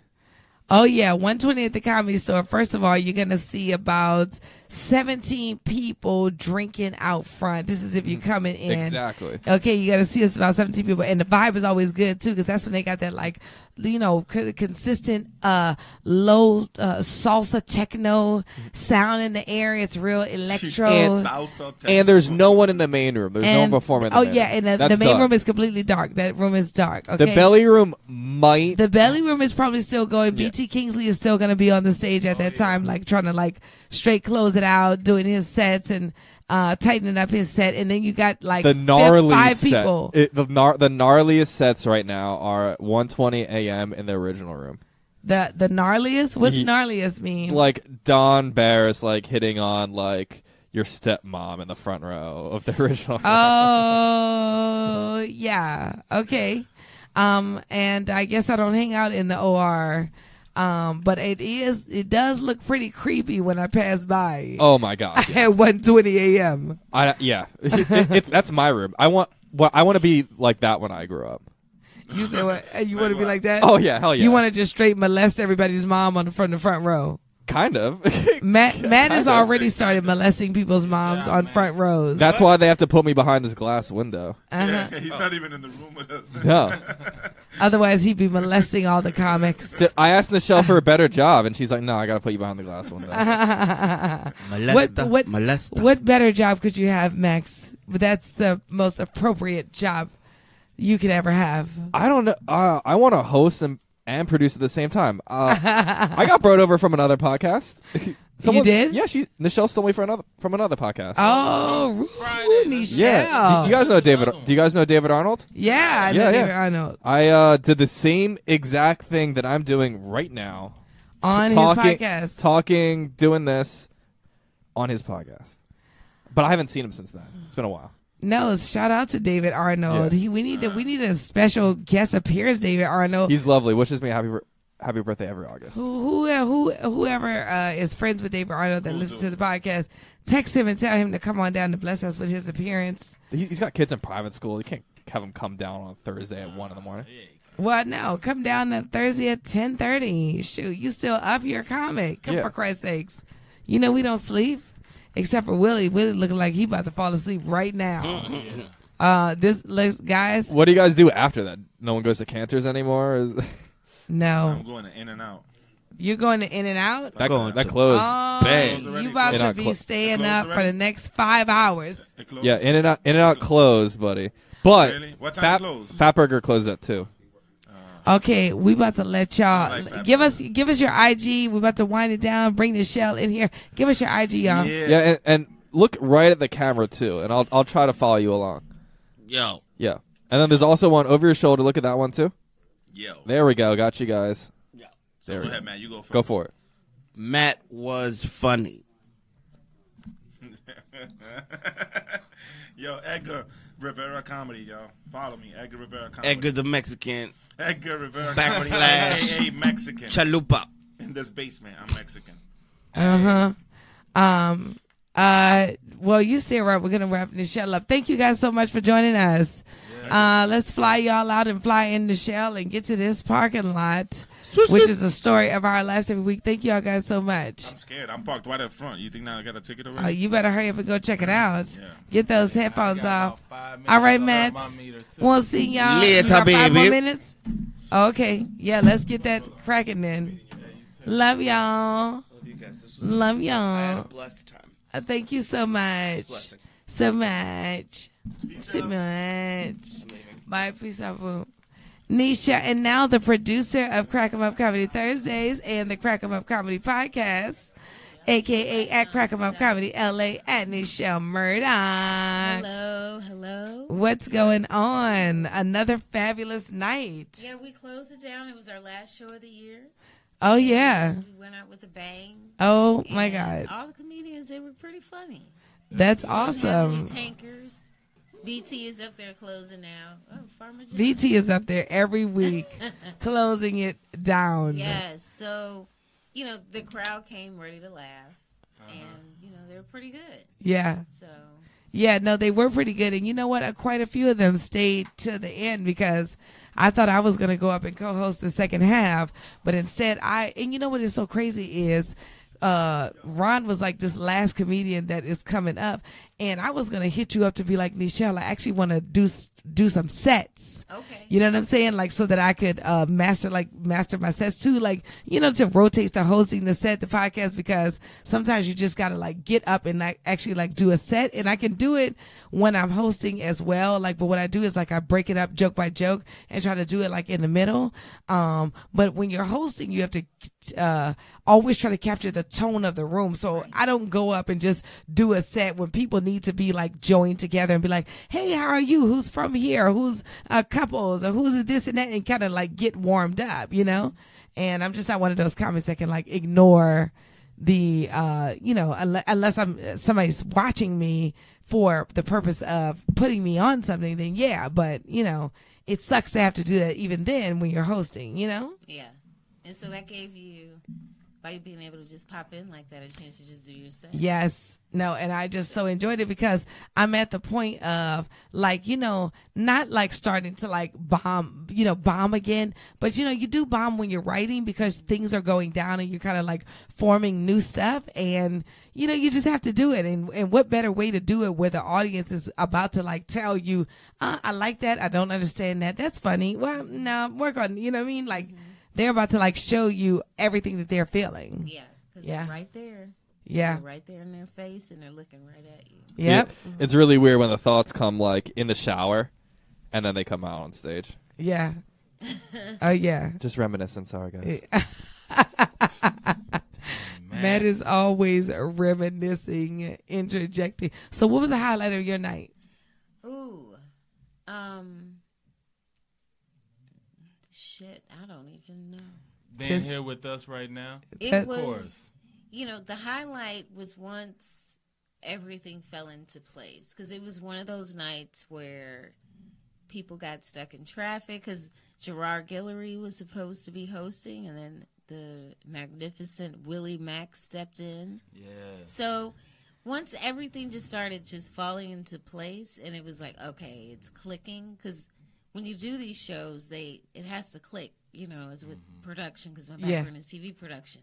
B: Oh yeah, 120 at the comedy store. First of all, you're gonna see about 17 people drinking out front. This is if you're coming in.
E: Exactly.
B: Okay, you gotta see us about 17 people, and the vibe is always good too, because that's when they got that like, you know, c- consistent uh low uh, salsa techno sound in the air. It's real electro.
E: And, and there's no one in the main room. There's no one
B: And-
E: performing. in the
B: oh
E: main
B: yeah,
E: room.
B: and the, the
E: That's
B: main
E: done.
B: room is completely dark. That room is dark. Okay.
E: The belly room might.
B: The belly room is probably still going. BT T. Kingsley is still going to be on the stage
E: Oh,
B: at that time, like trying to like straight close it out, doing his sets and uh, tightening up his set. And then you got like
E: the
B: fif-
E: gnarly
B: five
E: set-
B: people.
E: it- the gnar- the gnarliest sets right now are 1:20 a.m. in the original room.
B: The the gnarliest. What's
E: Ye-
B: gnarliest mean?
E: Like Don Barris, like hitting on like your stepmom in the front row of the original.
B: Oh yeah. Okay. Um, and I guess I don't hang out in the OR. Um, but it is it does look pretty creepy when I pass by.
E: Oh, my gosh,
B: At one twenty AM.
E: I yeah, It- it- that's my room. I want well, I want to be like that when I grow up.
B: You say what and you wanna be like that?
E: Oh, yeah, hell yeah.
B: You wanna just straight molest everybody's mom on the from the front row.
E: Kind of.
B: Matt Matt has
E: Kinda.
B: already started molesting people's moms on front rows.
E: That's why they have to put me behind this glass window.
B: Uh-huh.
L: He's not even in the room with us.
E: No.
B: Otherwise he'd be molesting all the comics.
E: D- I asked Michelle for a better job, and she's like, "No, I gotta put you behind the glass window."
B: what,
E: Molesta,
B: what,
E: molesta.
B: what better job could you have, Max? That's the most appropriate job you could ever have.
E: I don't know. Uh, I want to host and, and produce at the same time. Uh, I got brought over from another podcast. Someone
B: did?
E: Yeah, she Michelle stole me for another from another podcast.
B: Oh, ooh, Michelle.
E: yeah. Do you guys know David? Do you guys know David Arnold?
B: Yeah, I know David Arnold.
E: I uh, did the same exact thing that I'm doing right now
B: On his
E: talking,
B: podcast.
E: talking, doing this on his podcast. But I haven't seen him since then. It's been a while.
B: No, shout out to David Arnold.
E: Yeah.
B: He, we need to, we need a special guest appearance, David Arnold.
E: He's lovely. Wishes me a happy bir- happy birthday every August.
B: who, who, who, whoever uh, is friends with David Arnold that listens to the podcast, text him and tell him to come on down to bless us with his appearance.
E: He, he's got kids in private school. You can't have him come down on Thursday at one in the morning.
B: Well, no, come down on Thursday at ten thirty. Shoot, you still up your comic? Come
E: Yeah.
B: for Christ's sakes! You know we don't sleep, except for Willie. Willie looking like he about to fall asleep right now. uh, this let's, guys,
E: Mm-hmm. What do you guys do after that? No one goes to Cantor's anymore. Is-
B: no,
L: I'm going to In and Out.
B: you're going to In and Out.
E: that that closed.
B: Oh, you about
E: In
B: to
E: Out
B: be
E: clo-
B: staying up for the next five hours.
E: yeah, In and Out. In and Out closed, buddy. But
L: Really? What time
E: Fat,
L: it close?
E: Fat Burger closed at two.
B: Okay, we about to let y'all
L: I like that.
B: give us give us your IG. We about to wind it down. Bring the shell in here. Give us your IG, y'all.
E: Yeah, and, and look right at the camera too, and I'll I'll try to follow you along.
I: Yo.
E: Yeah, and then there's also one over your shoulder. Look at that one too.
I: Yo.
E: There we go. Got you guys. Yeah.
I: So
E: there
I: go
E: we
I: ahead, Matt. You go
E: Go
I: first.
E: for it.
A: Matt was funny.
L: Yo, Edgar Rivera comedy, y'all. Follow me, Edgar Rivera comedy.
J: Edgar the Mexican.
L: Edgar Rivera comedy. AKA
J: Backslash.
L: Mexican.
J: Chalupa.
L: In this basement, I'm Mexican.
B: Uh huh. Um. Uh. Well, you stay right. We're gonna wrap the shell up. Thank you guys so much for joining us. Uh, let's fly y'all out and fly in the shell and get to this parking lot, which is a story of our lives every week. Thank y'all guys so much.
L: I'm scared. I'm parked right up front. You think now I got a ticket already?
B: Oh, you better hurry up and go check it out. Get those headphones off. All right, Matt. We'll see y'all
A: Later,
B: in about Five more
A: baby.
B: minutes. Okay. Yeah, let's get that cracking then. Love y'all. Love y'all.
J: I had a blessed time.
B: Uh, Thank you so much.
J: Blessing.
B: So much. So much. Bye. Peace out. boo. Nisha, and now the producer of Crack 'em Up Comedy Thursdays and the Crack 'em Up Comedy Podcast, aka at Crack 'em Up Comedy LA at Nichelle Murdoch.
G: Hello, hello.
B: What's going on? Another fabulous night.
G: Yeah, we closed it down. It was our last show of the year.
B: Oh yeah.
G: We went out with a bang.
B: Oh my
G: And
B: God.
G: All the comedians, they were pretty funny.
B: That's
G: Anthony
B: awesome.
G: Tankers. BT is up there closing now. Oh, Farmer John.
B: VT is up there every week, closing it down.
G: Yes. So, you know, the crowd came ready to laugh. And, you know, they were pretty good.
B: Yeah.
G: So,
B: Yeah, no, they were pretty good. And you know what? Uh, Quite a few of them stayed to the end because I thought I was going to go up and co host the second half. But instead, I, and you know what is so crazy is, uh, Ron was like this last comedian that is coming up. And I was gonna hit you up to be like Nichelle. I actually want to do s- do some sets. Okay. You know what I'm saying? Like so that I could uh, master like master my sets too. Like you know to rotate the hosting, the set, the podcast because sometimes you just gotta like get up and like actually like do a set. And I can do it when I'm hosting as well. Like but what I do is like I break it up joke by joke and try to do it like in the middle. Um, but when you're hosting, you have to uh, always try to capture the tone of the room. So I don't go up and just do a set when people need to be like joined together and be like, "Hey, how are you? Who's from here? Who's uh, couples or who's this and that?" And kind of like get warmed up, you know. And I'm just not one of those comics that can like ignore the uh you know unle- unless i'm somebody's watching me for the purpose of putting me on something then yeah but you know it sucks to have to do that even then when you're hosting you know
G: Yeah. And so that gave you, by you being able to just pop in like that, a chance to just do your set.
B: Yes. No, and I just so enjoyed it because I'm at the point of like, you know, not like starting to like bomb, you know, bomb again, but you know, you do bomb when you're writing because things are going down and you're kind of like forming new stuff and you know, you just have to do it. And and what better way to do it where the audience is about to like tell you, uh, I like that, I don't understand that. That's funny. Well, no, work on, you know what I mean? Like they're about to like show you everything that they're feeling.
G: Yeah. Because
B: Yeah.
G: they're right there.
B: Yeah.
G: They're right there in their face and they're looking right at you.
B: Yep.
E: Yeah, it's really weird when the thoughts come like in the shower, and then they come out on stage.
B: Yeah. Oh yeah.
E: Just reminiscing. Sorry, guys.
B: Matt is always reminiscing, interjecting. So, what was the highlight of your night?
G: Ooh. Um. Shit, I don't even know.
D: Being
B: Just-
D: here with us right now.
G: It
D: Of
G: was,
D: course.
G: you know, the highlight was once everything fell into place because it was one of those nights where people got stuck in traffic because Gerard Guillory was supposed to be hosting, and then the magnificent Willie Mack stepped in.
D: Yeah.
G: So once everything just started just falling into place, and it was like, okay, it's clicking because when you do these shows, they it has to click. You know, as with
D: Mm-hmm.
G: production because my
F: Yeah.
G: background is TV production,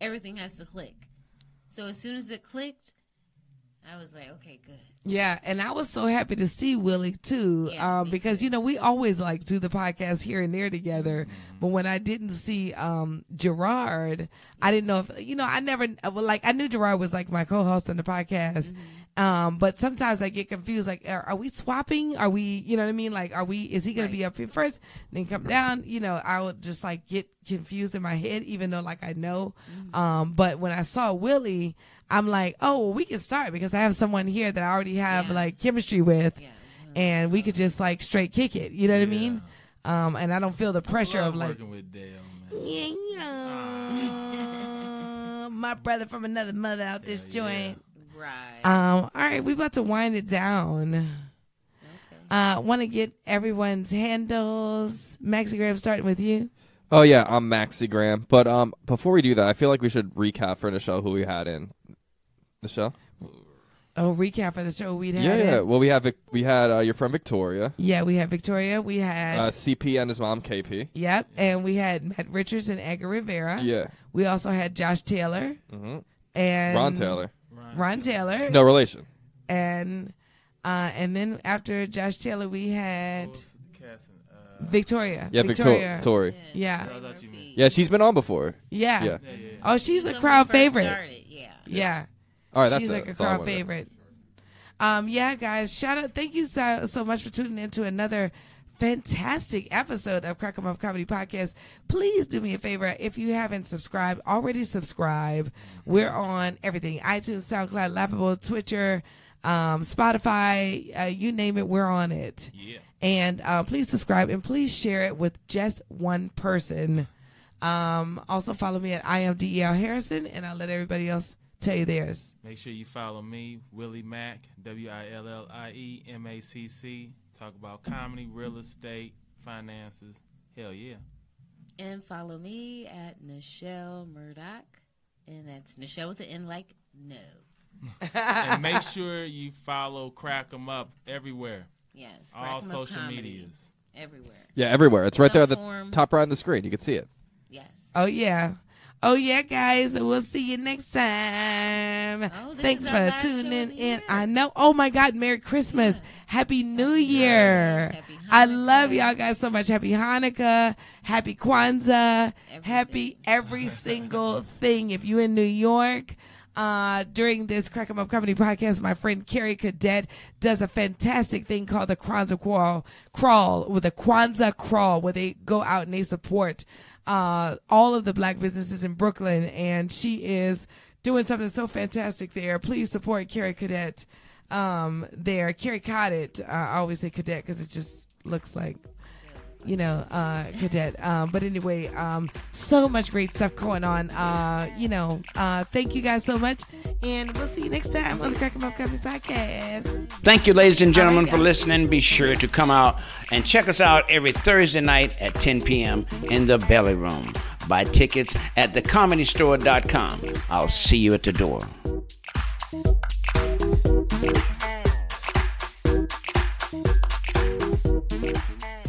G: everything has to click. So as soon as it clicked, I was like, okay, good.
B: Yeah, and I was so happy to see Willie too, um, because you know we always like do the podcast here and there together. But when I didn't see um, Gerard, I didn't know if you know I never uh, well, like I knew Gerard was like my co-host on the podcast, um, but sometimes I get confused. Like, are, are we swapping? Are we you know what I mean? Like, are we? Is he going to be up here first, then come down? You know, I would just like get confused in my head, even though like I know. Um, but when I saw Willie. I'm like, oh, well, we can start because I have someone here that I already have like chemistry with, and we could just like straight kick it. You know what I mean? Um, and I don't feel the pressure of like,
D: Working with Dale. Ah.
B: yeah, yeah, my brother from another mother out this joint.
G: Right.
B: Um, all right, we about to wind it down. Uh, want to get everyone's handles. Maxi Graham, starting with you.
E: Oh yeah, I'm Maxi Graham. But um, before we do that, I feel like we should recap for the show who we had in the show.
B: Oh, recap of the show we'd had.
E: yeah, yeah.
B: it.
E: Well, we have Vic- we had uh, your friend Victoria,
B: yeah. We had Victoria. We had
E: uh, CP, and his mom KP.
B: Yep. And we had Matt Richards and Edgar Rivera.
E: Yeah.
B: We also had Josh Taylor
E: hmm
B: and
E: Ron Taylor.
B: Ron, Taylor.
E: No relation.
B: And uh, and then after Josh Taylor, we had
D: cast
B: Victoria.
E: Yeah, Victoria. Victoria.
B: Yeah.
E: Oh, Yeah, she's been on before.
B: Yeah.
E: Yeah.
B: Oh, she's
G: So
B: a
G: when
B: crowd
G: we first
B: favorite.
G: started, yeah.
B: Yeah.
E: All right, that's
B: she's
E: it.
B: like a
E: That's all I
B: crowd
E: wanted to know.
B: favorite. Um, yeah, guys, shout out! Thank you so, so much for tuning in to another fantastic episode of Crack 'Em Up Comedy Podcast. Please do me a favor if you haven't subscribed already. Subscribe. We're on everything: iTunes, SoundCloud, Laughable, Twitter, um, Spotify, uh, you name it. We're on it.
D: Yeah.
B: And uh, please subscribe and please share it with just one person. Um, also follow me at I am DEL Harrison, and I'll let everybody else tell you theirs.
D: Make sure you follow me, Willie Mack, W I L L I E M A C C. Talk about comedy, real estate, finances. Hell yeah.
G: And follow me at Nichelle Murdoch, and that's Nichelle with the N, like no.
D: and make sure you follow Crack 'em Up everywhere.
G: Yes, Crack
D: All
G: 'Em Up
D: social
G: Comedy
D: medias.
G: everywhere.
E: Yeah, everywhere. It's right
G: Some
E: there at the
G: form.
E: top right on the screen. You can see it.
G: Yes.
B: Oh yeah. Oh yeah, guys. and We'll see you next time. Thanks for tuning in. I know. Oh my God. Merry Christmas. Happy New Year. I love y'all guys so much. Happy Hanukkah. Happy Kwanzaa. Happy every single thing. If you're in New York. Uh, during this Crack 'em Up Comedy podcast, my friend Carrie Cadet does a fantastic thing called the Kwanzaa Crawl, crawl with a Kwanzaa Crawl, where they go out and they support uh, all of the black businesses in Brooklyn, and she is doing something so fantastic there. Please support Carrie Cadet um, there. Carrie Cadet, uh, I always say Cadet because it just looks like, you know, uh, Cadet. Um, but anyway, um, so much great stuff going on. Uh, you know, uh, thank you guys so much, and we'll see you next time on the Crack 'Em Up Comedy Podcast.
A: Thank you, ladies and gentlemen, for listening. Be sure to come out and check us out every Thursday night at 10 p.m. in the Belly Room. Buy tickets at thecomedystore.com. I'll see you at the door.
M: Hey.